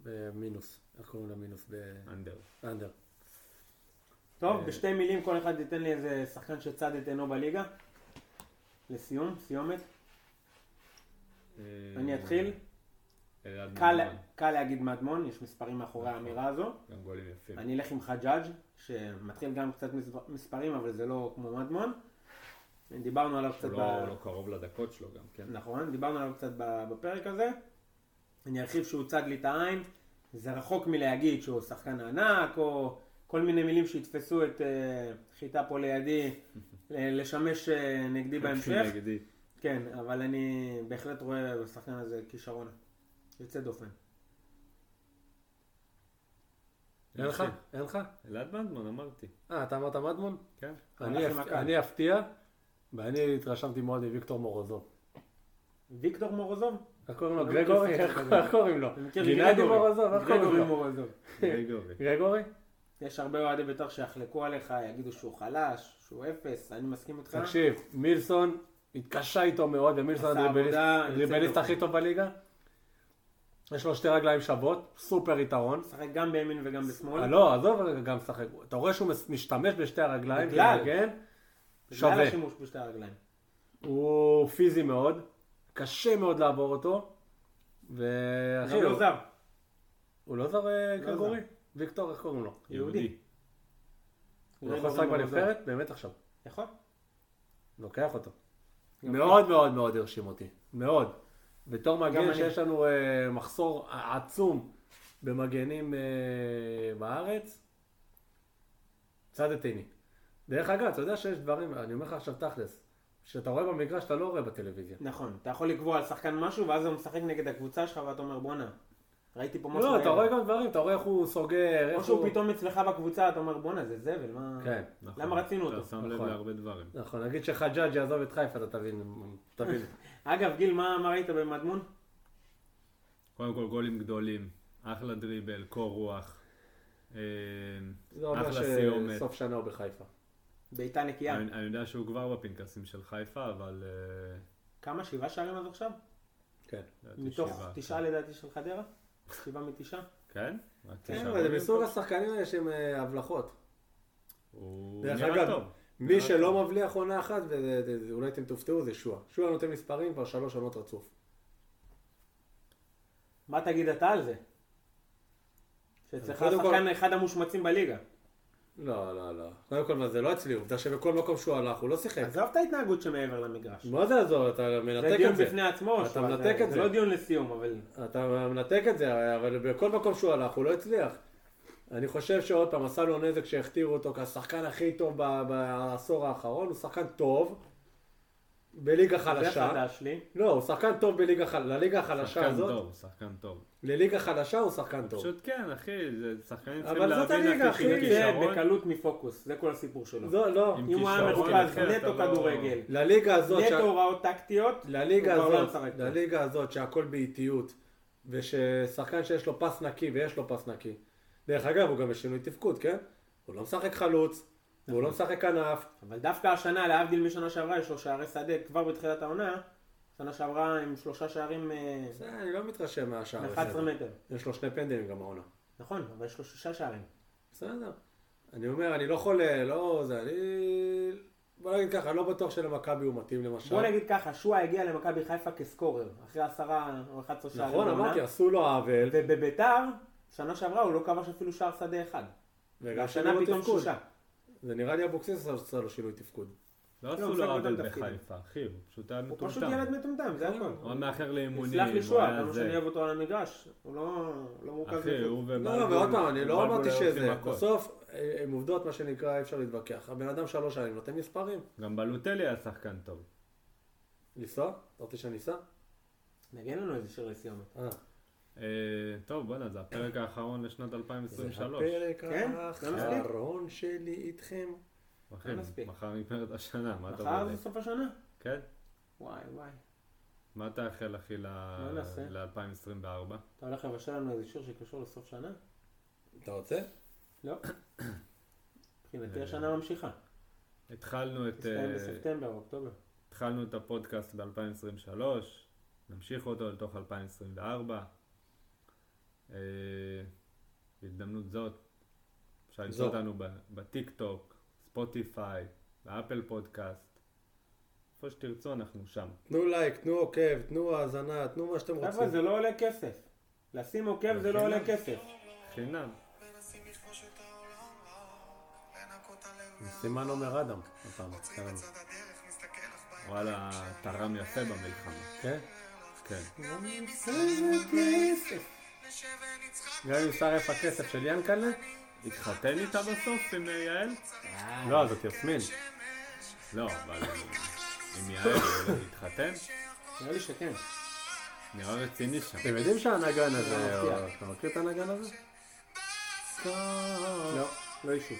S1: אה, מינוס. איך קוראים למינוס?
S2: אנדר.
S1: באנדר.
S2: אה.
S3: טוב, בשתי מילים כל אחד ייתן לי איזה שחקן שצד את עינו בליגה. לסיום, סיומת.
S2: אה,
S3: אני אתחיל.
S2: אלעד
S3: קל-
S2: מדמון,
S3: קל להגיד מדמון, יש מספרים מאחורי
S2: נכון.
S3: האמירה הזו.
S2: גם גולים יפים.
S3: אני אלך עם חג'אג', שמתחיל גם קצת מספ- מספרים, אבל זה לא כמו מדמון. דיברנו עליו קצת
S2: הוא
S3: ב...
S2: לא הוא לא קרוב לדקות שלו גם, כן.
S3: נכון, דיברנו עליו קצת ב- בפרק הזה. אני ארחיב שהוא צד לי את העין. זה רחוק מלהגיד שהוא שחקן ענק, או כל מיני מילים שיתפסו את אה, חיטה פה לידי, ל- לשמש אה, נגדי בהמשך.
S2: נגדי.
S3: כן, אבל אני בהחלט רואה בשחקן הזה כישרון יוצא דופן.
S1: אין לך? אין לך?
S2: אלעד מדמון, אמרתי.
S1: אה, אתה אמרת מדמון?
S2: כן.
S1: אני
S3: הלך עם
S1: אפ-
S3: הקהל.
S1: אני אפתיע, ואני התרשמתי מאוד מוויקטור מורוזוב.
S3: ויקטור מורוזוב?
S1: איך קוראים לו?
S3: לא
S1: גרגורי?
S3: מכיר
S1: איך
S3: שחקן
S1: איך קוראים לו?
S3: אני מכיר
S1: גינדי אה?
S3: גרגורי.
S1: מורוזוב? איך
S3: גרגורי
S1: קוראים לו?
S3: מורוזוב.
S2: גריגורי.
S1: גרגורי?
S3: יש הרבה אוהדי בית"ר שיחלקו עליך, יגידו שהוא חלש, שהוא אפס, אני מסכים איתך.
S1: תקשיב, מילסון התקשה איתו מאוד, ומילסון
S3: עשה
S1: הדריבליסט
S3: עבודה יוצאת
S1: הדריבליסט
S3: דופן.
S1: הכי טוב בליגה. יש לו שתי רגליים שוות, סופר יתרון.
S3: משחק גם בימין וגם בשמאל.
S1: אה, לא, עזוב רגע, גם משחק. אתה רואה שהוא מס- משתמש בשתי הרגליים, כן?
S3: בגלל.
S1: כמגן.
S3: בגלל
S1: שווה.
S3: השימוש בשתי הרגליים.
S1: הוא פיזי מאוד, קשה מאוד לעבור אותו. ואחי,
S3: גם לא
S1: הוא-
S3: זר.
S1: הוא לא זר אה,
S3: לא
S1: גרגורי? ויקטור, איך קוראים לו?
S3: יהודי.
S1: הוא
S3: לא
S1: יכול לשחק בנבחרת? באמת עכשיו.
S3: יכול.
S1: לוקח אותו. מאוד מאוד מאוד הרשים אותי, מאוד. בתור
S3: לא. גם
S1: מגן
S3: אני.
S1: שיש לנו אה, מחסור עצום במגנים אה, בארץ, צדתיני. דרך אגב, אתה יודע שיש דברים, אני אומר לך עכשיו תכלס, שאתה רואה במגרש אתה לא רואה בטלוויזיה.
S3: נכון, אתה יכול לקבוע על שחקן משהו, ואז הוא משחק נגד הקבוצה שלך, ואתה אומר בואנה, ראיתי פה משהו.
S1: לא, אתה
S3: בערב."
S1: רואה גם דברים, אתה רואה איך הוא סוגר,
S3: או
S1: איך
S3: שהוא
S1: הוא...
S3: פתאום אצלך בקבוצה, אתה אומר בואנה, זה זבל, מה...
S1: כן.
S2: נכון.
S3: למה רצינו אותו?
S2: אתה שם לב
S1: נכון.
S2: להרבה דברים.
S1: נכון, נגיד שחג'אג' יעזוב את חיפה, אתה תבין, תבין.
S3: אגב, גיל, מה מה ראית במדמון?
S2: קודם כל גולים גדולים, אחלה דריבל, קור רוח, אה,
S1: זה אומר
S2: אחלה סיומת.
S1: שסוף שנה הוא בחיפה.
S3: בעיטה נקייה.
S2: אני אני יודע שהוא כבר בפנקסים של חיפה, אבל... אה,
S3: כמה? שבעה שערים עד עכשיו?
S1: כן.
S2: לדעתי
S3: מתוך
S2: שבעה.
S3: תשעה לדעתי של חדרה? שבעה מתשעה?
S2: כן? רק תשעה
S1: כן, אבל זה
S2: גולים?
S1: מסוג השחקנים האלה שהם אה, הבלחות.
S2: הוא
S1: דרך
S2: נראה
S1: אגב,
S2: טוב.
S1: מי שלא מבליח עונה אחת, וזה- זה- זה- אולי אתם תופתעו, זה שועה. שועה נותן מספרים כבר שלוש עונות רצוף.
S3: מה תגיד אתה על זה? שאצלך
S1: קודם כל-
S3: השחקן אחד המושמצים בליגה.
S1: לא, לא, לא. קודם כל, מה זה לא אצלי, עובדה שבכל מקום שהוא הלך, הוא לא שיחק.
S3: עזוב את ההתנהגות שמעבר למגרש.
S1: מה זה יעזור? אתה
S3: זה
S1: מנתק
S3: דיון
S1: את זה.
S3: בפני עצמו,
S1: אתה
S3: שהוא-
S1: מנתק את
S3: זה
S1: זה.
S3: לא דיון לסיום, אבל
S1: אתה מנתק את זה, אבל בכל מקום שהוא הלך, הוא לא הצליח. אני חושב שעוד פעם, עשה לו נזק שהכתירו אותו כשחקן הכי טוב ב- בעשור האחרון, הוא שחקן טוב, בליגה
S3: זה
S1: חלשה.
S3: החדש לי.
S1: לא, הוא שחקן טוב בליגה חלשה, לליגה החלשה
S2: שחקן
S1: הזאת.
S2: טוב, שחקן טוב.
S1: לליגה חלשה הוא שחקן טוב.
S2: פשוט כן, אחי, זה שחקנים
S1: אבל
S2: צריכים
S1: זאת
S2: להבין,
S1: הליגה,
S2: אחי,
S1: אחי.
S2: עם
S1: זה
S3: זה
S2: כישרון.
S3: בקלות מפוקוס, זה כל הסיפור שלו.
S1: זו, לא.
S2: עם
S3: אם הוא היה
S2: כישרון,
S3: מרוכז
S2: אחרת
S3: נטו
S2: אתה לא-
S3: כדורגל,
S1: לליגה הזאת, שה-
S3: נטו הוראות טקטיות,
S1: לליגה
S3: הוא כבר לא
S1: הזאת,
S3: משחק פה.
S1: לליגה הזאת שהכל באיטיות, וששחקן שיש לו פס נקי ויש לו פס נקי. דרך אגב, הוא גם בשינוי תפקוד, כן? הוא לא משחק חלוץ, והוא לא
S3: נכון.
S1: משחק כנף.
S3: אבל דווקא השנה, להבדיל משנה שעברה, יש לו שערי שדה כבר בתחילת העונה, שנה שעברה עם שלושה שערים אה,
S1: זה, אני לא מתרשם מהשער.
S3: מ-11
S1: הזה.
S3: מטר.
S1: יש לו שני פנדלים גם העונה.
S3: נכון, אבל יש לו שישה שערים.
S1: בסדר. אני אומר, אני לא חולה, לא זה, אני... בוא נגיד ככה, אני לא בטוח שלמכבי הוא מתאים למשל.
S3: בוא נגיד ככה, שועה הגיע למכבי חיפה כסקורר, אחרי עשרה או 11 שערים.
S1: נכון,
S3: בעונה,
S1: אמרתי, עשו לו עוול,
S3: ובביתר, שנה שעברה הוא לא כבש אפילו שער שדה אחד.
S1: וגם
S3: והשנה
S1: שינוי
S3: פתאום
S1: לא תפקוד.
S3: שישה.
S1: זה נראה לי אבוקסיס עשה לו שינוי תפקוד.
S2: לא עשו
S3: הוא
S2: לו
S3: משחק
S2: עוול
S3: באותם תפקידים.
S2: בחיפה, אחי, הוא פשוט היה
S3: הוא פשוט
S2: מטומטם.
S3: ילד מטומטם, זה הכל.
S2: הוא היה מאחר לאימונים.
S3: סלח לי
S2: הוא
S3: שועה,
S2: היה
S3: כמה
S2: זה.
S3: שאני אוהב אותו על המגרש, הוא לא לא מורכב.
S2: אחי,
S3: מפוקוס.
S2: הוא ובלבול.
S1: לא, ועוד פעם, אני לא
S2: בלבול
S1: אמרתי
S2: היו
S1: שזה.
S2: עושים הכל.
S1: בסוף, אה, עם עובדות, מה שנקרא, אי אפשר להתווכח. הבן אדם שלוש שנים נותן מספרים.
S2: גם בלוטלי היה שחקן טוב.
S1: לנסוע? אתה רוצה שאני אסע?
S3: נגן לנו איזה שיר לסיומת.
S1: אה.
S2: אה, טוב, בואנה, זה הפרק האחרון לשנת
S1: זה
S2: 2023.
S1: הפרק
S3: כן? זה
S1: האחרון שלי איתכם.
S2: אחי,
S3: לא מספיק.
S2: מחר נגמרת השנה, מה אתה
S3: מחר
S2: אומר?
S3: זה
S2: לי?
S3: סוף השנה.
S2: כן?
S3: וואי וואי.
S2: מה אתה אאחל, אחי,
S3: נעשה?
S2: ל-2024?
S3: אתה הולך לבשל לנו איזה שיר שקשור לסוף שנה?
S1: אתה רוצה?
S3: לא. מבחינתי השנה ממשיכה.
S2: התחלנו אה. את...
S3: מסתיים
S2: אה,
S3: בספטמבר, אוקטובר.
S2: התחלנו את הפודקאסט ב-2023, נמשיך אותו לתוך 2024. אה, בהזדמנות זאת, אפשר למצוא
S1: זאת.
S2: אותנו ב- בטיקטוק, ספוטיפיי, באפל פודקאסט, איפה שתרצו אנחנו שם.
S1: תנו לייק, תנו עוקב, תנו האזנה, תנו מה שאתם
S3: חבר'ה,
S1: רוצים.
S3: זה לא עולה כסף. לשים עוקב זה לא עולה כסף.
S2: חינם.
S4: מנסים לכבוש את העולם, לא, לנקות הלב
S1: סימן עומר אדם, הפעם.
S4: עוצרים בצד הדרך, מסתכל לך בעיניים
S2: וואלה, תרם יפה במלחמה.
S1: כן?
S2: כן.
S4: גם אם נשב ונצחק,
S1: גם אם שרף הכסף של ינקלה?
S2: התחתן איתה בסוף עם אה, יעל?
S1: לא, זאת יסמין.
S2: לא, אבל אה, עם יעל הוא התחתן?
S3: נראה לי שכן.
S2: אה, נראה רציני שם.
S1: אתם יודעים שהנגן הזה, או- אתה מכיר את הנגן הזה?
S3: לא, לא אישי.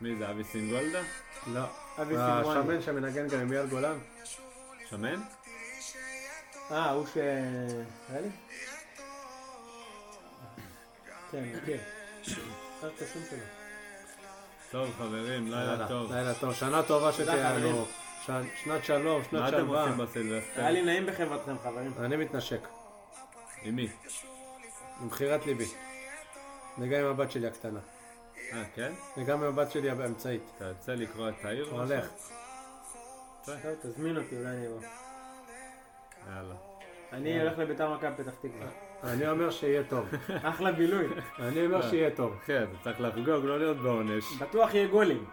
S2: מי זה, אבי סינגולדה?
S1: לא.
S3: אבי
S1: השמן
S3: סילואני.
S1: שמנגן גם עם אייל גולן?
S2: שמן?
S3: אה, הוא ש... נראה לי? כן, כן. רק את השם שלו.
S2: טוב חברים, לילה
S1: יאללה,
S2: טוב.
S1: לילה טוב. שנה טובה שתהיה
S3: חברים.
S1: לנו. ש- שנת שלום,
S2: מה
S1: שנת
S2: אתם
S1: שלווה.
S2: עושים בסילבסטר?
S3: היה לי נעים בחברתכם, חברים.
S2: אה.
S1: אני מתנשק,
S2: עם מי?
S1: למכירת ליבי. וגם עם הבת שלי הקטנה.
S2: אה, כן?
S1: וגם עם הבת שלי האמצעית.
S2: אתה יוצא לקרוא את העיר?
S1: הולך.
S3: טוב, תזמין אותי, אולי אני אבוא.
S2: יאללה.
S3: אני הולך לביתר מכבי פתח תקווה.
S1: אני אומר שיהיה טוב.
S3: אחלה בילוי.
S1: אני אומר שיהיה טוב.
S2: אחי, כן, אתה צריך לחגוג, לא להיות בעונש.
S3: בטוח יהיה גולים.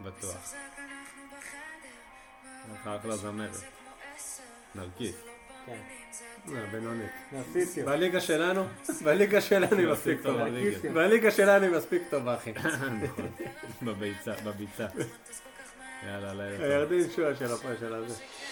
S2: בטוח. לך אחלה זמרת. נרקיס.
S3: כן.
S1: אה, בינונית.
S3: נרסיסיו.
S1: בליגה שלנו, בליגה שלנו היא מספיק
S2: נרקיס
S1: טובה.
S2: רודריגז.
S3: נרקיס.
S1: בליגה שלנו היא מספיק טובה, אחי.
S2: נכון. בביצה, בביצה. יאללה, לילה טוב.
S1: אה, הירדין שועה של הפועל של הזה.